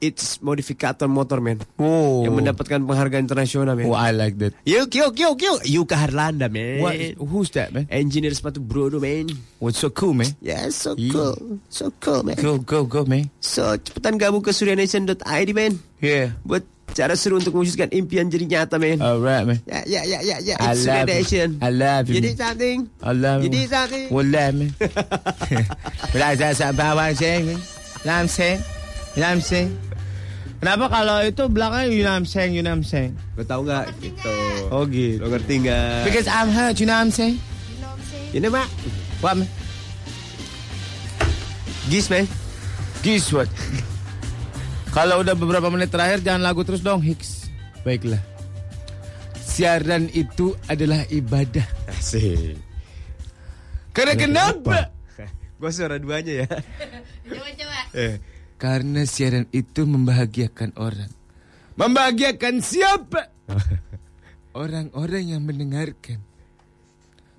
Speaker 5: It's modifikator motor man.
Speaker 12: Oh.
Speaker 5: Yang mendapatkan penghargaan internasional man.
Speaker 12: Oh, I like that.
Speaker 5: Yuk, yuk, yuk, yuk. Yuka Harlanda, man.
Speaker 12: What? Who's that, man?
Speaker 5: Engineer sepatu Brodo, man.
Speaker 12: What's so cool, man?
Speaker 5: Yeah, so
Speaker 12: Ih.
Speaker 5: cool. So cool, man.
Speaker 12: Go, go, go, man.
Speaker 5: So, cepetan gabung ke suryanation.id, man.
Speaker 12: Yeah.
Speaker 5: Buat cara seru untuk mewujudkan impian jadi nyata, man.
Speaker 12: Alright, man.
Speaker 5: Ya, ya, ya, ya, ya.
Speaker 12: Ah. I
Speaker 5: It's
Speaker 12: love it.
Speaker 5: Suryanation.
Speaker 12: I love
Speaker 5: You
Speaker 12: you.
Speaker 5: need something?
Speaker 12: I love
Speaker 5: You
Speaker 12: you.
Speaker 5: need something?
Speaker 12: Wallahi, man. That's that's about what I'm saying, man. You know what I'm saying? You know what I'm saying? Kenapa kalau itu belakangnya you know what I'm saying, you know what I'm saying?
Speaker 5: Lo tau gak? Gitu. Lo
Speaker 12: Oh gitu.
Speaker 5: ngerti gak?
Speaker 12: Because I'm hurt, you know what I'm saying?
Speaker 5: Ini, Mak.
Speaker 12: What, man?
Speaker 5: Gis, man.
Speaker 12: Guess what? kalau udah beberapa menit terakhir jangan lagu terus dong, Hicks. Baiklah. Siaran itu adalah ibadah.
Speaker 5: Asik.
Speaker 12: Karena kenapa?
Speaker 5: Gue suara duanya ya.
Speaker 3: Coba coba.
Speaker 12: Eh. Karena siaran itu membahagiakan orang. Membahagiakan siapa? Orang-orang yang mendengarkan.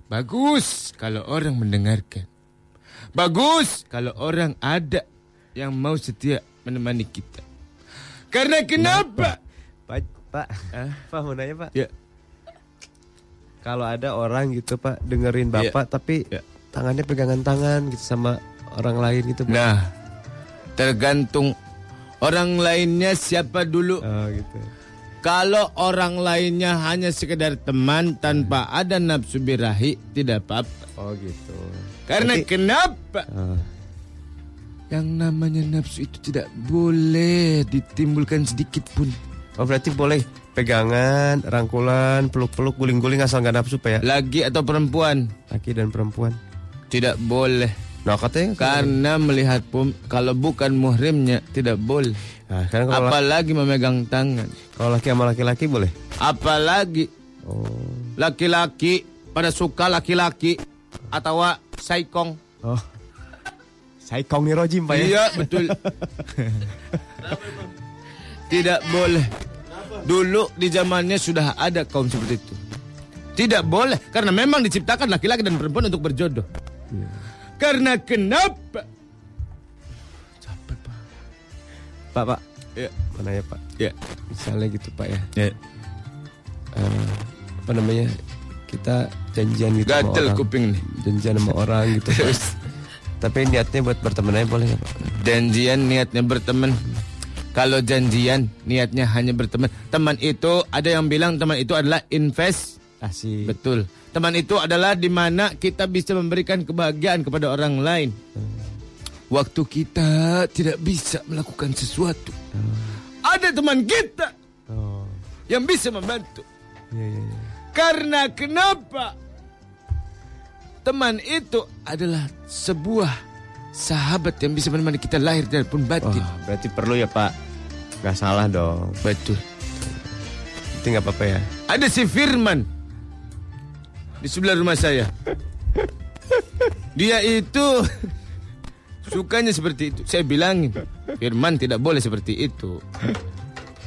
Speaker 12: Bagus kalau orang mendengarkan. Bagus kalau orang ada yang mau setia menemani kita. Karena kenapa?
Speaker 5: Pak, Pak. Pak, mau nanya, Pak.
Speaker 12: Ya,
Speaker 5: kalau ada orang gitu pak dengerin
Speaker 12: Iya.
Speaker 5: bapak tapi
Speaker 12: Iya.
Speaker 5: tangannya pegangan tangan gitu sama orang lain gitu pak.
Speaker 12: nah tergantung orang lainnya siapa dulu.
Speaker 5: Oh, gitu.
Speaker 12: Kalau orang lainnya hanya sekedar teman tanpa ada nafsu birahi tidak apa-apa.
Speaker 5: Oh gitu.
Speaker 12: Karena
Speaker 5: Berarti-
Speaker 12: kenapa?
Speaker 5: Ah.
Speaker 12: Yang namanya nafsu itu tidak boleh ditimbulkan sedikit pun.
Speaker 5: Oh berarti boleh pegangan, rangkulan, peluk-peluk, guling-guling asal nggak nafsu pak ya.
Speaker 12: Lagi atau perempuan
Speaker 5: Laki dan perempuan.
Speaker 12: tidak boleh.
Speaker 5: Nah katanya
Speaker 12: Karena melihat pem- kalau bukan muhrimnya tidak boleh.
Speaker 5: Nah, karena kalau, laki,
Speaker 12: Apalagi memegang tangan.
Speaker 5: kalau laki sama laki-laki boleh.
Speaker 12: Apalagi
Speaker 5: Oh.
Speaker 12: laki-laki pada suka laki-laki atau saikong.
Speaker 5: Oh. Saikong nih rojim pak ya.
Speaker 12: Iya betul. Tidak boleh. Dulu di zamannya sudah ada kaum seperti itu. Tidak boleh karena memang diciptakan laki-laki dan perempuan untuk berjodoh. Iya. Karena kenapa?
Speaker 5: Pak pak.
Speaker 12: Ya,
Speaker 5: Mau nanya pak.
Speaker 12: ya,
Speaker 5: Misalnya gitu pak ya.
Speaker 12: ya.
Speaker 5: Eh, apa namanya? Kita janjian gitu sama
Speaker 12: Gatel
Speaker 5: orang.
Speaker 12: kuping nih.
Speaker 5: janjian sama orang gitu Pak. tapi niatnya buat berteman aja boleh nggak pak
Speaker 12: Janjian niatnya berteman. Kalau janjian niatnya hanya berteman. Teman itu ada yang bilang teman itu adalah invest
Speaker 5: kasih
Speaker 12: Betul. Teman itu adalah di mana kita bisa memberikan kebahagiaan kepada orang lain. Waktu kita tidak bisa melakukan sesuatu. Ada teman kita
Speaker 5: oh
Speaker 12: yang bisa membantu.
Speaker 5: iya iya iya
Speaker 12: Karena kenapa? Teman itu adalah sebuah sahabat yang bisa menemani kita lahir dan pun batin.
Speaker 5: wah berarti perlu ya pak nggak salah dong
Speaker 12: Betul.
Speaker 5: berarti nggak apa-apa ya
Speaker 12: Ada si Firman di sebelah rumah saya. Dia itu sukanya seperti itu. Saya bilangin, Firman tidak boleh seperti itu.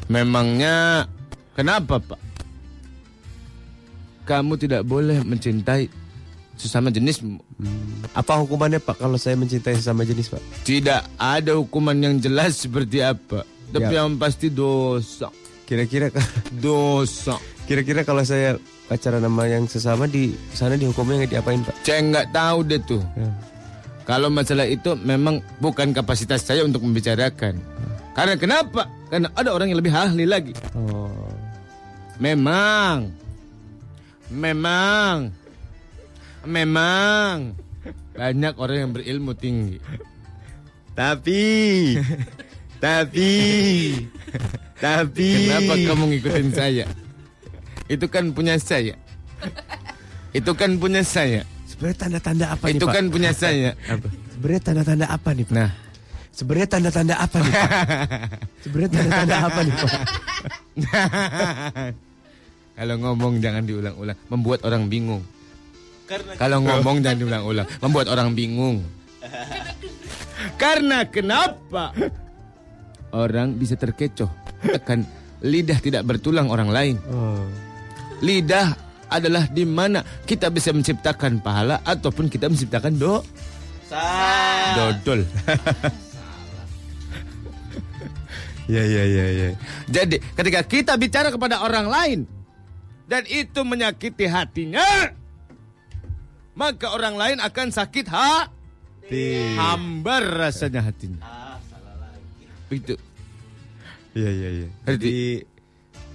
Speaker 12: Memangnya kenapa, Pak? Kamu tidak boleh mencintai sesama jenismu.
Speaker 5: apa hukumannya pak kalau saya mencintai sesama jenis pak
Speaker 12: Tidak ada hukuman yang jelas seperti apa. Tapi yang pasti dosa.
Speaker 5: kira-kira
Speaker 12: Dosa.
Speaker 5: kira-kira kalau saya pacaran sama yang sesama di sana dihukumnya nggak diapain pak
Speaker 12: Saya nggak tahu deh tuh.
Speaker 5: Ya.
Speaker 12: Kalau masalah itu memang bukan kapasitas saya untuk membicarakan. Karena kenapa? Karena ada orang yang lebih ahli lagi.
Speaker 5: oh
Speaker 12: Memang. Memang. Memang. Banyak orang yang berilmu tinggi.
Speaker 5: tapi tapi tapi
Speaker 12: Kenapa kamu ngikutin saya? Itu kan punya saya. Itu kan punya saya.
Speaker 5: Sebenarnya tanda-tanda apa nih,
Speaker 12: Itu
Speaker 5: Pak?
Speaker 12: kan punya saya.
Speaker 5: Sebenarnya tanda-tanda apa nih, Pak? Nah. Sebenarnya tanda-tanda apa nih, Pak? Sebenarnya tanda-tanda apa nih, Pak?
Speaker 12: Kalau ngomong jangan diulang-ulang, membuat orang bingung.
Speaker 14: Karena
Speaker 12: Kalau ngomong jangan diulang-ulang, membuat orang bingung. Karena kenapa? Orang bisa terkecoh akan lidah tidak bertulang orang lain. Lidah adalah di mana kita bisa menciptakan pahala ataupun kita menciptakan do dodol.
Speaker 5: Ya, ya, ya, ya.
Speaker 12: Jadi ketika kita bicara kepada orang lain dan itu menyakiti hatinya, maka orang lain akan sakit ha hambar rasanya hatinya. Begitu.
Speaker 5: Ah, Ya, ya, ya.
Speaker 12: Jadi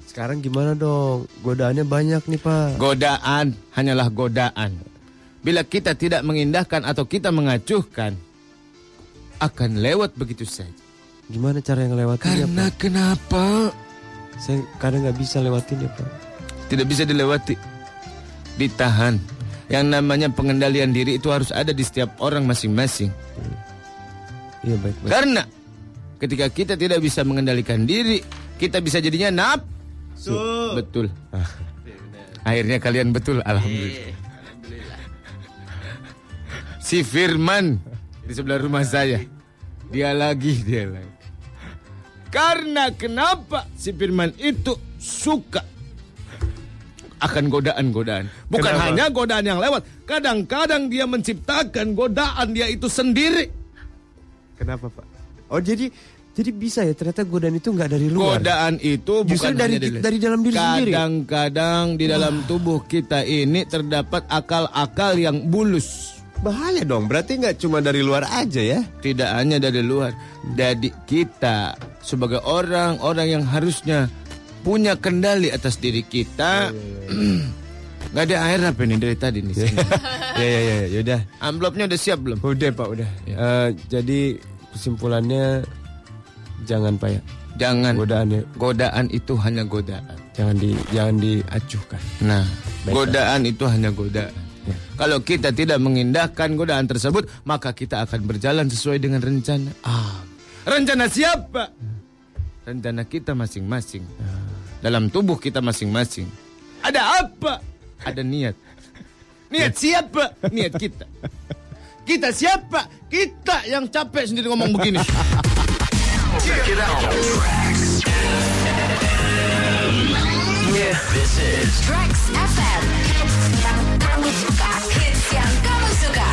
Speaker 5: Sekarang gimana dong? Godaannya banyak nih, Pak.
Speaker 12: godaan hanyalah godaan. Bila kita tidak mengindahkan atau kita mengacuhkan akan lewat begitu saja.
Speaker 5: Gimana cara yang lewatinya,
Speaker 12: Karena
Speaker 5: Pak?
Speaker 12: kenapa?
Speaker 5: Saya kadang nggak bisa lewatin ya, Pak.
Speaker 12: tidak bisa dilewati ditahan yang namanya pengendalian diri itu harus ada di setiap orang masing-masing
Speaker 5: Iya, baik-baik.
Speaker 12: karena ketika kita tidak bisa mengendalikan diri kita bisa jadinya nap betul
Speaker 5: Ah.
Speaker 12: akhirnya kalian betul
Speaker 5: Iya,
Speaker 12: alhamdulillah si Firman di sebelah rumah saya dia lagi dia lagi karena kenapa si Firman itu suka akan godaan-godaan. Bukan
Speaker 5: Kenapa?
Speaker 12: hanya godaan yang lewat, kadang-kadang dia menciptakan godaan dia itu sendiri.
Speaker 5: Kenapa, Pak? Oh, jadi jadi bisa ya ternyata godaan itu nggak dari luar.
Speaker 12: Godaan itu
Speaker 5: Justru
Speaker 12: bukan
Speaker 5: dari-
Speaker 12: hanya
Speaker 5: dari dalam diri sendiri.
Speaker 12: Kadang-kadang di dalam tubuh kita ini terdapat akal-akal yang bulus.
Speaker 5: Bahaya dong. Berarti nggak cuma dari luar aja ya?
Speaker 12: Tidak hanya dari luar. Jadi kita sebagai orang-orang yang harusnya punya kendali atas diri kita.
Speaker 5: Iya,
Speaker 12: Gak ada air apa nih dari tadi nih.
Speaker 5: ya, ya, ya. Yaudah.
Speaker 12: Amplopnya udah siap belum?
Speaker 5: Udah, Pak, udah. Eh, jadi kesimpulannya jangan, Pak ya.
Speaker 12: Jangan.
Speaker 5: Godaan ya.
Speaker 12: Godaan itu hanya godaan.
Speaker 5: Jangan di jangan diacuhkan.
Speaker 12: Nah, godaan itu hanya godaan.
Speaker 5: Ya.
Speaker 12: Kalau kita tidak mengindahkan godaan tersebut, maka kita akan berjalan sesuai dengan rencana. Ah, rencana siapa? Rencana kita masing-masing.
Speaker 5: Ya.
Speaker 12: Dalam tubuh kita masing-masing. Ada apa? Ada niat. Niat siapa? Niat kita. Kita siapa? Kita yang capek sendiri ngomong begini.
Speaker 15: Tracks FM Hits yang kamu suka Hits yang kamu suka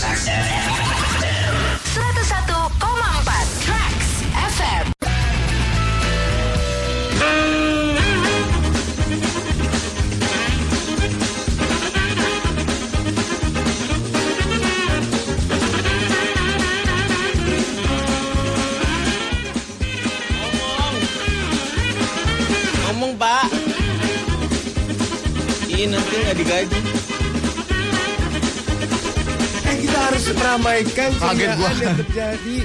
Speaker 15: Trax FM. 101,4 Trax FM
Speaker 7: Ngomong pak Ini nanti nggak digaji
Speaker 5: Kita harus meramaikan
Speaker 12: Kaget gua.
Speaker 5: yang terjadi.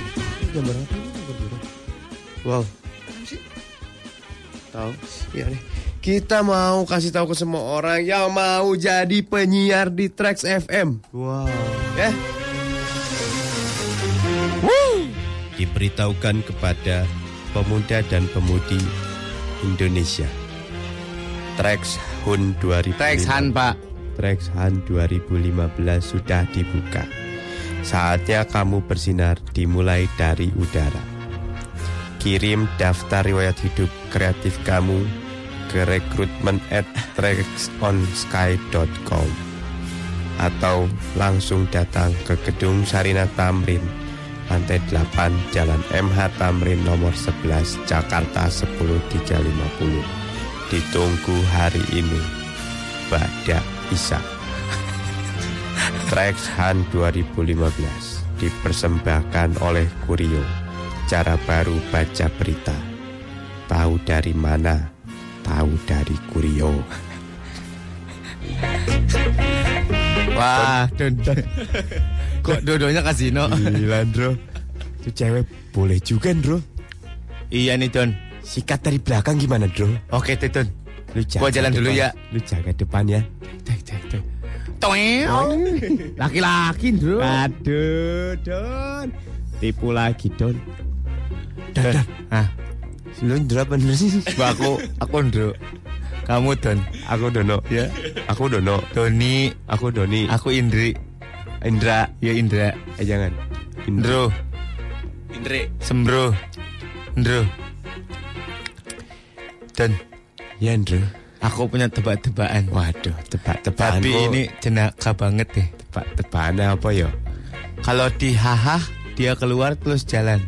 Speaker 5: Gambar apa ini? Gambar biru. Wow. Tahu? Iya nih. Kita mau kasih tahu ke semua orang yang mau jadi penyiar di Trax FM. Wow. Ya. Diberitahukan kepada pemuda dan pemudi Indonesia. Trax Hun 2000.
Speaker 12: Thanks Han Pak.
Speaker 5: Trexhan 2015 sudah dibuka. Saatnya kamu bersinar dimulai dari udara. Kirim daftar riwayat hidup kreatif kamu ke rekrutmen at trexonsky.com atau langsung datang ke gedung Sarina Tamrin lantai 8 Jalan MH Tamrin nomor 11 Jakarta 10350 ditunggu hari ini Badak Isa Trax Han 2015 dipersembahkan oleh Kurio cara baru baca berita tahu dari mana tahu dari Kurio
Speaker 12: Wah, Iya. Don. Kok dodonya kasino?
Speaker 5: gila bro itu cewek boleh juga bro
Speaker 12: iya nih Don.
Speaker 5: sikat dari belakang gimana bro
Speaker 12: Oke, Titun.
Speaker 5: Lu
Speaker 12: Gua jalan dulu ya.
Speaker 5: Lu jaga depan ya. Cek cek cek.
Speaker 12: Laki-laki dulu.
Speaker 5: Aduh, Don. Tipu lagi, Don. Don. don. Ah. Lu ndro apa ndro sih?
Speaker 12: Aku aku Ndro. Kamu Don.
Speaker 5: Aku Dono.
Speaker 12: Ya.
Speaker 5: Aku Dono.
Speaker 12: Doni,
Speaker 5: Aku Doni.
Speaker 12: aku Indri.
Speaker 5: Indra.
Speaker 12: Ya Indra.
Speaker 5: Eh jangan.
Speaker 12: Ndro,
Speaker 7: Indri.
Speaker 12: Sembro. Ndro. Don,
Speaker 5: Ya, Indro.
Speaker 12: aku punya tebak-tebakan.
Speaker 5: Waduh, tebak-tebakan.
Speaker 12: Tapi
Speaker 5: kok.
Speaker 12: ini jenaka banget deh.
Speaker 5: tebak-tebakan apa ya?
Speaker 12: Kalau di haha dia keluar terus jalan.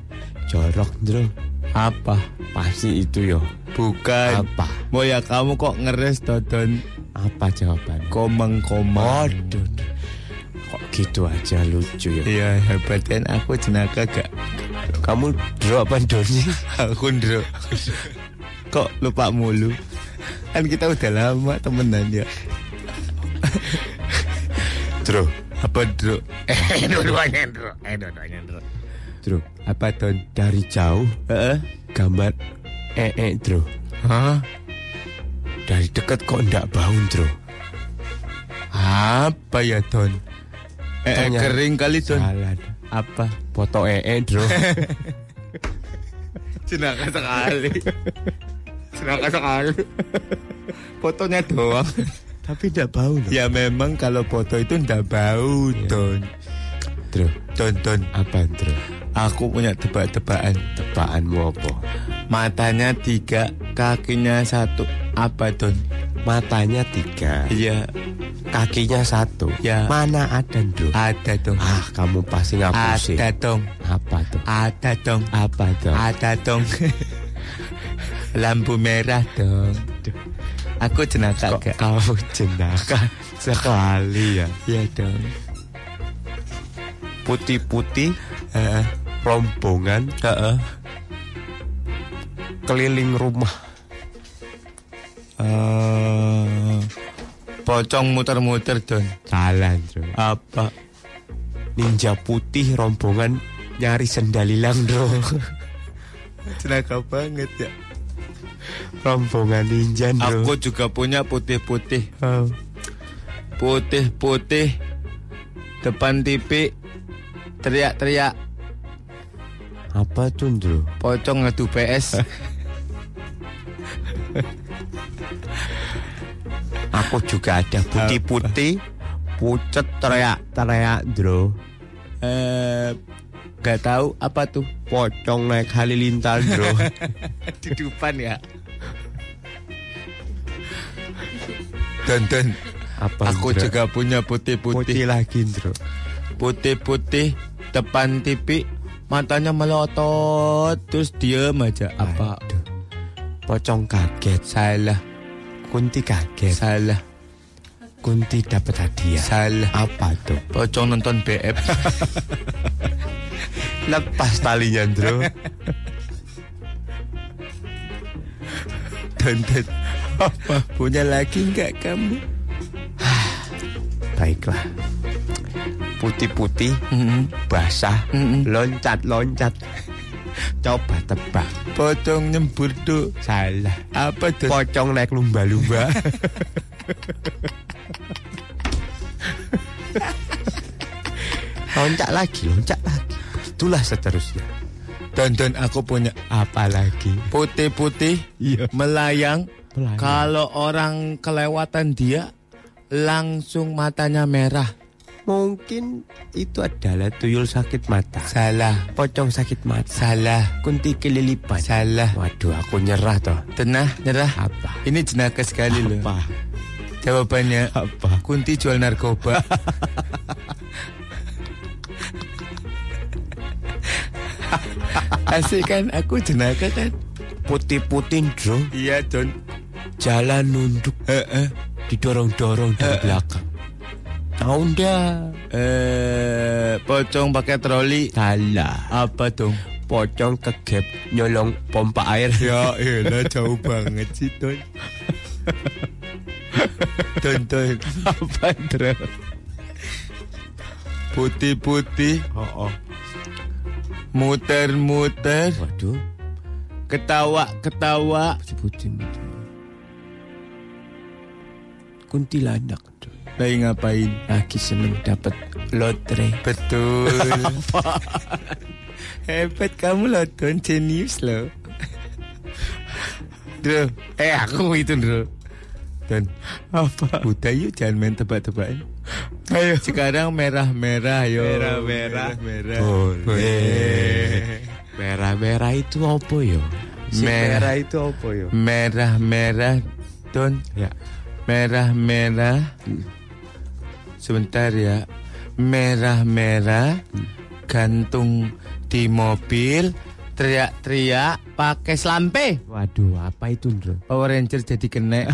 Speaker 5: Jorok, Indro.
Speaker 12: Apa?
Speaker 5: Pasti itu yo.
Speaker 12: Bukan.
Speaker 5: Apa?
Speaker 12: Mau ya kamu kok ngeres Dodon?
Speaker 5: Apa jawaban?
Speaker 12: Komeng-komeng.
Speaker 5: Waduh. Kok gitu aja lucu ya.
Speaker 12: Iya, hebat kan aku jenaka gak?
Speaker 5: Kamu Ndro apa Don sih?
Speaker 12: Aku ndro. Kok lupa mulu? Kan kita udah lama temenan ya.
Speaker 5: Kan. Ndro.
Speaker 12: Apa ndro? Eh, dua-duanya ndro.
Speaker 5: Ndro. Apa Don? Dari jauh
Speaker 12: Heeh.
Speaker 5: gambar ee Ndro.
Speaker 12: Hah?
Speaker 5: Dari dekat kok ndak bau, Ndro.
Speaker 12: Apa ya Don? Eh, eh,
Speaker 5: Tanya.
Speaker 12: kering kali Don.
Speaker 5: Salah.
Speaker 12: Apa?
Speaker 5: Foto ee Ndro.
Speaker 12: Jenaka sekali. Jenaka sekali. Fotonya doang.
Speaker 5: Tapi ndak bau loh.
Speaker 12: ya memang kalau foto itu ndak bau Don.
Speaker 5: Ndro.
Speaker 12: Don Don.
Speaker 5: Apa Ndro?
Speaker 12: Aku punya tebak-tebakan.
Speaker 5: Tebakanmu apa?
Speaker 12: Matanya tiga, kakinya satu. Apa Don?
Speaker 5: Matanya tiga,
Speaker 12: Iya,
Speaker 5: kakinya satu.
Speaker 12: Ya.
Speaker 5: Mana ada Ndro?
Speaker 12: ada dong.
Speaker 5: Ah, kamu pasti ngapusin.
Speaker 12: Ada dong.
Speaker 5: Apa tuh?
Speaker 12: Ada dong.
Speaker 5: Apa tuh?
Speaker 12: Ada dong. Lampu merah dong. Aku jenaka
Speaker 5: Kok
Speaker 12: gak?
Speaker 5: kamu jenaka sekali ya?
Speaker 12: Iya dong.
Speaker 5: Putih-putih, rombongan, keliling rumah.
Speaker 12: Eh, pocong muter-muter don.
Speaker 5: Jalan, Bro.
Speaker 12: Apa?
Speaker 5: Ninja putih rombongan nyari sendal hilang, Bro.
Speaker 12: Jenaka banget ya.
Speaker 5: rombongan ninja, Bro.
Speaker 12: Aku juga punya putih-putih.
Speaker 5: Oh.
Speaker 12: Putih-putih. Depan TV. Teriak-teriak.
Speaker 5: apa tuh, Bro?
Speaker 12: Pocong ngadu PS.
Speaker 5: Aku juga ada putih-putih, pucet teriak-teriak, Bro.
Speaker 12: Eh, gak tahu apa tuh.
Speaker 5: Pocong naik halilintar, Bro.
Speaker 12: Di depan ya. Don, don.
Speaker 5: Apa?
Speaker 12: Aku
Speaker 5: Ndro?
Speaker 12: juga punya
Speaker 5: putih
Speaker 12: putih-putih.
Speaker 5: lagi, Bro.
Speaker 12: Putih-putih. Depan TV. Matanya melotot. Terus diem aja. Apa?
Speaker 5: Aduh. Pocong kaget,
Speaker 12: Salah.
Speaker 5: Kunti kaget,
Speaker 12: Salah.
Speaker 5: Kunti dapat hadiah.
Speaker 12: Salah.
Speaker 5: Ya. Apa tuh?
Speaker 12: Pocong nonton BF.
Speaker 5: Lepas talinya, Bro.
Speaker 12: don, don. Apa? Punya lagi nggak kamu?
Speaker 5: Baiklah. Putih-putih, basah, loncat-loncat. Coba tebak.
Speaker 12: Pocong nyembur tuh.
Speaker 5: Salah.
Speaker 12: Apa don?
Speaker 5: Pocong naik lumba-lumba. loncat lagi, loncat lagi. Itulah seterusnya.
Speaker 12: Don, don. Aku punya.
Speaker 5: Apalagi
Speaker 12: putih-putih
Speaker 5: Iya.
Speaker 12: melayang.
Speaker 5: Melayang.
Speaker 12: Kalau orang kelewatan dia langsung matanya merah.
Speaker 5: mungkin itu adalah tuyul sakit mata.
Speaker 12: Salah,
Speaker 5: Pocong sakit mata.
Speaker 12: salah,
Speaker 5: Kunti kelilipan.
Speaker 12: salah.
Speaker 5: Waduh, aku nyerah toh.
Speaker 12: Tenah, nyerah.
Speaker 5: Apa?
Speaker 12: Ini jenaka sekali loh.
Speaker 5: Apa?
Speaker 12: Jawabannya
Speaker 5: Apa?
Speaker 12: Kunti jual narkoba. Asik kan aku jenaka kan?
Speaker 5: Putih-putih, Bro.
Speaker 12: Iya, Don.
Speaker 5: Jalan nunduk,
Speaker 12: Heeh.
Speaker 5: didorong-dorong dari belakang. Tahu ndak?
Speaker 12: Eh, pocong pakai troli.
Speaker 5: Salah.
Speaker 12: Apa dong?
Speaker 5: Pocong kegep nyolong pompa air.
Speaker 12: Ya elah jauh banget sih Don Don Don Apa Dra? Putih-putih
Speaker 5: Oh, oh.
Speaker 12: Muter-muter
Speaker 5: Waduh,
Speaker 12: Ketawa-ketawa
Speaker 5: putih-putih.
Speaker 12: kuntilanak. Lagi ngapain? Lagi seneng dapat lotre. Betul. Hebat kamu loh, Don Genius loh. Dro, eh aku itu Dro. Dan apa? Udah yuk jangan main tebak-tebakan. Ayo. Sekarang merah-merah yo.
Speaker 11: Merah-merah.
Speaker 12: merah.
Speaker 11: Boleh.
Speaker 12: Merah-merah itu apa yo?
Speaker 11: Si merah
Speaker 12: itu apa yo? Merah-merah Don. Ya. Merah-merah. Sebentar ya. Merah-merah gantung di mobil teriak-teriak pakai selampe. Waduh, apa itu, Ndro? Power Ranger jadi kena.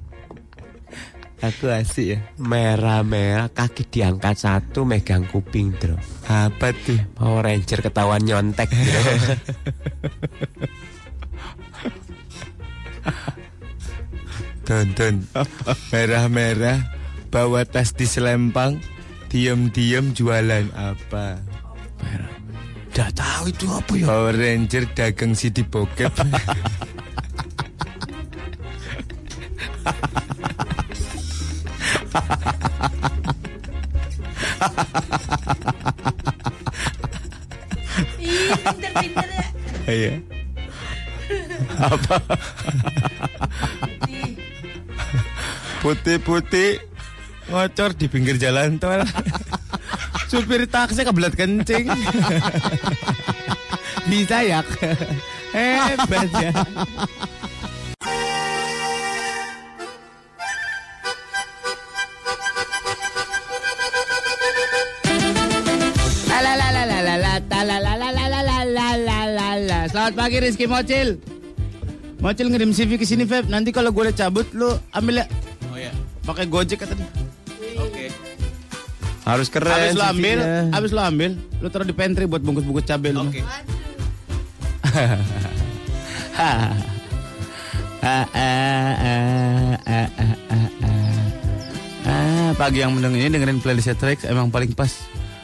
Speaker 12: Aku asik ya.
Speaker 11: Merah-merah kaki diangkat satu megang kuping, Bro.
Speaker 12: Apa tuh?
Speaker 11: Power Ranger ketahuan nyontek, Bro.
Speaker 12: Tonton. Merah-merah bawa tas di selempang, diem-diem jualan apa? Merah. Gak tahu itu apa ya? Power Ranger dagang si di bokep.
Speaker 3: Ih, pinter-pinter ya.
Speaker 12: Iya. Apa? Putih-putih ngocor di pinggir jalan tol. Supir taksi kebelat kencing. Bisa ya. Hebat ya.
Speaker 16: La la la la la la la ta la la la la la la la la la la.
Speaker 6: Selamat pagi Rizky Mocil. Mocil ngirim CV ke sini, Feb. Nanti kalau gue udah cabut lu ambil ya.
Speaker 9: Oh
Speaker 12: iya.
Speaker 9: ya.
Speaker 6: Pakai Gojek katanya.
Speaker 9: Oke.
Speaker 12: Harus keren.
Speaker 6: Habis lu
Speaker 12: CV-nya.
Speaker 6: ambil, habis lu ambil, lu taruh di pantry buat bungkus-bungkus cabai lu. Oke. pagi yang mendengar ini dengerin playlistnya tracks emang paling pas.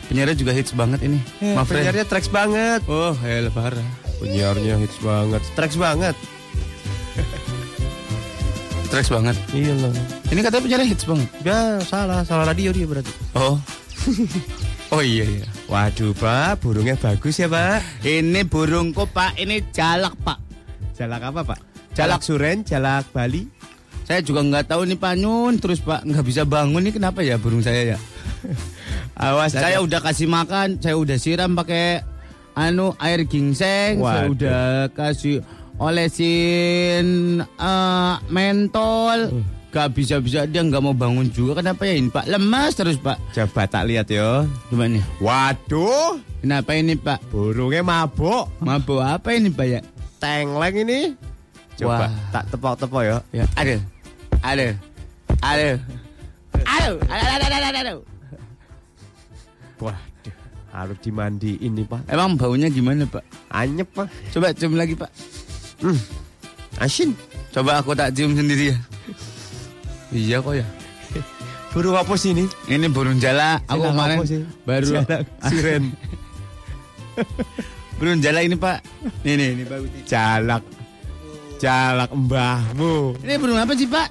Speaker 6: Penyiarnya juga hits banget ini.
Speaker 5: Eh,
Speaker 6: Maaf Ren.
Speaker 5: penyiarnya tracks banget.
Speaker 6: Oh, hell parah.
Speaker 5: Penyiarnya hits banget. Tracks banget.
Speaker 6: Tracks banget.
Speaker 5: Iya loh.
Speaker 6: Ini katanya penyiarnya hits banget.
Speaker 5: Ya, salah, salah radio dia berarti.
Speaker 6: Oh. Oh iya iya.
Speaker 5: Waduh, Pak, burungnya bagus ya, Pak.
Speaker 6: Ini burungku, Pak. Ini jalak, Pak.
Speaker 5: Jalak apa, Pak?
Speaker 6: Jalak
Speaker 5: Suren, Jalak Bali.
Speaker 6: Saya juga nggak tahu nih panyun terus Pak nggak bisa bangun nih kenapa ya burung saya ya?
Speaker 5: Awas.
Speaker 6: Saya udah kasih makan, saya udah siram pakai anu air ginseng, saya
Speaker 5: Waduh.
Speaker 6: udah kasih olesin eh,
Speaker 5: Hmm.
Speaker 6: mentol. Gak bisa-bisa dia nggak mau bangun juga kenapa ya ini Pak? Lemas terus Pak.
Speaker 5: Coba tak lihat yo.
Speaker 6: Gimana?
Speaker 5: Waduh,
Speaker 6: kenapa ini Pak?
Speaker 5: Burungnya mabuk.
Speaker 6: Mabuk apa ini Pak ya?
Speaker 5: Tengleng ini.
Speaker 6: Wah.
Speaker 5: Coba tak tepok-tepok yo.
Speaker 6: Ya. Aduh. Aduh. Aduh. Aduh. Aduh. Aduh. Aduh. Aduh. Aduh.
Speaker 5: Waduh, harus dimandiin nih, Pak.
Speaker 6: Emang baunya gimana Pak?
Speaker 5: Anyep, Pak.
Speaker 6: Coba cium lagi Pak.
Speaker 5: Hmm. Asin.
Speaker 6: Coba aku tak cium sendiri ya. iya kok ya.
Speaker 5: Burung apa sih ini?
Speaker 6: Ini burung jala. Aku
Speaker 5: Jalak
Speaker 6: kemarin
Speaker 5: apa sih?
Speaker 6: baru
Speaker 5: Jalak siren.
Speaker 6: burung jala ini Pak. Ini ini, ini bagus. nih.
Speaker 5: Jalak. Jalak mbahmu.
Speaker 6: Ini burung apa sih Pak?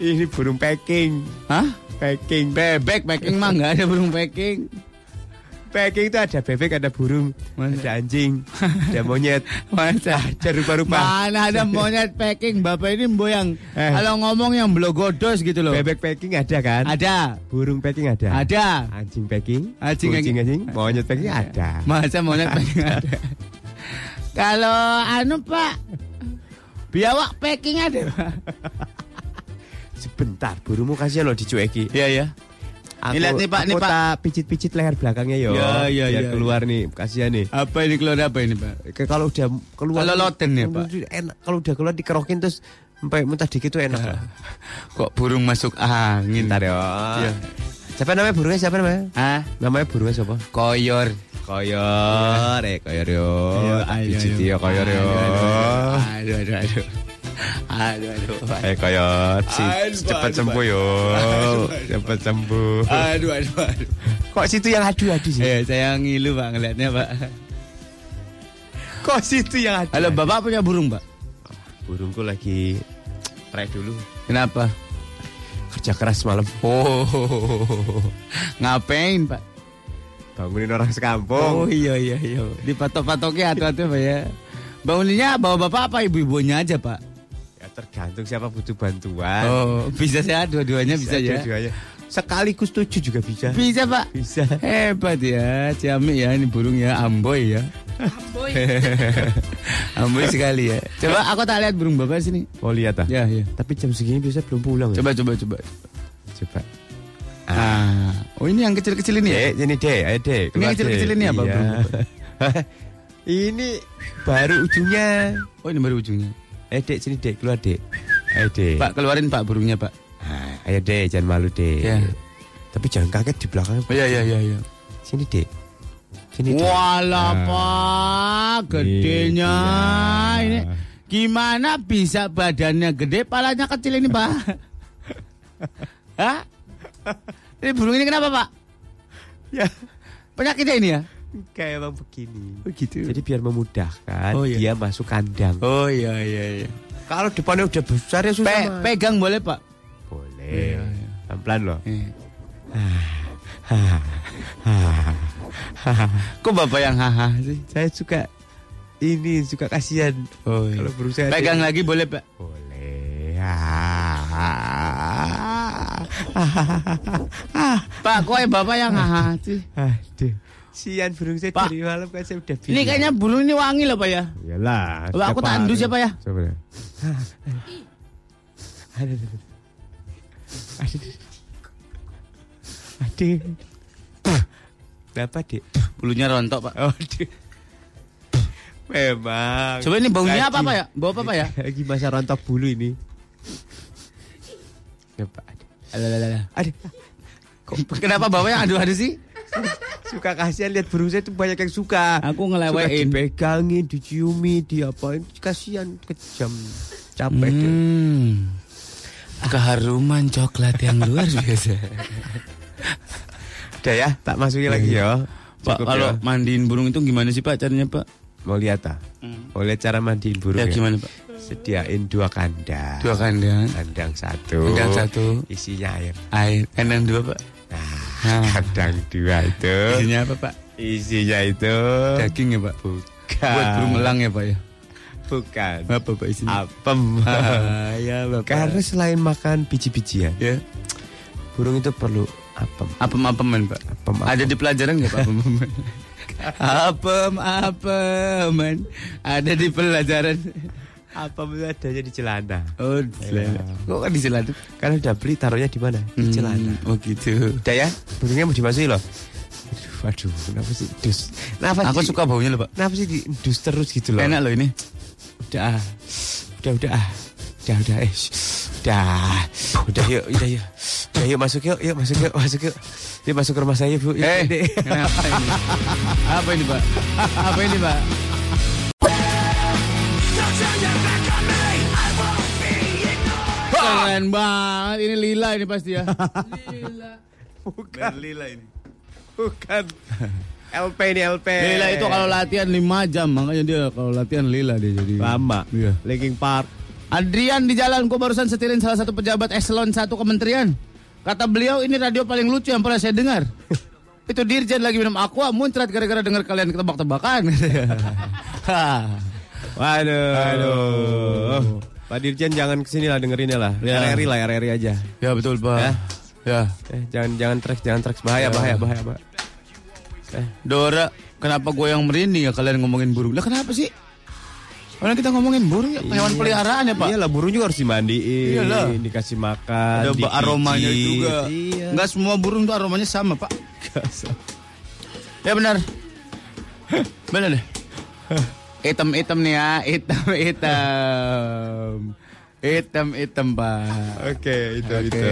Speaker 5: Ini burung packing.
Speaker 6: Hah?
Speaker 5: Packing.
Speaker 6: Bebek Eh, packing mah nggak ada burung packing.
Speaker 5: Packing itu ada bebek, ada burung, ada anjing, ada monyet,
Speaker 6: Masa?
Speaker 5: ada rupa-rupa.
Speaker 6: Mana ada monyet packing Bapak ini mbo yang
Speaker 5: Eh.
Speaker 6: Kalau ngomong yang blogodos gitu loh
Speaker 5: Bebek packing ada kan?
Speaker 6: Ada
Speaker 5: Burung packing ada.
Speaker 6: Ada
Speaker 5: Anjing packing,
Speaker 6: Anjing
Speaker 5: kucing anjing, monyet packing ada.
Speaker 6: Masa monyet packing ada Kalau anu Pak Biawak packing ada Pak
Speaker 5: Sebentar, burungmu kasihan loh dicueki.
Speaker 6: Iya ya
Speaker 5: Aku,
Speaker 6: Nih, lihat nih, Pak,
Speaker 5: aku
Speaker 6: nih, Pak.
Speaker 5: tak picit-picit leher belakangnya yo.
Speaker 6: Ya, ya,
Speaker 5: Biar
Speaker 6: ya,
Speaker 5: keluar nih, kasihan nih.
Speaker 6: Apa ini keluar apa ini Pak
Speaker 5: Ke- Kalau udah keluar
Speaker 6: Kalau loten ya, Pak?
Speaker 5: Enak kalau udah keluar dikerokin terus sampai muntah dikit tuh enak.
Speaker 6: Ya. Kok burung masuk angin
Speaker 5: Bentar yo.
Speaker 6: Iya.
Speaker 5: Siapa namanya burungnya siapa namanya?
Speaker 6: Hah?
Speaker 5: Namanya burungnya siapa?
Speaker 6: Koyor
Speaker 5: Koyor, eh koyor yo. Tak Pijit yo koyor yo.
Speaker 6: Aduh aduh aduh Aduh aduh aduh.
Speaker 5: Eh koyor, si
Speaker 6: Aduh,
Speaker 5: cepat
Speaker 6: aduh,
Speaker 5: sembuh yo. Cepat sembuh.
Speaker 6: Aduh aduh aduh
Speaker 5: Kok situ yang adu-adu sih?
Speaker 6: Eh saya ngilu Pak ngeliatnya Pak
Speaker 5: Kok situ yang adu?
Speaker 6: Halo Bapak punya burung Pak
Speaker 5: burungku lagi Rek dulu.
Speaker 6: Kenapa?
Speaker 5: Kerja keras malam.
Speaker 6: Oh, ngapain pak?
Speaker 5: Bangunin orang
Speaker 6: Oh
Speaker 5: sekampung.
Speaker 6: iya iya iya. Dipatok-patoknya hati-hati pak ya. Banguninnya bawa bapak apa ibu-ibunya aja pak?
Speaker 5: Ya, tergantung siapa butuh bantuan.
Speaker 6: Oh, bisa saya dua-duanya bisa, ya.
Speaker 5: Ah. dua-duanya. Sekaligus tujuh juga bisa.
Speaker 6: Bisa pak?
Speaker 5: Bisa.
Speaker 6: Hebat ya, Ciamik ya ini burung ya, Amboy ya.
Speaker 3: Boy.
Speaker 6: Amboy sekali ya. Coba aku tak lihat burung bapak sini.
Speaker 5: Oh lihat ah.
Speaker 6: Ya ya.
Speaker 5: Tapi jam segini biasanya belum pulang. ya?
Speaker 6: Coba coba coba.
Speaker 5: Coba.
Speaker 6: Ah, oh ini yang kecil-kecil ini ya?
Speaker 5: Dek, ini dek, ayo
Speaker 6: Ini
Speaker 5: dek. keluar,
Speaker 6: yang kecil-kecil
Speaker 5: Dek.
Speaker 6: ini apa,
Speaker 5: Iya.
Speaker 6: Bro?
Speaker 5: ini baru ujungnya.
Speaker 6: Oh ini baru ujungnya.
Speaker 5: Eh dek sini dek, keluar dek. Ayo dek.
Speaker 6: Pak keluarin pak burungnya pak.
Speaker 5: Ah, ayo dek, jangan malu dek.
Speaker 6: Ya.
Speaker 5: Tapi jangan kaget di belakang.
Speaker 6: Oh iya iya iya. iya.
Speaker 5: Sini dek. Sini dek.
Speaker 6: Walah
Speaker 5: Nah,
Speaker 6: pak, gedenya ini. Gimana bisa badannya gede, palanya kecil ini pak? Hah? Ini burung ini kenapa pak?
Speaker 5: Ya,
Speaker 6: Penyakitnya ini ya?
Speaker 5: kayak emang begini.
Speaker 6: Begitu.
Speaker 5: Jadi biar memudahkan
Speaker 6: Oh, iya.
Speaker 5: dia masuk kandang.
Speaker 6: Oh iya iya iya.
Speaker 5: Kalau depannya udah besar ya susah.
Speaker 6: Pe-
Speaker 5: Mas.
Speaker 6: pegang boleh pak?
Speaker 5: Boleh. Pelan-pelan loh.
Speaker 6: Eh. Kok bapak yang haha sih?
Speaker 5: Saya suka ini suka kasihan.
Speaker 6: Oh, iya.
Speaker 5: Kalau berusaha
Speaker 6: Pegang lagi boleh pak?
Speaker 5: boleh.
Speaker 6: Pak, kok yang bapak yang haha sih?
Speaker 5: Aduh. Sian burung saya
Speaker 6: Pak.
Speaker 5: dari malam kan saya udah bilang.
Speaker 6: Ini kayaknya burung ini wangi loh pak ya?
Speaker 5: Iyalah.
Speaker 6: Pak, aku tandu siapa ya?
Speaker 5: Coba. deh. Aduh. Aduh. Aduh. Kenapa, Dek?
Speaker 6: Bulunya rontok pak.
Speaker 5: Aduh. Memang.
Speaker 6: Coba ini baunya
Speaker 5: Lagi-
Speaker 6: apa pak ya? Bau apa pak ya?
Speaker 5: Lagi masa rontok bulu ini. Ya, Pak. Aduh.
Speaker 6: Alah,
Speaker 5: Aduh.
Speaker 6: Kenapa bapak yang aduh-aduh sih?
Speaker 5: Suka kasihan lihat burung saya tuh banyak yang suka.
Speaker 6: Aku
Speaker 5: Suka
Speaker 6: ngelewain.
Speaker 5: dipegangin, diciumi, diapain. Kasihan kejam. Capek. Dek.
Speaker 6: Hmm. Keharuman coklat yang luar biasa.
Speaker 5: Udah ya, tak masukin lagi ya.
Speaker 6: Pak,
Speaker 5: Cukup
Speaker 6: kalau
Speaker 5: ya.
Speaker 6: mandiin burung itu gimana sih Pak caranya Pak?
Speaker 5: mau lihat ah, mau lihat cara mandiin burung
Speaker 6: Ya
Speaker 5: ya?
Speaker 6: gimana Pak?
Speaker 5: Sediain dua kandang.
Speaker 6: Dua kandang,
Speaker 5: Kandang satu.
Speaker 6: Kandang satu.
Speaker 5: Isinya air.
Speaker 6: air, kandang dua Pak.
Speaker 5: Nah, kandang dua itu. Isinya,
Speaker 6: Isinya apa Pak?
Speaker 5: itu.
Speaker 6: Daging ya Pak?
Speaker 5: Bukan.
Speaker 6: Buat burung elang ya Pak ya?
Speaker 5: Bukan.
Speaker 6: Apa Pak isinya?
Speaker 5: Apem.
Speaker 6: Ah, ya Bapak.
Speaker 5: Karena selain makan biji-bijian,
Speaker 6: ya.
Speaker 5: burung itu perlu apem.
Speaker 6: Apem-apeman Pak?
Speaker 5: Apem-apem.
Speaker 6: Ada di pelajaran nggak Pak apem-apeman? Apem-apeman Ada di pelajaran
Speaker 5: Apem itu adanya di celana.
Speaker 6: Oh, di celana. Kok kan di celana?
Speaker 5: Karena udah beli taruhnya di mana? Di
Speaker 6: Hmm,
Speaker 5: celana.
Speaker 6: Oh gitu
Speaker 5: Udah ya, burungnya mau dimasukin loh. Aduh, aduh, kenapa sih dus? Kenapa
Speaker 6: Aku
Speaker 5: di-
Speaker 6: suka baunya loh Pak
Speaker 5: Kenapa sih diendus terus gitu loh?
Speaker 6: Enak loh ini
Speaker 5: Udah, ah. udah, udah, ah. udah, udah, eh, shh. udah, udah, yuk, udah, yuk, udah, yuk masuk yuk, yuk masuk yuk, masuk yuk, yuk masuk ke rumah saya bu. Yuk,
Speaker 6: Eh,
Speaker 5: Dek.
Speaker 6: kenapa ini? Apa ini, Pak? Apa ini, Pak? Keren banget. Ini lila ini pasti ya.
Speaker 5: bukan Lila ini, bukan LP ini LP.
Speaker 6: Lila itu kalau latihan 5 jam, makanya dia kalau latihan lila dia jadi.
Speaker 5: lama,
Speaker 6: Iya.
Speaker 5: Linking Park.
Speaker 6: Adrian di jalan, gua barusan setirin salah satu pejabat eselon satu kementerian. Kata beliau ini radio paling lucu yang pernah saya dengar. Itu Dirjen lagi minum aqua muncrat gara-gara dengar kalian ketebak-tebakan.
Speaker 5: Waduh, aduh. Pak Dirjen jangan kesini lah dengerin ya lah,
Speaker 6: Ya.
Speaker 5: RRI lah RRI aja.
Speaker 6: ya betul Pak.
Speaker 5: Ya.
Speaker 6: ya.
Speaker 5: Eh, jangan jangan trek, jangan trek bahaya,
Speaker 6: Ya.
Speaker 5: bahaya, bahaya, bahaya.
Speaker 6: Dora, kenapa gue yang merinding ya kalian ngomongin burung? Lah kenapa sih? Orang kita ngomongin burung ya, hewan peliharaan ya pak.
Speaker 5: Iya lah burung juga harus dimandiin,
Speaker 6: Iyalah.
Speaker 5: dikasih makan,
Speaker 6: Ada
Speaker 5: dipijit.
Speaker 6: aromanya juga.
Speaker 5: Iya.
Speaker 6: Enggak semua burung tuh aromanya sama pak. Ya benar. benar deh. Hitam-hitam nih ya, hitam-hitam. Hitam-hitam pak.
Speaker 5: Oke, itu
Speaker 6: Oke.
Speaker 5: itu.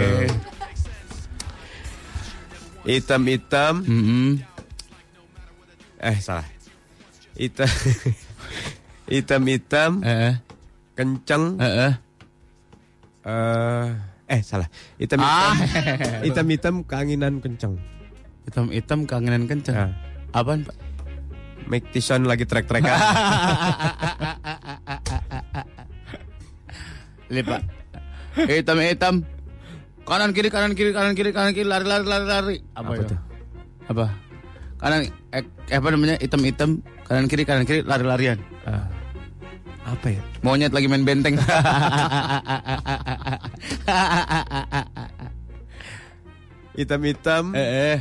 Speaker 5: Hitam-hitam.
Speaker 6: Mm-mm.
Speaker 5: Eh, salah. Hitam. Hitam-hitam,
Speaker 6: Eh,
Speaker 5: kenceng.
Speaker 6: eh, eh.
Speaker 5: eh, eh, salah. Hitam-hitam.
Speaker 6: Ah.
Speaker 5: Hitam-hitam keanginan kenceng.
Speaker 6: Hitam-hitam kangenan kencang.
Speaker 5: Ah.
Speaker 6: Apaan pak?
Speaker 5: Mike Tyson lagi trek-trekan.
Speaker 6: Lihat pak. hitam hitam kanan kiri kanan kiri kanan kiri kanan kiri lari lari lari lari apa, itu apa kanan eh, apa namanya hitam hitam kanan kiri kanan kiri lari larian
Speaker 17: Apa ya?
Speaker 6: monyet lagi main benteng
Speaker 12: Hitam-hitam. Eh,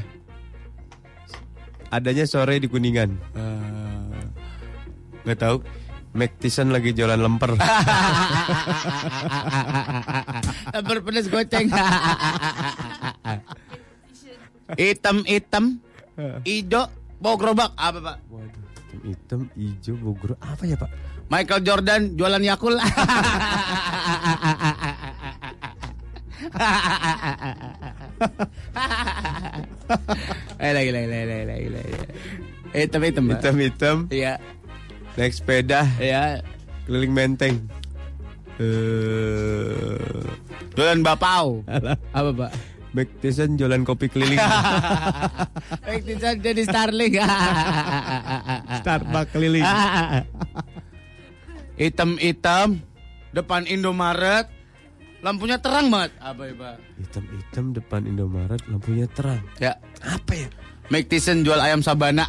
Speaker 12: Adanya sore di Kuningan.
Speaker 6: Eh.
Speaker 12: Nggak tahu. McTison lagi jualan lemper.
Speaker 6: lemper pedas goceng hitam hitam ijo bau gerobak apa pak
Speaker 12: Hitam, hijau, bogor. Apa ya pak?
Speaker 6: Michael Jordan jualan Yakul. eh lagi lagi lagi lagi lagi lagi. Hitam hitam. Pak.
Speaker 12: Hitam hitam.
Speaker 6: Iya.
Speaker 12: Naik sepeda.
Speaker 6: Iya.
Speaker 12: Keliling menteng. Eh,
Speaker 6: jualan bapau. Apa pak?
Speaker 12: McTison jualan kopi keliling.
Speaker 6: Baik tidak jadi Starling.
Speaker 12: Starbucks keliling.
Speaker 6: hitam hitam depan Indomaret lampunya terang banget. Apa ya pak?
Speaker 12: Hitam-hitam depan Indomaret lampunya terang.
Speaker 6: Ya. Apa ya? Mike Tyson jual ayam sabana.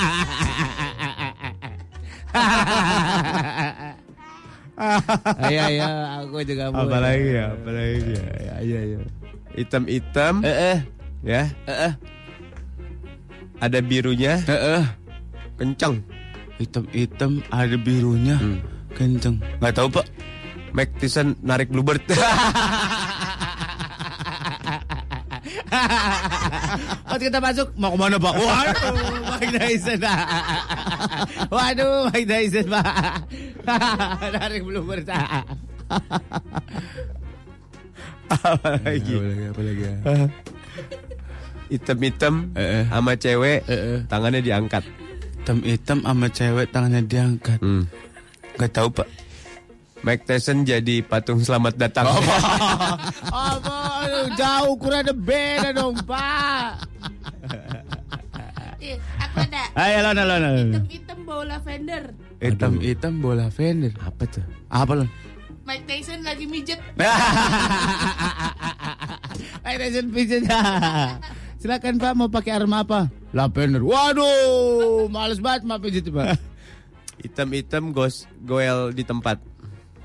Speaker 6: Iya iya, aku juga mau.
Speaker 12: Apalagi ya, apalagi ya. Ya, ya, ya. Hitam-hitam.
Speaker 6: Eh, eh.
Speaker 12: Ya.
Speaker 6: Eh, eh.
Speaker 12: Ada birunya.
Speaker 6: Eh, eh.
Speaker 12: Kencang.
Speaker 6: Hitam-hitam ada birunya. Kenceng.
Speaker 12: Nggak tahu pak. McTison narik bluebird.
Speaker 6: Pas kita masuk mau kemana pak? Waduh, Mike Tyson. Waduh, Mike Tyson pak. Tarik belum berta.
Speaker 12: apalagi.
Speaker 6: gitu. ya? Eh.
Speaker 12: Hitam-hitam sama cewek tangannya diangkat.
Speaker 6: Hitam-hitam sama cewek tangannya diangkat.
Speaker 12: Nggak tahu pak. McTison jadi patung selamat datang.
Speaker 6: Oh, Apa? Aduh, jauh ukurannya beda dong pak.
Speaker 3: Ih, aku ada
Speaker 6: Ayo lona lona.
Speaker 3: hitam-hitam bau lavender.
Speaker 6: Hitam-hitam bola fender.
Speaker 12: Apa tuh?
Speaker 6: Apa lon?
Speaker 3: Mike Tyson lagi mijet.
Speaker 6: Ayo Tyson pijet. Silakan Pak mau pakai arma apa? Lavender. Waduh, males banget mau pijet Pak.
Speaker 12: Hitam-hitam gos goel di tempat.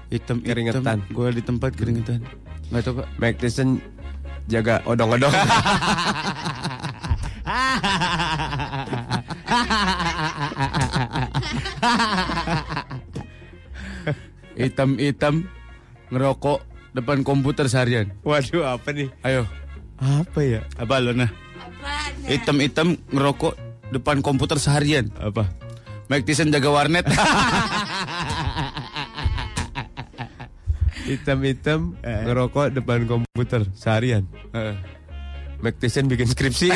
Speaker 6: Hitam
Speaker 12: Keringetan.
Speaker 6: Gue di tempat keringetan. Enggak tahu Pak.
Speaker 12: McTison jaga odong-odong.
Speaker 6: Hitam-hitam ngerokok depan komputer seharian.
Speaker 12: Waduh apa nih?
Speaker 6: Ayo.
Speaker 12: Apa ya?
Speaker 6: Apa lo nah?
Speaker 3: Apaan ya?
Speaker 6: Hitam-hitam ngerokok depan komputer seharian.
Speaker 12: Apa?
Speaker 6: Mike Tyson jaga warnet.
Speaker 12: Hitam-hitam
Speaker 6: Eh.
Speaker 12: ngerokok depan komputer seharian. Heeh. McTison bikin skripsi.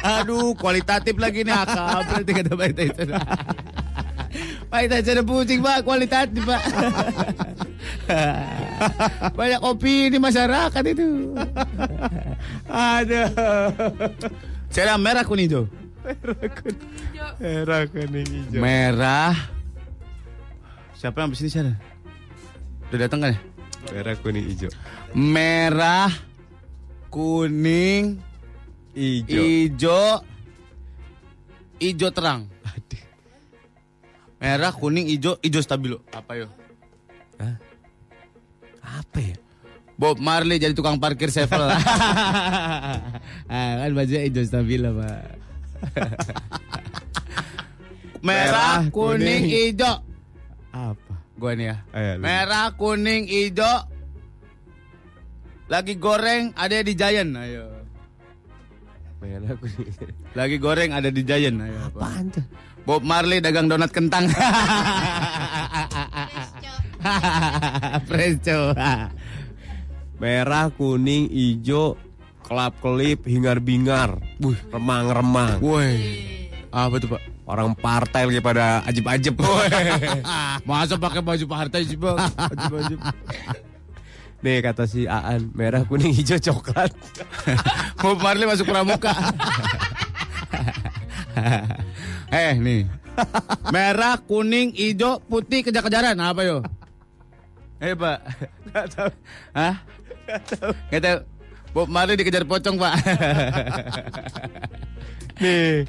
Speaker 6: Aduh, kualitatif lagi nih akal. Berarti kata Mike Tyson. Mike Tyson ada pusing, Pak. Kualitatif, Pak. Banyak opini masyarakat itu.
Speaker 12: Aduh.
Speaker 6: Cerah merah kuning hijau.
Speaker 12: Merah kuning hijau.
Speaker 6: Merah. Siapa yang habis ini Sarah? Udah datang kan ya?
Speaker 12: Merah kuning hijau.
Speaker 6: Merah, kuning,
Speaker 12: Hijau.
Speaker 6: ijo, ijo terang. Merah, kuning, ijo, ijo stabilo. Apa yo?
Speaker 12: Apa ya?
Speaker 6: Bob Marley jadi tukang parkir sevel. ah, kan bajunya hijau stabilo, Pak. Merah,
Speaker 12: Merah,
Speaker 6: kuning,
Speaker 12: kuning.
Speaker 6: ijo.
Speaker 12: Apa?
Speaker 6: Gue nih ya.
Speaker 12: Ayo, lu.
Speaker 6: Merah, kuning, hijau. Lagi goreng ada di Giant. Ayo.
Speaker 12: Merah kuning.
Speaker 6: Lagi goreng ada di Giant. Ayo. Apaan tuh? Bob Marley dagang donat kentang. Presto.
Speaker 12: Merah kuning hijau kelap kelip hingar bingar. remang remang.
Speaker 6: Woi. Apa tuh Pak? Oh, iya.
Speaker 12: Orang partai lagi pada ajib ajib.
Speaker 6: Masa pakai baju Pak Harta sih Bang? Baju-baju.
Speaker 12: Nih kata si Aan merah kuning hijau coklat.
Speaker 6: Bob Marley masuk pramuka. eh nih. Merah, kuning, hijau, putih, kejar-kejaran. Apa yo? Eh pak, nggak tahu. Hah? Nggak tahu. Nggak tahu. Bob Marley dikejar pocong pak.
Speaker 12: Nih,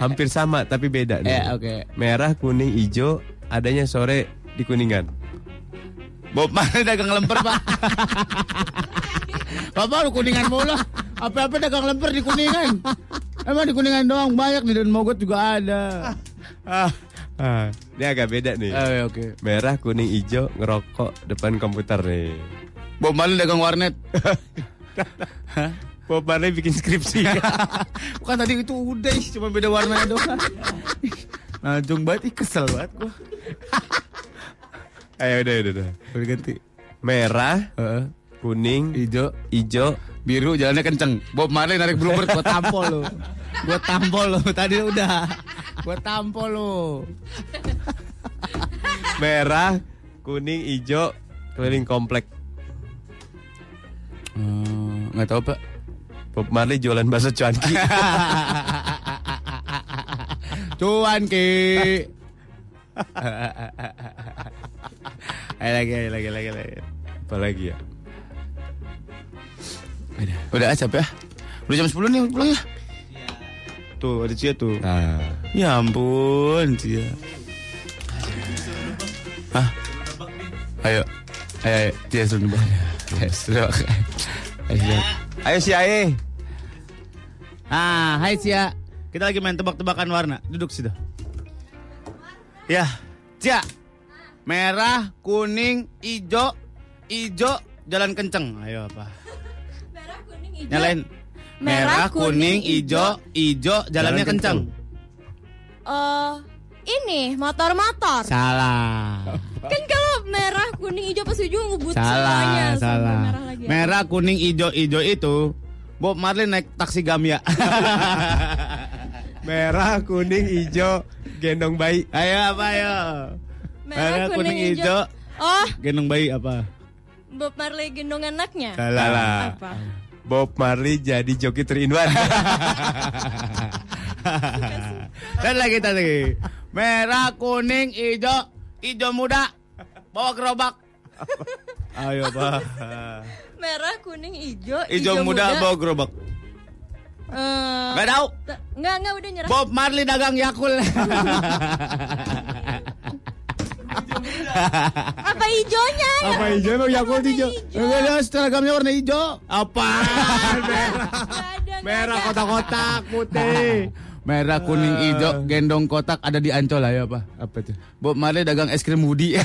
Speaker 12: hampir sama tapi beda nih.
Speaker 6: Eh, oke.
Speaker 12: Merah, kuning, hijau, adanya sore di Kuningan.
Speaker 6: Bob Marley dagang lemper pak. Bapak lu kuningan mulu. Apa-apa dagang lemper di kuningan. Emang di kuningan doang banyak di Don Mogot juga ada. Ah,
Speaker 12: Ah, ini agak beda nih.
Speaker 6: Ah, ya, oke.
Speaker 12: Merah, kuning, hijau, ngerokok depan komputer nih.
Speaker 6: Bob Marley dagang warnet.
Speaker 12: Bob Marley bikin skripsi.
Speaker 6: Bukan tadi itu udah, ih, cuma beda warnanya doang. Najung banget, ih, kesel banget gua.
Speaker 12: Ayo Eh, ya udah udah udah.
Speaker 6: Udah ganti.
Speaker 12: Merah, kuning,
Speaker 6: hijau,
Speaker 12: hijau,
Speaker 6: biru jalannya kenceng. Bob Marley narik bluebird gua tampol lo. Gua tampol lo tadi udah. Gua tampol lo.
Speaker 12: merah, kuning, hijau, keliling komplek.
Speaker 6: Eh, nggak tahu pak.
Speaker 12: Bob Marley jualan bakso cuanki.
Speaker 6: Cuan ki. ayo lagi, ayo lagi, lagi, lagi.
Speaker 12: Apa lagi ya?
Speaker 6: Udah asap ya. Udah jam 10 nih pulang ya.
Speaker 12: Tuh ada Cia tuh.
Speaker 6: Ya ampun, Cia. Hah? Ayo. Ayo, ayo. Cia suruh nembak. Cia suruh. Ayo. eh.
Speaker 12: Ayo Cia. Ayo.
Speaker 6: Ah, hai Cia. Kita lagi main tebak-tebakan warna. Duduk situ. Ya. Cia. Merah, kuning, ijo, ijo, jalan kenceng. Ayo apa? Nyalain. Merah, kuning, ijo, ijo, jalannya kenceng.
Speaker 18: Eh, ini motor-motor.
Speaker 6: Salah.
Speaker 18: Kan kalau merah, kuning, hijau pas ujung ngebut semuanya.
Speaker 6: Salah,
Speaker 18: sampai
Speaker 6: salah.
Speaker 18: Merah lagi. ya.
Speaker 6: Merah, kuning, ijo, ijo itu Bob Marley naik taksi Gamya.
Speaker 12: Merah, kuning, hijau, gendong bayi.
Speaker 6: Ayo apa ayo?
Speaker 18: Merah, kuning,
Speaker 6: ijo,
Speaker 18: hijau. Oh,
Speaker 6: gendong bayi apa?
Speaker 18: Bob Marley gendong anaknya.
Speaker 12: Salah. Salah.
Speaker 18: Apa?
Speaker 12: Bob Marley jadi joki terinwan.
Speaker 6: Dan lagi tadi. Merah, kuning, ijo, ijo muda. Bawa gerobak. Ayo, Pak.
Speaker 18: Merah, kuning, hijau.
Speaker 6: Ijo muda, bawa gerobak.
Speaker 18: Eh,
Speaker 6: Nggak tahu.
Speaker 18: t- Nggak, nggak udah nyerah.
Speaker 6: Bob Marley dagang Yakul.
Speaker 18: Apa hijaunya?
Speaker 6: Apa hijau emang Yakult hijau? Enggak ada Ya, seragamnya warna hijau. Apa? merah. Merah kotak-kotak putih. Merah, kuning, hijau, gendong kotak ada di Ancol ya, Pak. Apa tuh? Bob Marley dagang es krim Woody.